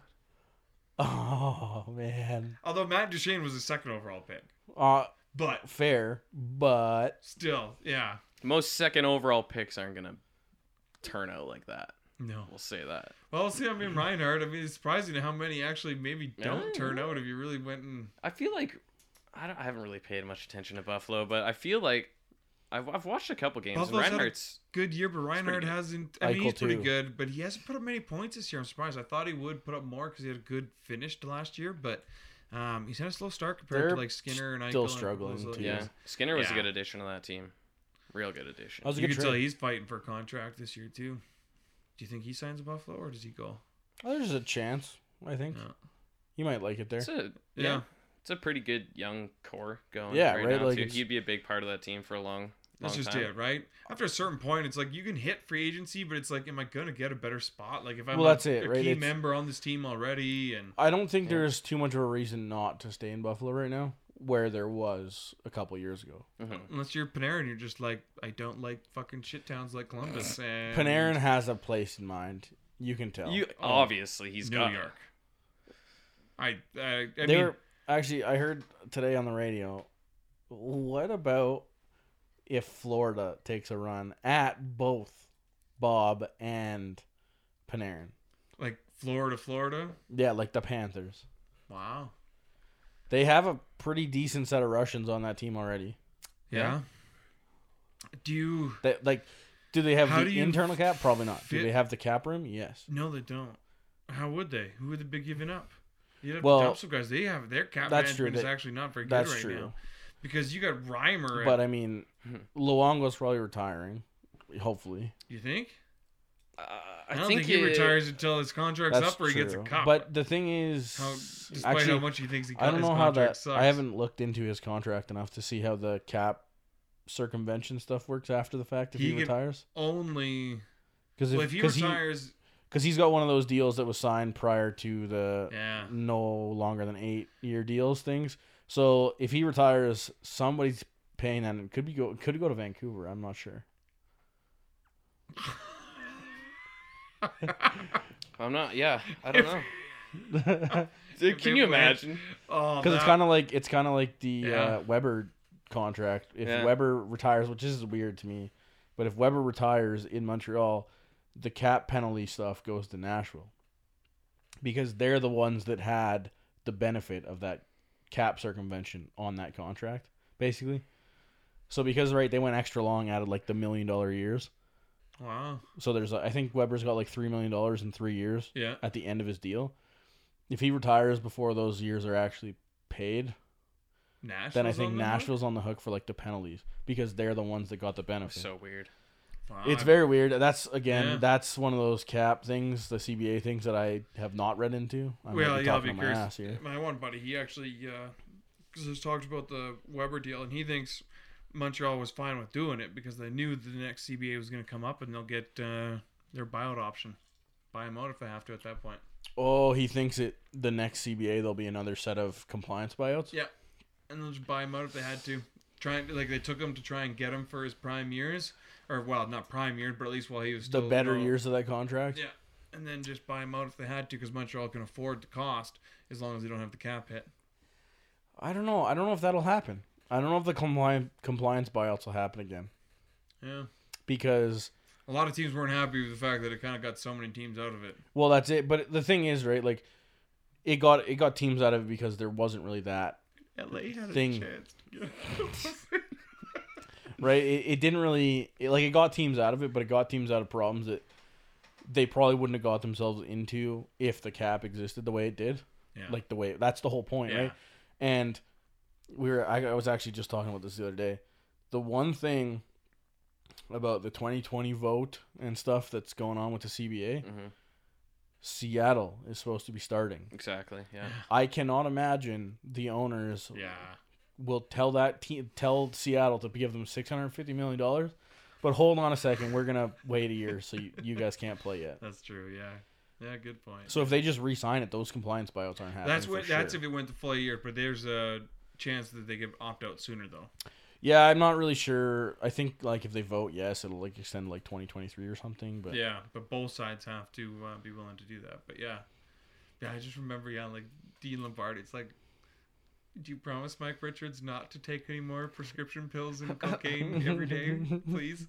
[SPEAKER 1] *laughs* oh man.
[SPEAKER 4] Although Matt Duchene was the second overall pick,
[SPEAKER 1] Uh
[SPEAKER 4] but
[SPEAKER 1] fair, but
[SPEAKER 4] still, yeah,
[SPEAKER 3] most second overall picks aren't gonna turn out like that
[SPEAKER 4] no.
[SPEAKER 3] we'll say that
[SPEAKER 4] Well, see, I mean, Reinhardt. I mean, it's surprising how many actually maybe don't
[SPEAKER 3] Yeah.
[SPEAKER 4] turn out if you really went and.
[SPEAKER 3] i feel like I, don't, I haven't really paid much attention to buffalo but i feel like i've, I've watched a couple games
[SPEAKER 4] Buffalo's had a-
[SPEAKER 3] Reinhardt's
[SPEAKER 4] Good year, but Reinhardt
[SPEAKER 3] good.
[SPEAKER 4] hasn't. I mean,
[SPEAKER 1] Eichel
[SPEAKER 4] he's pretty
[SPEAKER 1] too.
[SPEAKER 4] good, but he hasn't put up many points this year. I'm surprised. I thought he would put up more because he had a good finish to last year, but um, he's had a slow start compared
[SPEAKER 1] They're
[SPEAKER 4] to like Skinner and Eichel.
[SPEAKER 1] still
[SPEAKER 4] and
[SPEAKER 1] struggling,
[SPEAKER 4] those other
[SPEAKER 1] too.
[SPEAKER 3] yeah
[SPEAKER 4] guys.
[SPEAKER 3] skinner was
[SPEAKER 4] Yeah.
[SPEAKER 3] a good addition to that team real good addition
[SPEAKER 1] that was a
[SPEAKER 4] You
[SPEAKER 1] good
[SPEAKER 4] can
[SPEAKER 1] trade.
[SPEAKER 4] tell he's fighting for a contract this year too. Do you think he signs a Buffalo or does he go?
[SPEAKER 1] Oh, There's a chance, I think.
[SPEAKER 4] No.
[SPEAKER 1] You might like it there.
[SPEAKER 3] It's a yeah.
[SPEAKER 4] Yeah.
[SPEAKER 3] It's a pretty good young core going.
[SPEAKER 1] Yeah,
[SPEAKER 3] Yeah, right.
[SPEAKER 1] right,
[SPEAKER 3] now
[SPEAKER 1] like,
[SPEAKER 3] too.
[SPEAKER 1] it's-
[SPEAKER 3] He'd be a big part of that team for a long, long
[SPEAKER 4] That's just
[SPEAKER 3] time.
[SPEAKER 4] it, right? After a certain point, it's like you can hit free agency, but it's like, am I gonna get a better spot? Like if I'm
[SPEAKER 1] Well,
[SPEAKER 4] a-
[SPEAKER 1] that's it,
[SPEAKER 4] a
[SPEAKER 1] right?
[SPEAKER 4] key
[SPEAKER 1] It's-
[SPEAKER 4] member on this team already, and
[SPEAKER 1] I don't think
[SPEAKER 3] Yeah.
[SPEAKER 1] there's too much of a reason not to stay in Buffalo right now. where there was a couple years ago.
[SPEAKER 3] Mm-hmm.
[SPEAKER 4] Unless you're Panarin, you're just like, I don't like fucking shit towns
[SPEAKER 1] *sighs*
[SPEAKER 4] like Columbus and
[SPEAKER 1] Panarin has a place in mind. You can tell.
[SPEAKER 3] You obviously he's
[SPEAKER 4] Oh. New
[SPEAKER 3] got it.
[SPEAKER 4] York. I, I, I
[SPEAKER 1] they
[SPEAKER 4] mean,
[SPEAKER 1] were actually I heard today on the radio. What about if Florida takes a run at both Bob and Panarin?
[SPEAKER 4] like Florida, Florida.
[SPEAKER 1] Yeah, like the Panthers.
[SPEAKER 4] Wow.
[SPEAKER 1] They have a pretty decent set of Russians on that team already.
[SPEAKER 4] Yeah. Do you?
[SPEAKER 1] They, like, do they have
[SPEAKER 4] How do
[SPEAKER 1] the
[SPEAKER 4] you
[SPEAKER 1] internal cap? Probably not. Do
[SPEAKER 4] fit-
[SPEAKER 1] they have the cap room? Yes.
[SPEAKER 4] No, they don't. How would they? Who would they be giving up? You'd have
[SPEAKER 1] Well,
[SPEAKER 4] to top some guys. They have their cap
[SPEAKER 1] that's true.
[SPEAKER 4] management is
[SPEAKER 1] They-
[SPEAKER 4] actually not very good
[SPEAKER 1] That's
[SPEAKER 4] right
[SPEAKER 1] true.
[SPEAKER 4] now because you got Reimer. at-
[SPEAKER 1] But I mean, Luongo's probably retiring. Hopefully,
[SPEAKER 4] you think?
[SPEAKER 3] Uh,
[SPEAKER 4] I, don't think, he
[SPEAKER 3] it-
[SPEAKER 4] retires until his contract's
[SPEAKER 1] that's
[SPEAKER 4] up or he gets a
[SPEAKER 1] true.
[SPEAKER 4] cup.
[SPEAKER 1] But the thing is,
[SPEAKER 4] how, despite
[SPEAKER 1] actually,
[SPEAKER 4] how much he thinks he got,
[SPEAKER 1] I don't
[SPEAKER 4] his
[SPEAKER 1] know how
[SPEAKER 4] contract
[SPEAKER 1] that.
[SPEAKER 4] sucks.
[SPEAKER 1] I haven't looked into his contract enough to see how the cap circumvention stuff works after the fact if
[SPEAKER 4] He
[SPEAKER 1] he,
[SPEAKER 4] could-
[SPEAKER 1] retires.
[SPEAKER 4] only.
[SPEAKER 1] Because
[SPEAKER 4] Well, if he
[SPEAKER 1] cause
[SPEAKER 4] retires,
[SPEAKER 1] he, has got one of those deals that was signed prior to the *laughs*
[SPEAKER 4] yeah, *laughs*
[SPEAKER 1] no longer than eight year deals things. So if he retires, somebody's paying that. and It could be go could go to Vancouver. I'm not sure.
[SPEAKER 4] Oh,
[SPEAKER 3] I'm not. Yeah, I don't know.
[SPEAKER 1] Because
[SPEAKER 3] Dude,
[SPEAKER 4] If
[SPEAKER 3] can
[SPEAKER 4] they
[SPEAKER 3] you
[SPEAKER 4] win-
[SPEAKER 3] imagine?
[SPEAKER 4] oh,
[SPEAKER 1] it's
[SPEAKER 4] that-
[SPEAKER 1] kind of like it's kind of like the
[SPEAKER 4] Yeah.
[SPEAKER 1] uh, Weber contract. If
[SPEAKER 3] Yeah.
[SPEAKER 1] Weber retires, which is weird to me, but if Weber retires in Montreal, the cap penalty stuff goes to Nashville because they're the ones that had the benefit of that cap circumvention on that contract, basically. So because right, they went extra long, added like the million dollar years.
[SPEAKER 4] wow,
[SPEAKER 1] So there's I think Weber's got like three million dollars in three years
[SPEAKER 4] yeah,
[SPEAKER 1] at the end of his deal. If he retires before those years are actually paid,
[SPEAKER 4] Nashville's
[SPEAKER 1] then I think
[SPEAKER 4] on the hook?
[SPEAKER 1] Nashville's on the hook for like the penalties because they're the ones that got the benefit.
[SPEAKER 3] So weird.
[SPEAKER 4] Wow.
[SPEAKER 1] it's very weird. That's again,
[SPEAKER 4] Yeah.
[SPEAKER 1] that's one of those cap things, the CBA things that I have not read into. I might
[SPEAKER 4] well,
[SPEAKER 1] be
[SPEAKER 4] yeah, I'll
[SPEAKER 1] talking
[SPEAKER 4] be
[SPEAKER 1] on my ass
[SPEAKER 4] curious.
[SPEAKER 1] here.
[SPEAKER 4] My one buddy, he actually, uh, because he's talked about the Weber deal, and he thinks Montreal was fine with doing it because they knew the next CBA was going to come up, and they'll get uh, their buyout option, buy him out if they have to at that point.
[SPEAKER 1] Oh, he thinks it the next CBA there'll be another set of compliance buyouts.
[SPEAKER 4] Yeah, and they'll just buy him out if they had to. Trying like they took him to try and get him for his prime years, or well, not prime years, but at least while he was
[SPEAKER 1] The
[SPEAKER 4] still
[SPEAKER 1] better
[SPEAKER 4] no-
[SPEAKER 1] years of that contract.
[SPEAKER 4] Yeah, and then just buy him out if they had to because Montreal can afford the cost as long as they don't have the cap hit.
[SPEAKER 1] I don't know. I don't know if that'll happen. I don't know if the compli- compliance buyouts will happen again
[SPEAKER 4] Yeah.
[SPEAKER 1] because
[SPEAKER 4] A lot of teams weren't happy with the fact that it kind of got so many teams out of it.
[SPEAKER 1] Well, that's it. But the thing is, right? Like, it got it got teams out of it because there wasn't really that
[SPEAKER 4] LA had
[SPEAKER 1] a Thing.
[SPEAKER 4] *laughs*
[SPEAKER 1] chance right. It, it didn't really it, like it got teams out of it, but it got teams out of problems that they probably wouldn't have got themselves into if the cap existed the way it did.
[SPEAKER 4] Yeah.
[SPEAKER 1] Like the way that's the whole point,
[SPEAKER 4] Yeah.
[SPEAKER 1] right? And we were I, I was actually just talking about this the other day. The one thing about the 2020 vote and stuff that's going on with the CBA,
[SPEAKER 3] Mhm.
[SPEAKER 1] Seattle is supposed to be starting.
[SPEAKER 3] Exactly. Yeah.
[SPEAKER 1] I cannot imagine the owners
[SPEAKER 4] yeah.
[SPEAKER 1] will tell that team tell Seattle to give them six hundred fifty million dollars. But hold on a second, we're gonna wait a year, so you, you guys can't play yet.
[SPEAKER 4] That's true. Yeah. Yeah, good point.
[SPEAKER 1] So if they just re-sign it, those compliance buyouts aren't happening.
[SPEAKER 4] that's
[SPEAKER 1] for
[SPEAKER 4] what that's
[SPEAKER 1] sure.
[SPEAKER 4] if it went the full year, but there's a chance that they give opt out sooner though.
[SPEAKER 1] yeah, I'm not really sure. I think like if they vote yes, it'll like extend like 2023 or something. But
[SPEAKER 4] Yeah, but both sides have to uh, be willing to do that. But yeah, yeah, I just remember, yeah, like Dean Lombardi. It's like, do you promise Mike Richards not to take any more prescription pills and
[SPEAKER 1] *laughs*
[SPEAKER 4] cocaine every day, please?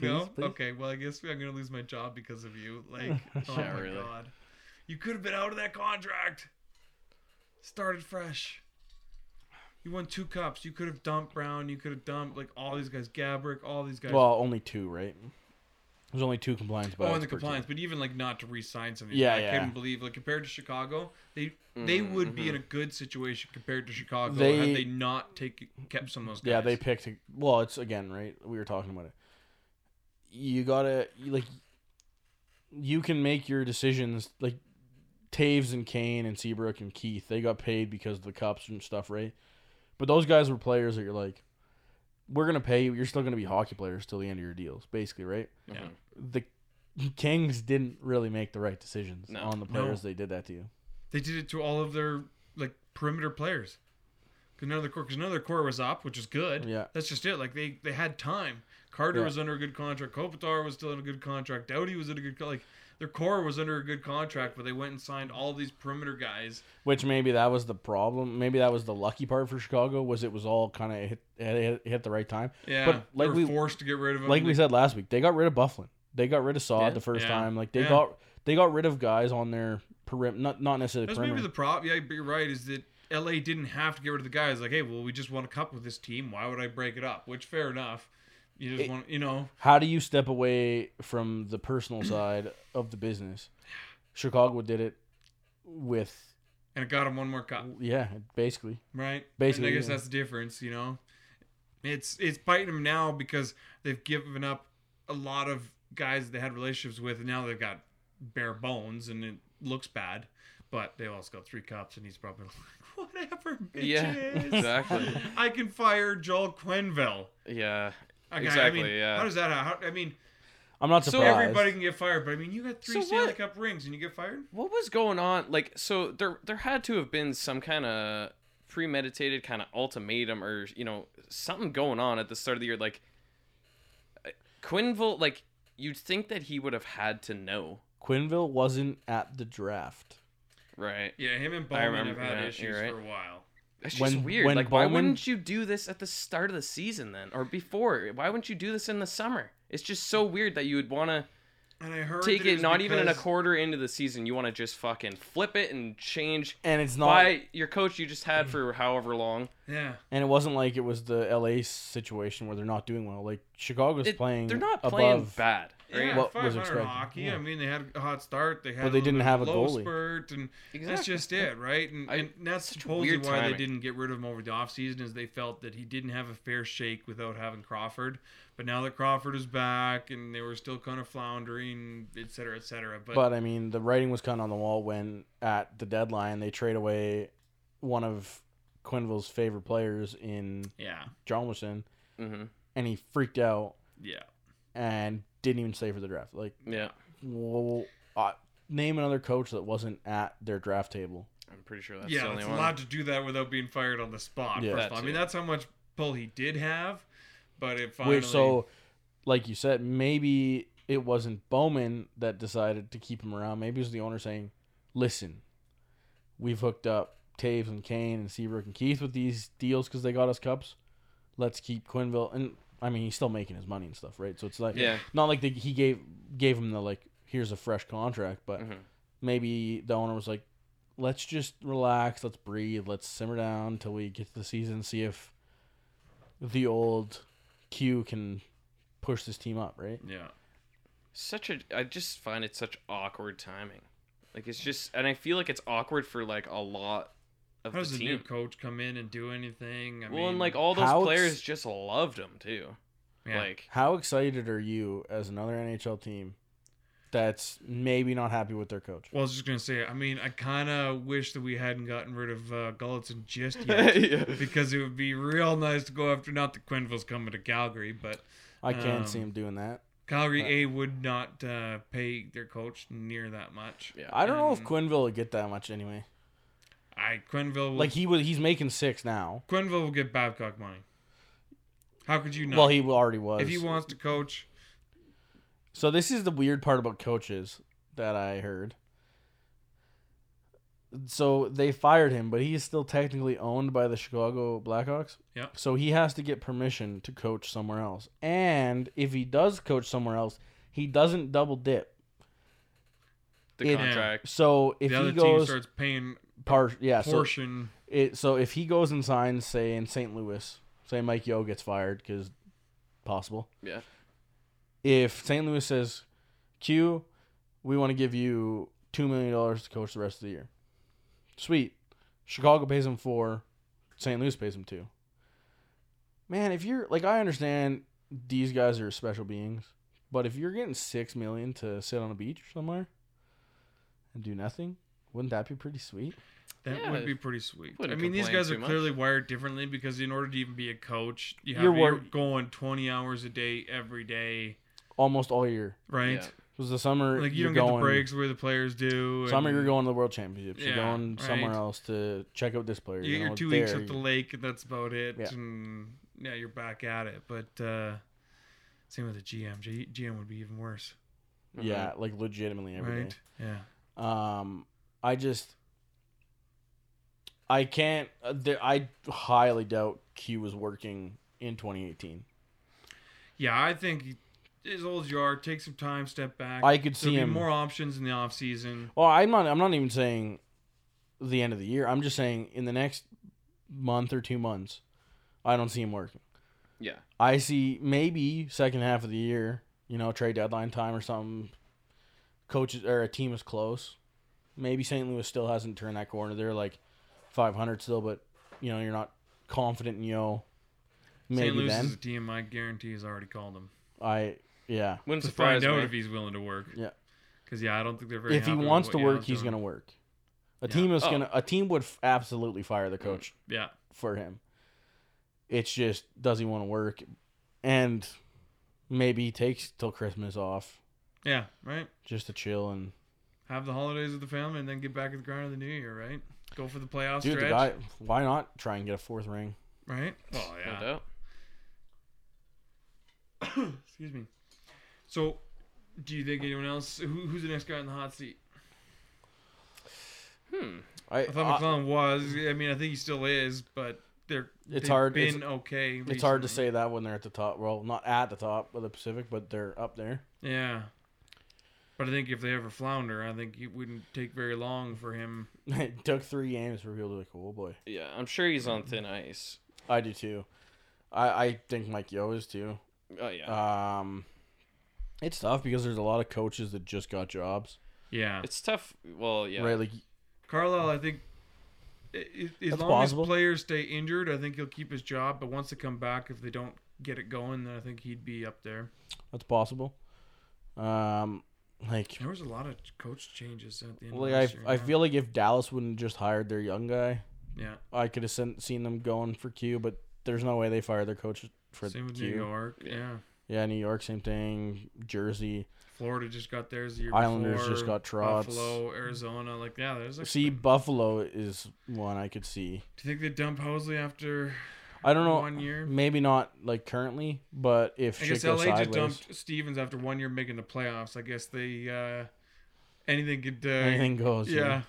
[SPEAKER 4] no.
[SPEAKER 1] please.
[SPEAKER 4] Okay. Well, I guess I'm gonna lose my job because of you. Like,
[SPEAKER 1] *laughs*
[SPEAKER 4] oh
[SPEAKER 3] Yeah,
[SPEAKER 4] my
[SPEAKER 3] really.
[SPEAKER 4] god, you could have been out of that contract. Started fresh. You won two cups. You could have dumped Brown. You could have dumped like all these guys, Gabrick, all these guys.
[SPEAKER 1] well, only two, right? There's only two compliance buyouts.
[SPEAKER 4] Oh, and the
[SPEAKER 1] per team.
[SPEAKER 4] compliance, but even like not to re-sign something.
[SPEAKER 1] Yeah,
[SPEAKER 4] I
[SPEAKER 1] yeah.
[SPEAKER 4] couldn't believe like compared to Chicago, they they would be in a good situation compared to Chicago
[SPEAKER 1] They-
[SPEAKER 4] had they not take kept some of those guys.
[SPEAKER 1] Yeah, they picked. Well, it's again, right? We were talking about it. You gotta you, like, you can make your decisions like Taves and Kane and Seabrook and Keith. They got paid because of the cups and stuff, right? But those guys were players that you're like, we're gonna pay you. You're still gonna be hockey players till the end of your deals, basically, right?
[SPEAKER 3] Mm-hmm.
[SPEAKER 4] Yeah.
[SPEAKER 1] The Kings didn't really make the right decisions
[SPEAKER 3] No.
[SPEAKER 1] on the
[SPEAKER 4] No.
[SPEAKER 1] players they did that to you.
[SPEAKER 4] they did it to all of their like perimeter players. 'Cause another core, because another core was up, which is good.
[SPEAKER 1] Yeah.
[SPEAKER 4] that's just it. Like they they had time. Carter
[SPEAKER 1] Yeah.
[SPEAKER 4] was under a good contract. Kopitar was still in a good contract. Doughty was in a good co- like their core was under a good contract, but they went and signed all these perimeter guys.
[SPEAKER 1] Which maybe that was the problem. Maybe that was the lucky part for Chicago was it was all kind of hit, hit hit the right time.
[SPEAKER 4] Yeah,
[SPEAKER 1] But, like
[SPEAKER 4] they were
[SPEAKER 1] we-
[SPEAKER 4] forced to get rid of them.
[SPEAKER 1] Like we said last week, they got rid of Bufflin. They got rid of Saad
[SPEAKER 3] Mm-hmm. Yeah.
[SPEAKER 1] the first
[SPEAKER 4] Yeah.
[SPEAKER 1] time. Like they
[SPEAKER 4] Yeah.
[SPEAKER 1] got they got rid of guys on their perim not not necessarily
[SPEAKER 4] That's
[SPEAKER 1] perimeter.
[SPEAKER 4] maybe the problem. Yeah, but you're right. Is that LA didn't have to get rid of the guys? Like, hey, well, we just won a cup with this team. Why would I break it up? Which fair enough. You just
[SPEAKER 1] It-
[SPEAKER 4] want, you know,
[SPEAKER 1] How do you step away from the personal *clears throat* side of the business? Chicago did it with
[SPEAKER 4] and it got them one more cup,
[SPEAKER 1] yeah, basically.
[SPEAKER 4] right?
[SPEAKER 1] Basically,
[SPEAKER 4] and I guess
[SPEAKER 1] yeah.
[SPEAKER 4] that's the difference. You know, it's it's biting them now because they've given up a lot of guys they had relationships with, and now they've got bare bones, and it looks bad. But they also got three cups, and he's probably *laughs* like, whatever, bitches.
[SPEAKER 3] Yeah, exactly.
[SPEAKER 4] *laughs* I can fire Joel Quenville.
[SPEAKER 3] Yeah.
[SPEAKER 4] Okay,
[SPEAKER 3] Exactly,
[SPEAKER 4] I mean,
[SPEAKER 3] yeah.
[SPEAKER 4] How does that? How, I mean,
[SPEAKER 1] I'm not
[SPEAKER 3] So
[SPEAKER 1] surprised.
[SPEAKER 4] everybody can get fired, but I mean, you got three
[SPEAKER 3] So
[SPEAKER 4] Stanley
[SPEAKER 3] what?
[SPEAKER 4] Cup rings and you get fired.
[SPEAKER 3] What was going on? Like, so there there had to have been some kind of premeditated kind of ultimatum or you know something going on at the start of the year. Like, uh, Quinville, like you'd think that he would have had to know,
[SPEAKER 1] Quinville wasn't at the draft.
[SPEAKER 3] right?
[SPEAKER 4] Yeah, him and
[SPEAKER 3] I
[SPEAKER 4] Bowman
[SPEAKER 3] remember-
[SPEAKER 4] have had
[SPEAKER 3] yeah,
[SPEAKER 4] issues
[SPEAKER 3] you're right.
[SPEAKER 4] for a while.
[SPEAKER 3] That's just
[SPEAKER 1] When-
[SPEAKER 3] weird.
[SPEAKER 1] when
[SPEAKER 3] like, why
[SPEAKER 1] Bowman-
[SPEAKER 3] wouldn't you do this at the start of the season then, or before? Why wouldn't you do this in the summer? It's just so weird that you would want to
[SPEAKER 4] And I heard
[SPEAKER 3] take
[SPEAKER 4] that
[SPEAKER 3] it
[SPEAKER 4] was
[SPEAKER 3] not even in a
[SPEAKER 4] because-
[SPEAKER 3] quarter into the season. You want to just fucking flip it and change
[SPEAKER 1] And it's not
[SPEAKER 3] by your coach you just had for however long.
[SPEAKER 4] Yeah,
[SPEAKER 1] and it wasn't like it was the LA situation where they're not doing well. Like Chicago's
[SPEAKER 3] It-
[SPEAKER 1] playing
[SPEAKER 3] they're not playing
[SPEAKER 1] above
[SPEAKER 3] bad. Right?
[SPEAKER 4] yeah,
[SPEAKER 1] What was
[SPEAKER 4] 500
[SPEAKER 1] expected,
[SPEAKER 4] hockey.
[SPEAKER 1] yeah.
[SPEAKER 4] I mean, they had a hot start. They had,
[SPEAKER 1] But they
[SPEAKER 4] little
[SPEAKER 1] didn't
[SPEAKER 4] bit of
[SPEAKER 1] have a
[SPEAKER 4] low
[SPEAKER 1] goalie.
[SPEAKER 4] spurt, and that's
[SPEAKER 3] Exactly.
[SPEAKER 4] just it, right? And,
[SPEAKER 3] I-
[SPEAKER 4] and that's
[SPEAKER 3] such
[SPEAKER 4] supposedly
[SPEAKER 3] weird
[SPEAKER 4] why they
[SPEAKER 3] timing.
[SPEAKER 4] didn't get rid of him over the offseason is they felt that he didn't have a fair shake without having Crawford. But now that Crawford is back, and they were still kind of floundering, et cetera, et cetera. But,
[SPEAKER 1] But uh, I mean, the writing was kind of on the wall when at the deadline they trade away one of Quinville's favorite players in
[SPEAKER 4] yeah,
[SPEAKER 1] John
[SPEAKER 3] hmm
[SPEAKER 1] and he freaked out
[SPEAKER 4] yeah.
[SPEAKER 1] and didn't even stay for the draft. Like,
[SPEAKER 3] Yeah,
[SPEAKER 1] well, uh, name another coach that wasn't at their draft table.
[SPEAKER 3] I'm pretty sure that's the
[SPEAKER 4] yeah,
[SPEAKER 3] only
[SPEAKER 4] it's
[SPEAKER 3] one.
[SPEAKER 4] allowed to do that without being fired on the spot.
[SPEAKER 1] Yeah.
[SPEAKER 4] first
[SPEAKER 3] That
[SPEAKER 4] of all. I
[SPEAKER 3] too.
[SPEAKER 4] mean, that's how much pull he did have, but it finally.
[SPEAKER 1] Which so, like you said, maybe it wasn't Bowman that decided to keep him around. Maybe it was the owner saying, "Listen, we've hooked up Taves and Kane and Seabrook and Keith with these deals because they got us cups. Let's keep Quinville." And I mean, he's still making his money and stuff, right? So it's like,
[SPEAKER 3] Yeah.
[SPEAKER 1] not like the, he gave gave him the like, here's a fresh contract, but
[SPEAKER 3] Mhm.
[SPEAKER 1] maybe the owner was like, "Let's just relax, let's breathe, let's simmer down till we get to the season, see if." The old Q can push this team up, right?
[SPEAKER 4] yeah,
[SPEAKER 3] Such a, I just find it such awkward timing. Like it's just, and I feel like it's awkward for like a lot of
[SPEAKER 4] how does
[SPEAKER 3] the
[SPEAKER 4] the
[SPEAKER 3] team.
[SPEAKER 4] new coach come in and do anything? I
[SPEAKER 3] well,
[SPEAKER 4] mean,
[SPEAKER 3] and like all those
[SPEAKER 1] How it's-
[SPEAKER 3] players just loved him too.
[SPEAKER 4] yeah.
[SPEAKER 1] *laughs*
[SPEAKER 3] Like
[SPEAKER 1] How excited are you as another NHL team that's maybe not happy with their coach?
[SPEAKER 4] Well, I was just gonna say. I mean, I kind of wish that we hadn't gotten rid of uh, Gulletson
[SPEAKER 3] *laughs*
[SPEAKER 4] just yet.
[SPEAKER 3] Yeah.
[SPEAKER 4] Because it would be real nice to go after not that Quenville's coming to Calgary, but
[SPEAKER 1] I can't see
[SPEAKER 4] Um,
[SPEAKER 1] him doing that.
[SPEAKER 4] Calgary
[SPEAKER 1] Right.
[SPEAKER 4] A would not uh, pay their coach near that much.
[SPEAKER 3] Yeah.
[SPEAKER 1] I don't know if
[SPEAKER 4] um,
[SPEAKER 1] Quinville would get that much anyway.
[SPEAKER 4] I Quenville will,
[SPEAKER 1] Like he would, he's making six now.
[SPEAKER 4] Quenville will get Babcock money. How could you not?
[SPEAKER 1] Well, he already was.
[SPEAKER 4] if he wants to coach,
[SPEAKER 1] So this is the weird part about coaches that I heard. So they fired him, but he is still technically owned by the Chicago Blackhawks.
[SPEAKER 4] Yep.
[SPEAKER 1] So he has to get permission to coach somewhere else. And if he does coach somewhere else, he doesn't double dip.
[SPEAKER 3] the
[SPEAKER 1] it-
[SPEAKER 3] contract.
[SPEAKER 1] So if
[SPEAKER 4] the other
[SPEAKER 1] he
[SPEAKER 4] team
[SPEAKER 1] goes
[SPEAKER 4] starts paying
[SPEAKER 1] par yeah, so
[SPEAKER 4] portion.
[SPEAKER 1] it so if he goes and signs say in St. Louis, say Mike Yo gets fired cuz possible.
[SPEAKER 3] Yeah.
[SPEAKER 1] If St. Louis says, "Q, we want to give you 2 million dollars to coach the rest of the year." Sweet. Chicago pays him 4, St. Louis pays him 2. Man, if you're like I understand these guys are special beings, but if you're getting 6 million to sit on a beach somewhere and do nothing, wouldn't that be pretty sweet?
[SPEAKER 4] that
[SPEAKER 3] Yeah,
[SPEAKER 4] would be pretty sweet. I
[SPEAKER 3] wouldn't
[SPEAKER 4] mean, these
[SPEAKER 3] complain
[SPEAKER 4] guys are
[SPEAKER 3] too much.
[SPEAKER 4] clearly wired differently because in order to even be a coach, you have,
[SPEAKER 1] You're
[SPEAKER 4] you're,
[SPEAKER 1] wor-
[SPEAKER 4] going 20 hours a day every day,
[SPEAKER 1] almost all year.
[SPEAKER 4] right?
[SPEAKER 3] Yeah.
[SPEAKER 1] Because the summer
[SPEAKER 4] Like you
[SPEAKER 1] you're
[SPEAKER 4] don't
[SPEAKER 1] going,
[SPEAKER 4] get the breaks where the players do.
[SPEAKER 1] Summer
[SPEAKER 4] and
[SPEAKER 1] you're going to the World Championships. you're
[SPEAKER 4] Yeah,
[SPEAKER 1] going somewhere
[SPEAKER 4] right.
[SPEAKER 1] else to check out this player.
[SPEAKER 4] You get
[SPEAKER 1] know,
[SPEAKER 4] your two weeks
[SPEAKER 1] there.
[SPEAKER 4] at the lake, and that's about it.
[SPEAKER 1] Yeah.
[SPEAKER 4] And yeah, you're back at it. But uh, same with the GM. G- GM would be even worse,
[SPEAKER 3] Uh-huh. Mm-hmm.
[SPEAKER 1] Yeah, like legitimately every day.
[SPEAKER 4] right? Yeah.
[SPEAKER 1] Um, I just, I can't. uh, There, I highly doubt Q was working in 2018.
[SPEAKER 4] Yeah, I think as old as you are, take some time, step back.
[SPEAKER 1] I could
[SPEAKER 4] There'll
[SPEAKER 1] see
[SPEAKER 4] be
[SPEAKER 1] him.
[SPEAKER 4] more options in the off season.
[SPEAKER 1] Well, I'm not. I'm not even saying the end of the year. I'm just saying in the next month or two months, I don't see him working.
[SPEAKER 3] Yeah.
[SPEAKER 1] I see maybe second half of the year. You know, trade deadline time or something. Coaches or a team is close. Maybe St. Louis still hasn't turned that corner. They're like 500 still, but you know you're not confident in yo. Maybe
[SPEAKER 4] St. Louis
[SPEAKER 1] then
[SPEAKER 4] is a team I guarantee has already called him
[SPEAKER 1] I yeah.
[SPEAKER 3] Wouldn't
[SPEAKER 4] to
[SPEAKER 3] surprise
[SPEAKER 4] find out
[SPEAKER 3] me.
[SPEAKER 4] if he's willing to work.
[SPEAKER 1] Yeah.
[SPEAKER 4] Because yeah, I don't think they're very.
[SPEAKER 1] If he
[SPEAKER 4] happy with
[SPEAKER 1] wants
[SPEAKER 4] what
[SPEAKER 1] to
[SPEAKER 4] Yano's
[SPEAKER 1] work, he's
[SPEAKER 4] doing.
[SPEAKER 1] gonna work. A
[SPEAKER 4] Yeah.
[SPEAKER 1] team is
[SPEAKER 3] Oh.
[SPEAKER 1] gonna a team would f- absolutely fire the coach
[SPEAKER 4] Yeah.
[SPEAKER 1] for him. It's just does he want to work, and maybe he takes till Christmas off
[SPEAKER 4] Yeah. Right.
[SPEAKER 1] just to chill and
[SPEAKER 4] Have the holidays with the family, and then get back at the grind of the new year. Right. Go for the playoff
[SPEAKER 1] dude the
[SPEAKER 4] stretch.
[SPEAKER 1] guy. Why not try and get a fourth ring?
[SPEAKER 4] Right. Well,
[SPEAKER 3] No
[SPEAKER 4] yeah.
[SPEAKER 3] doubt.
[SPEAKER 4] Excuse me. So, do you think anyone else? Who, who's the next guy in the hot seat?
[SPEAKER 3] Hmm.
[SPEAKER 1] I,
[SPEAKER 4] I thought McClellan was. I mean, I think he still is, but they're.
[SPEAKER 1] It's
[SPEAKER 4] they've
[SPEAKER 1] hard-
[SPEAKER 4] Been
[SPEAKER 1] it's-
[SPEAKER 4] okay.
[SPEAKER 1] it's hard to
[SPEAKER 4] recently.
[SPEAKER 1] say that when they're at the top. Well, not at the top of the Pacific, but they're up there. *laughs*
[SPEAKER 4] Yeah. But I think if they ever flounder, I think it wouldn't take very long for him.
[SPEAKER 1] it took three games for people to be like, oh boy.
[SPEAKER 3] Yeah, I'm sure he's on thin ice.
[SPEAKER 1] I do too. I I think Mike Yo is too.
[SPEAKER 3] Oh yeah.
[SPEAKER 1] Um, it's tough because there's a lot of coaches that just got jobs,
[SPEAKER 4] Yeah.
[SPEAKER 3] it's tough. Well, yeah.
[SPEAKER 1] right? Like
[SPEAKER 4] Carlisle, I think, i- i- as
[SPEAKER 1] That's
[SPEAKER 4] long
[SPEAKER 1] possible.
[SPEAKER 4] as players stay injured, I think he'll keep his job. But once they come back, if they don't get it going, then I think he'd be up there.
[SPEAKER 1] that's possible. Um, like
[SPEAKER 4] There was a lot of coach changes at the end.
[SPEAKER 1] like
[SPEAKER 4] of last
[SPEAKER 1] I
[SPEAKER 4] year,
[SPEAKER 1] I
[SPEAKER 4] huh?
[SPEAKER 1] feel like if Dallas wouldn't just hired their young guy,
[SPEAKER 4] Yeah.
[SPEAKER 1] I could have seen, seen them going for Q. But there's no way they fire their coach for
[SPEAKER 4] Same with
[SPEAKER 1] Q.
[SPEAKER 4] New York.
[SPEAKER 3] Yeah.
[SPEAKER 4] Yeah.
[SPEAKER 1] Yeah, New York, same thing. Jersey,
[SPEAKER 4] Florida just got theirs. The year
[SPEAKER 1] Islanders
[SPEAKER 4] before.
[SPEAKER 1] just got Trotz.
[SPEAKER 4] Buffalo, Arizona. Like, yeah, there's like.
[SPEAKER 1] See, Buffalo is one I could see.
[SPEAKER 4] do you think they dump Hosley after
[SPEAKER 1] I don't know.
[SPEAKER 4] one year?
[SPEAKER 1] Maybe not like currently, but if
[SPEAKER 4] I
[SPEAKER 1] shit
[SPEAKER 4] guess
[SPEAKER 1] goes
[SPEAKER 4] LA
[SPEAKER 1] sideways,
[SPEAKER 4] just dumped Stevens after one year making the playoffs. I guess they uh, anything could. Uh,
[SPEAKER 1] anything goes.
[SPEAKER 4] Yeah.
[SPEAKER 1] Yeah.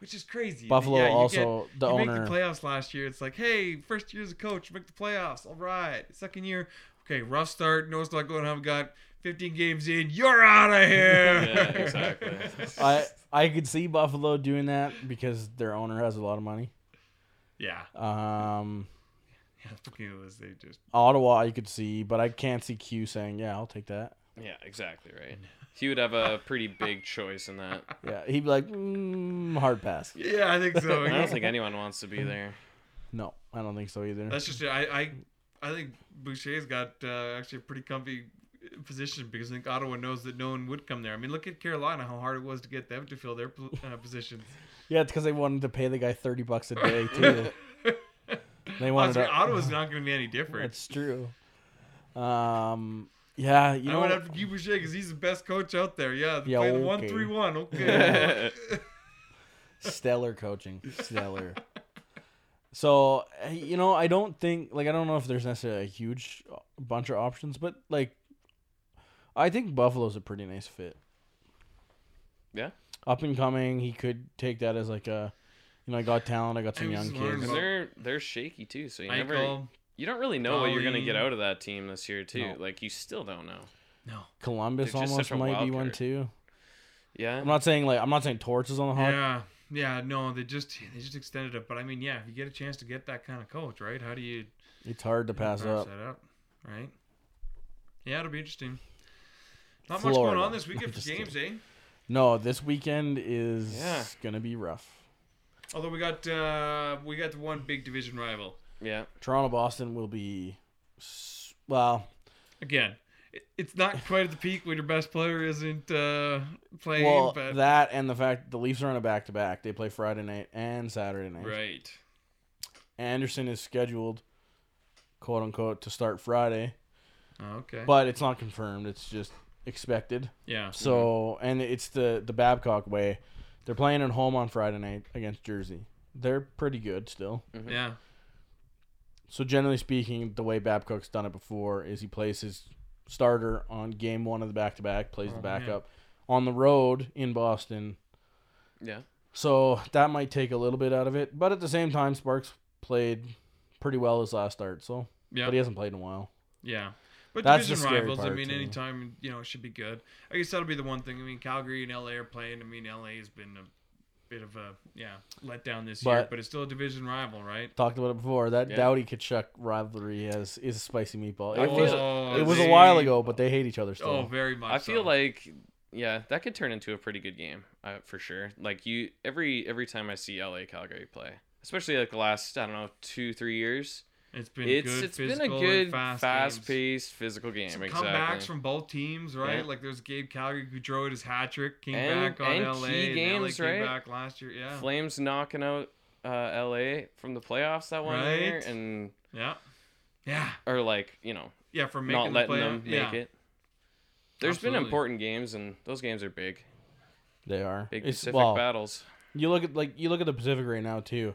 [SPEAKER 4] Which is crazy.
[SPEAKER 1] Buffalo
[SPEAKER 4] Yeah, you get-
[SPEAKER 1] also the
[SPEAKER 4] you
[SPEAKER 1] owner.
[SPEAKER 4] make the playoffs last year. It's like, hey, first year as a coach, make the playoffs. All right. Second year, okay, rough start. No, it's not going. I've got 15 games in. You're
[SPEAKER 1] *laughs*
[SPEAKER 4] out of here.
[SPEAKER 3] Yeah, exactly.
[SPEAKER 1] I I could see Buffalo doing that because their owner has a lot of money.
[SPEAKER 4] *laughs* yeah.
[SPEAKER 1] Um,
[SPEAKER 4] Yeah. Fucking was they just
[SPEAKER 1] Ottawa, I could see, but I can't see Q saying, "Yeah, I'll take that."
[SPEAKER 3] Yeah, exactly
[SPEAKER 4] *laughs*
[SPEAKER 3] right. He would have a pretty big choice in that.
[SPEAKER 1] Yeah, he'd be like, mm, "Hard pass."
[SPEAKER 4] Yeah, I think
[SPEAKER 1] *laughs*
[SPEAKER 4] so.
[SPEAKER 3] I
[SPEAKER 4] yeah.
[SPEAKER 3] don't think anyone wants
[SPEAKER 4] *laughs*
[SPEAKER 3] to be there.
[SPEAKER 1] No, I don't think so either.
[SPEAKER 4] That's just it. I I I think Boucher's got uh, actually a pretty comfy position because I think Ottawa knows that no one would come there. I mean, look at Carolina, how hard it was to get them to fill their
[SPEAKER 1] *laughs*
[SPEAKER 4] uh, positions.
[SPEAKER 1] Yeah, it's because they wanted to pay the guy thirty bucks a day
[SPEAKER 4] *laughs*
[SPEAKER 1] too. They wanted
[SPEAKER 4] Honestly,
[SPEAKER 1] to-
[SPEAKER 4] Ottawa's not going to be any different.
[SPEAKER 1] That's true. Um, yeah, you
[SPEAKER 4] I
[SPEAKER 1] know,
[SPEAKER 4] would
[SPEAKER 1] what?
[SPEAKER 4] have to keep Boucher because he's the best coach out there. Yeah,
[SPEAKER 1] Yeah,
[SPEAKER 4] yeah play the
[SPEAKER 1] okay.
[SPEAKER 4] one
[SPEAKER 1] *laughs*
[SPEAKER 4] three one. Okay.
[SPEAKER 1] stellar
[SPEAKER 4] *laughs*
[SPEAKER 1] coaching, stellar. So eh, you know, I don't think like I don't know if there's necessarily a huge uh, bunch of options, but like, I think Buffalo's a pretty nice fit.
[SPEAKER 3] Yeah.
[SPEAKER 1] up and coming, he could take that as like a, you know, I got talent, I got
[SPEAKER 4] I
[SPEAKER 1] some
[SPEAKER 4] was
[SPEAKER 1] young
[SPEAKER 4] just wondering
[SPEAKER 1] kids.
[SPEAKER 3] And
[SPEAKER 4] Well-
[SPEAKER 3] they're they're shaky too, so you never
[SPEAKER 4] Michael.
[SPEAKER 3] you don't really know what you're gonna
[SPEAKER 4] Dolly.
[SPEAKER 3] get out of that team this year too.
[SPEAKER 1] No.
[SPEAKER 3] Like you still don't know.
[SPEAKER 4] No.
[SPEAKER 1] Columbus
[SPEAKER 3] They're just
[SPEAKER 1] almost
[SPEAKER 3] such a
[SPEAKER 1] might be
[SPEAKER 3] wild
[SPEAKER 1] one
[SPEAKER 3] card.
[SPEAKER 1] too.
[SPEAKER 3] Yeah.
[SPEAKER 1] I'm not saying like I'm not saying Torts is on the hot.
[SPEAKER 4] Yeah. Yeah, no, they just they just extended it. But I mean, yeah, if you get a chance to get that kind of coach, right? How do you
[SPEAKER 1] It's hard to pass
[SPEAKER 4] Power
[SPEAKER 1] up.
[SPEAKER 4] set up, right? Yeah, it'll be interesting. Not much
[SPEAKER 1] Florida.
[SPEAKER 4] going on this
[SPEAKER 1] *laughs*
[SPEAKER 4] weekend for
[SPEAKER 1] Just
[SPEAKER 4] games, eh?
[SPEAKER 1] No, this weekend is
[SPEAKER 3] Yeah.
[SPEAKER 1] gonna be rough.
[SPEAKER 4] Although we got uh, we got the one big division rival
[SPEAKER 3] Yeah.
[SPEAKER 1] Toronto Boston will be, s- well,
[SPEAKER 4] again. it- It's not quite at the peak when your best player isn't uh, playing,
[SPEAKER 1] well
[SPEAKER 4] but
[SPEAKER 1] that and the fact the Leafs are on a back to back. They play Friday night and Saturday night.
[SPEAKER 4] right.
[SPEAKER 1] Anderson is scheduled, quote unquote, to start Friday,
[SPEAKER 4] Oh, okay.
[SPEAKER 1] but it's not confirmed. It's just expected.
[SPEAKER 4] Yeah.
[SPEAKER 1] So
[SPEAKER 4] Mm-hmm.
[SPEAKER 1] and it's the the Babcock way. They're playing at home on Friday night against Jersey. They're pretty good still.
[SPEAKER 4] Yeah.
[SPEAKER 1] So generally speaking, the way Babcock's done it before is he plays his starter on game one of the back to back, plays the
[SPEAKER 4] Uh-huh. yeah.
[SPEAKER 1] backup on the road in Boston.
[SPEAKER 3] Yeah.
[SPEAKER 1] So that might take a little bit out of it, but at the same time, Sparks played pretty well his last start. So,
[SPEAKER 4] Yeah.
[SPEAKER 1] but he hasn't played in a while.
[SPEAKER 4] Yeah. But
[SPEAKER 1] That's the
[SPEAKER 4] division
[SPEAKER 1] scary
[SPEAKER 4] rivals, I
[SPEAKER 1] part
[SPEAKER 4] mean,
[SPEAKER 1] to me.
[SPEAKER 4] anytime, you know, it should be good. I guess that'll be the one thing. I mean, Calgary and LA are playing. I mean, LA has been a bit of a, yeah, letdown this year,
[SPEAKER 1] But-
[SPEAKER 4] but it's still a division rival, right?
[SPEAKER 1] Talked about it before. That
[SPEAKER 3] Yeah.
[SPEAKER 1] Dowdy Kachuk rivalry has is a spicy meatball.
[SPEAKER 3] I
[SPEAKER 1] It
[SPEAKER 3] feel
[SPEAKER 1] was
[SPEAKER 4] Oh,
[SPEAKER 1] it was
[SPEAKER 4] they-
[SPEAKER 1] a while ago, but they hate each other still.
[SPEAKER 4] Oh, very much.
[SPEAKER 3] I feel
[SPEAKER 4] so.
[SPEAKER 3] like yeah, that could turn into a pretty good game uh, for sure. Like you, every every time I see LA Calgary play, especially like the last I don't know two three years,
[SPEAKER 4] it's been
[SPEAKER 3] it's
[SPEAKER 4] good.
[SPEAKER 3] it's been a
[SPEAKER 4] physical and
[SPEAKER 3] good
[SPEAKER 4] fast,
[SPEAKER 3] fast
[SPEAKER 4] games.
[SPEAKER 3] paced physical game.
[SPEAKER 4] Some
[SPEAKER 3] exactly.
[SPEAKER 4] comebacks from both teams, right?
[SPEAKER 3] Yeah.
[SPEAKER 4] Like there's Gabe Calgary who drove his hat trick, came
[SPEAKER 3] And-
[SPEAKER 4] back on
[SPEAKER 3] and
[SPEAKER 4] LA,
[SPEAKER 3] key
[SPEAKER 4] and LA
[SPEAKER 3] games,
[SPEAKER 4] came
[SPEAKER 3] right?
[SPEAKER 4] back last year. Yeah,
[SPEAKER 3] Flames knocking out uh, LA from the playoffs that one
[SPEAKER 4] Right.
[SPEAKER 3] year, and
[SPEAKER 4] yeah, yeah,
[SPEAKER 3] or like you know
[SPEAKER 4] yeah. For making
[SPEAKER 3] not
[SPEAKER 4] the
[SPEAKER 3] letting
[SPEAKER 4] play,
[SPEAKER 3] them make
[SPEAKER 4] yeah.
[SPEAKER 3] it. There's been
[SPEAKER 4] Absolutely.
[SPEAKER 3] important games, and those games are big,
[SPEAKER 1] They are.
[SPEAKER 3] big
[SPEAKER 1] It's-
[SPEAKER 3] Pacific
[SPEAKER 1] well,
[SPEAKER 3] battles.
[SPEAKER 1] You look at like you look at the Pacific right now too.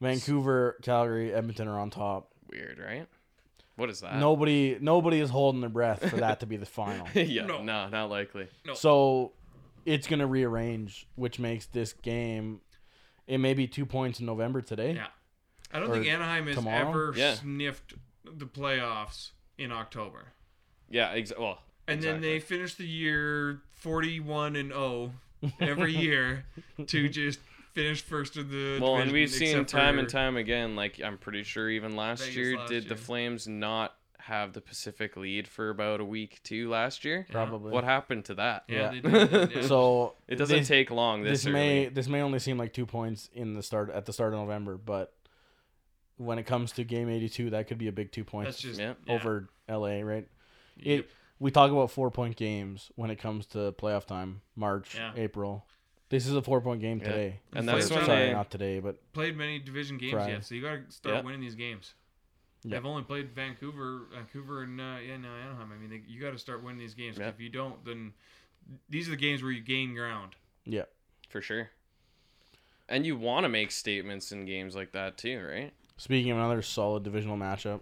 [SPEAKER 1] Vancouver, Calgary, Edmonton are on top.
[SPEAKER 3] Weird, right? What is that?
[SPEAKER 1] Nobody nobody is holding their breath for that to be the final.
[SPEAKER 3] *laughs* yeah,
[SPEAKER 4] No.
[SPEAKER 3] no, not likely.
[SPEAKER 4] No.
[SPEAKER 1] So it's going to rearrange, which makes this game. It may be two points in November today.
[SPEAKER 4] Yeah. I don't
[SPEAKER 1] Or
[SPEAKER 4] think Anaheim has
[SPEAKER 1] tomorrow?
[SPEAKER 4] ever
[SPEAKER 3] Yeah.
[SPEAKER 4] sniffed the playoffs in October.
[SPEAKER 3] Yeah, exa- well,
[SPEAKER 4] And then they finish the year 41 and 0
[SPEAKER 3] *laughs*
[SPEAKER 4] every year to just finish first in the
[SPEAKER 3] Well, and
[SPEAKER 4] division,
[SPEAKER 3] we've seen
[SPEAKER 4] except
[SPEAKER 3] time and
[SPEAKER 4] for-
[SPEAKER 3] time again. Like I'm pretty sure even last
[SPEAKER 4] Vegas
[SPEAKER 3] year,
[SPEAKER 4] last
[SPEAKER 3] did the
[SPEAKER 4] year.
[SPEAKER 3] Flames not have the Pacific lead for about a week too last year?
[SPEAKER 1] Probably.
[SPEAKER 3] What happened to that?
[SPEAKER 4] Yeah,
[SPEAKER 1] Yeah.
[SPEAKER 4] they did.
[SPEAKER 1] *laughs*
[SPEAKER 4] yeah.
[SPEAKER 1] So
[SPEAKER 3] It doesn't
[SPEAKER 1] this,
[SPEAKER 3] take long this,
[SPEAKER 1] this may
[SPEAKER 3] early.
[SPEAKER 1] this may only seem like two points in the start at the start of November, but when it comes to game 82, that could be a big two points
[SPEAKER 4] that's just
[SPEAKER 3] Yeah.
[SPEAKER 1] over LA, right?
[SPEAKER 4] Yep.
[SPEAKER 1] It we talk about four point games when it comes to playoff time, March,
[SPEAKER 4] Yeah.
[SPEAKER 1] April. This is a four point game
[SPEAKER 3] Yeah.
[SPEAKER 1] today.
[SPEAKER 3] And
[SPEAKER 4] Flames
[SPEAKER 3] that's when
[SPEAKER 4] haven't-
[SPEAKER 1] Sorry,
[SPEAKER 3] they,
[SPEAKER 1] not today, but
[SPEAKER 4] played many division games
[SPEAKER 1] Right.
[SPEAKER 4] yet, so you got to start
[SPEAKER 3] Yep.
[SPEAKER 4] winning these games.
[SPEAKER 1] Yep.
[SPEAKER 4] They've only played Vancouver, Vancouver, and uh, yeah, no, Anaheim. I mean, they, you got to start winning these games. 'cause
[SPEAKER 3] Yep.
[SPEAKER 4] If you don't, then these are the games where you gain ground.
[SPEAKER 1] yeah.
[SPEAKER 3] for sure. And you want to make statements in games like that too, right?
[SPEAKER 1] Speaking of another solid divisional matchup,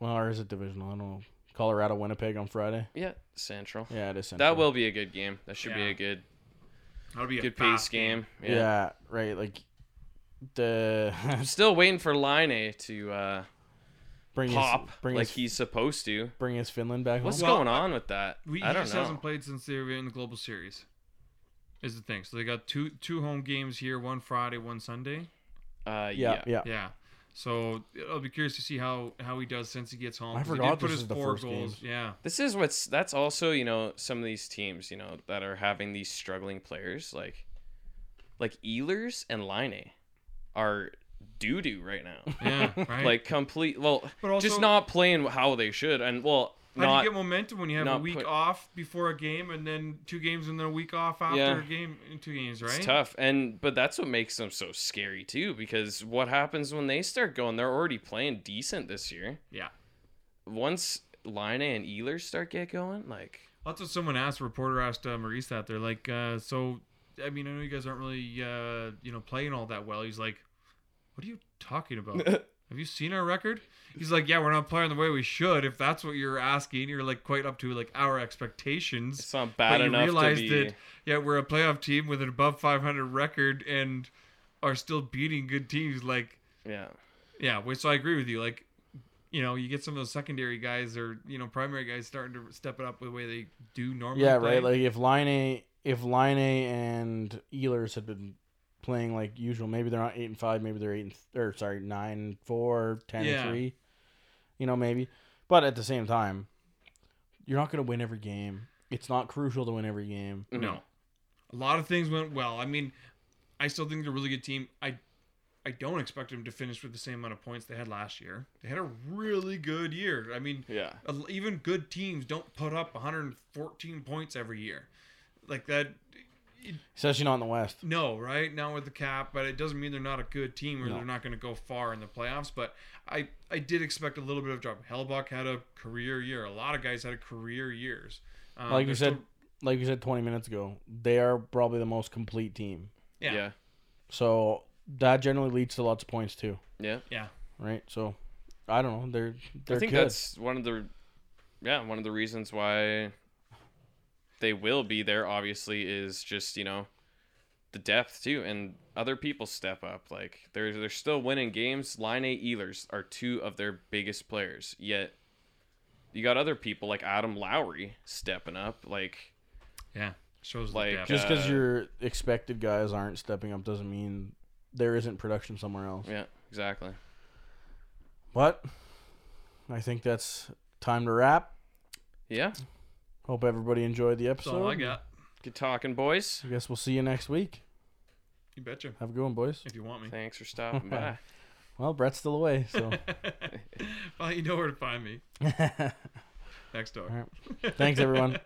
[SPEAKER 1] well, or is it divisional? I don't know. Colorado Winnipeg on Friday.
[SPEAKER 3] Yeah, Central.
[SPEAKER 1] Yeah, it is. Central.
[SPEAKER 3] That will be a good game. That should
[SPEAKER 4] Yeah.
[SPEAKER 3] be a good,
[SPEAKER 4] That'll be a
[SPEAKER 3] good
[SPEAKER 4] fast
[SPEAKER 3] pace game.
[SPEAKER 1] Yeah. right. Like the *laughs*
[SPEAKER 3] I'm still waiting for Line A to uh,
[SPEAKER 1] bring
[SPEAKER 3] pop
[SPEAKER 1] his bring
[SPEAKER 3] like
[SPEAKER 1] his
[SPEAKER 3] he's supposed to.
[SPEAKER 1] bring his Finland back
[SPEAKER 3] What's
[SPEAKER 1] home.
[SPEAKER 4] Well,
[SPEAKER 3] going on with that?
[SPEAKER 4] We, he
[SPEAKER 3] I don't
[SPEAKER 4] just
[SPEAKER 3] know.
[SPEAKER 4] hasn't played since they were in the Global Series. Is the thing. So they got two two home games here, one Friday, one Sunday.
[SPEAKER 3] Uh, yeah,
[SPEAKER 1] Yeah, yeah,
[SPEAKER 4] Yeah. So I'll be curious to see how how he does since he gets home.
[SPEAKER 1] I
[SPEAKER 4] 'cause he did
[SPEAKER 1] forgot
[SPEAKER 4] put
[SPEAKER 1] this
[SPEAKER 4] his
[SPEAKER 1] is the
[SPEAKER 4] four
[SPEAKER 1] first
[SPEAKER 4] goals. Yeah.
[SPEAKER 3] This is what's that's also you know some of these teams you know that are having these struggling players like, like Ehlers and Line A are doo doo right now.
[SPEAKER 4] Yeah. Right.
[SPEAKER 3] Like complete well,
[SPEAKER 4] But also-
[SPEAKER 3] just not playing how they should and well
[SPEAKER 4] How do
[SPEAKER 3] not
[SPEAKER 4] you get momentum when you have a
[SPEAKER 3] not
[SPEAKER 4] week
[SPEAKER 3] put-
[SPEAKER 4] off before a game and then two games and then a week off after
[SPEAKER 3] Yeah.
[SPEAKER 4] a game and two games, right?
[SPEAKER 3] It's tough, and but that's what makes them so scary too. Because what happens when they start going? They're already playing decent this year.
[SPEAKER 4] Yeah.
[SPEAKER 3] Once Line and Ehlers start get going, like
[SPEAKER 4] That's what someone asked. A reporter asked uh, Maurice that. They're like, uh, so, I mean, I know you guys aren't really, uh, you know, playing all that well. He's like, what are you
[SPEAKER 3] *laughs*
[SPEAKER 4] talking about? Have you seen our record? He's like, yeah, we're not playing the way we should. If that's what you're asking, you're like quite up to like our expectations.
[SPEAKER 3] it's not bad
[SPEAKER 4] but you
[SPEAKER 3] enough
[SPEAKER 4] realize
[SPEAKER 3] to be.
[SPEAKER 4] that, yeah, we're a playoff team with an above 500 record and are still beating good teams. Like,
[SPEAKER 3] Yeah.
[SPEAKER 4] yeah, wait, so I agree with you. Like, you know, you get some of those secondary guys or you know primary guys starting to step it up the way they do normally.
[SPEAKER 1] Yeah,
[SPEAKER 4] play.
[SPEAKER 1] right. Like if Line A, if Line A and Ehlers had been playing like usual, maybe they're not eight and five, maybe they're eight and th- or sorry nine and four, ten
[SPEAKER 4] Yeah.
[SPEAKER 1] and three. You know, maybe. But at the same time, you're not going to win every game. It's not crucial to win every game.
[SPEAKER 3] Mhm.
[SPEAKER 4] No. A lot of things went well. I mean, I still think they're a really good team. I I don't expect them to finish with the same amount of points they had last year. They had a really good year. I mean,
[SPEAKER 3] Yeah.
[SPEAKER 4] a- even good teams don't put up 114 points every year. Like that
[SPEAKER 1] Especially not in the West.
[SPEAKER 4] No, right? Not with the cap, but it doesn't mean they're not a good team or
[SPEAKER 1] No.
[SPEAKER 4] they're not going to go far in the playoffs. But I, I did expect a little bit of drop. Hellbuck had a career year. A lot of guys had a career years. Um,
[SPEAKER 1] Like we
[SPEAKER 4] they're
[SPEAKER 1] said,
[SPEAKER 4] still-
[SPEAKER 1] like we said 20 minutes ago, they are probably the most complete team.
[SPEAKER 4] Yeah.
[SPEAKER 3] yeah.
[SPEAKER 1] So that generally leads to lots of points too,
[SPEAKER 3] yeah.
[SPEAKER 1] right? So I don't know. They're they're
[SPEAKER 3] I think
[SPEAKER 1] good.
[SPEAKER 3] that's one of the, yeah, one of the reasons why they will be there. Obviously, is just you know, the depth too, and other people step up. Like they're they're still winning games. Line A Ehlers are two of their biggest players. Yet you got other people like Adam Lowry stepping up. Like
[SPEAKER 4] yeah. Shows
[SPEAKER 3] Like,
[SPEAKER 4] the depth.
[SPEAKER 1] Just because
[SPEAKER 3] uh,
[SPEAKER 1] your expected guys aren't stepping up doesn't mean there isn't production somewhere else.
[SPEAKER 3] yeah, exactly.
[SPEAKER 1] But I think that's time to wrap.
[SPEAKER 3] Yeah,
[SPEAKER 1] Hope everybody enjoyed the
[SPEAKER 4] That's
[SPEAKER 1] episode.
[SPEAKER 4] all I got.
[SPEAKER 3] good talking, boys.
[SPEAKER 1] I guess we'll see you next week.
[SPEAKER 4] You betcha.
[SPEAKER 1] Have a good one, boys.
[SPEAKER 4] *laughs* If you want me.
[SPEAKER 3] Thanks
[SPEAKER 1] *laughs*
[SPEAKER 3] for stopping by.
[SPEAKER 1] Well, Brett's still away, so
[SPEAKER 4] well, you know where to find me. Next door.
[SPEAKER 1] Alright. thanks everyone.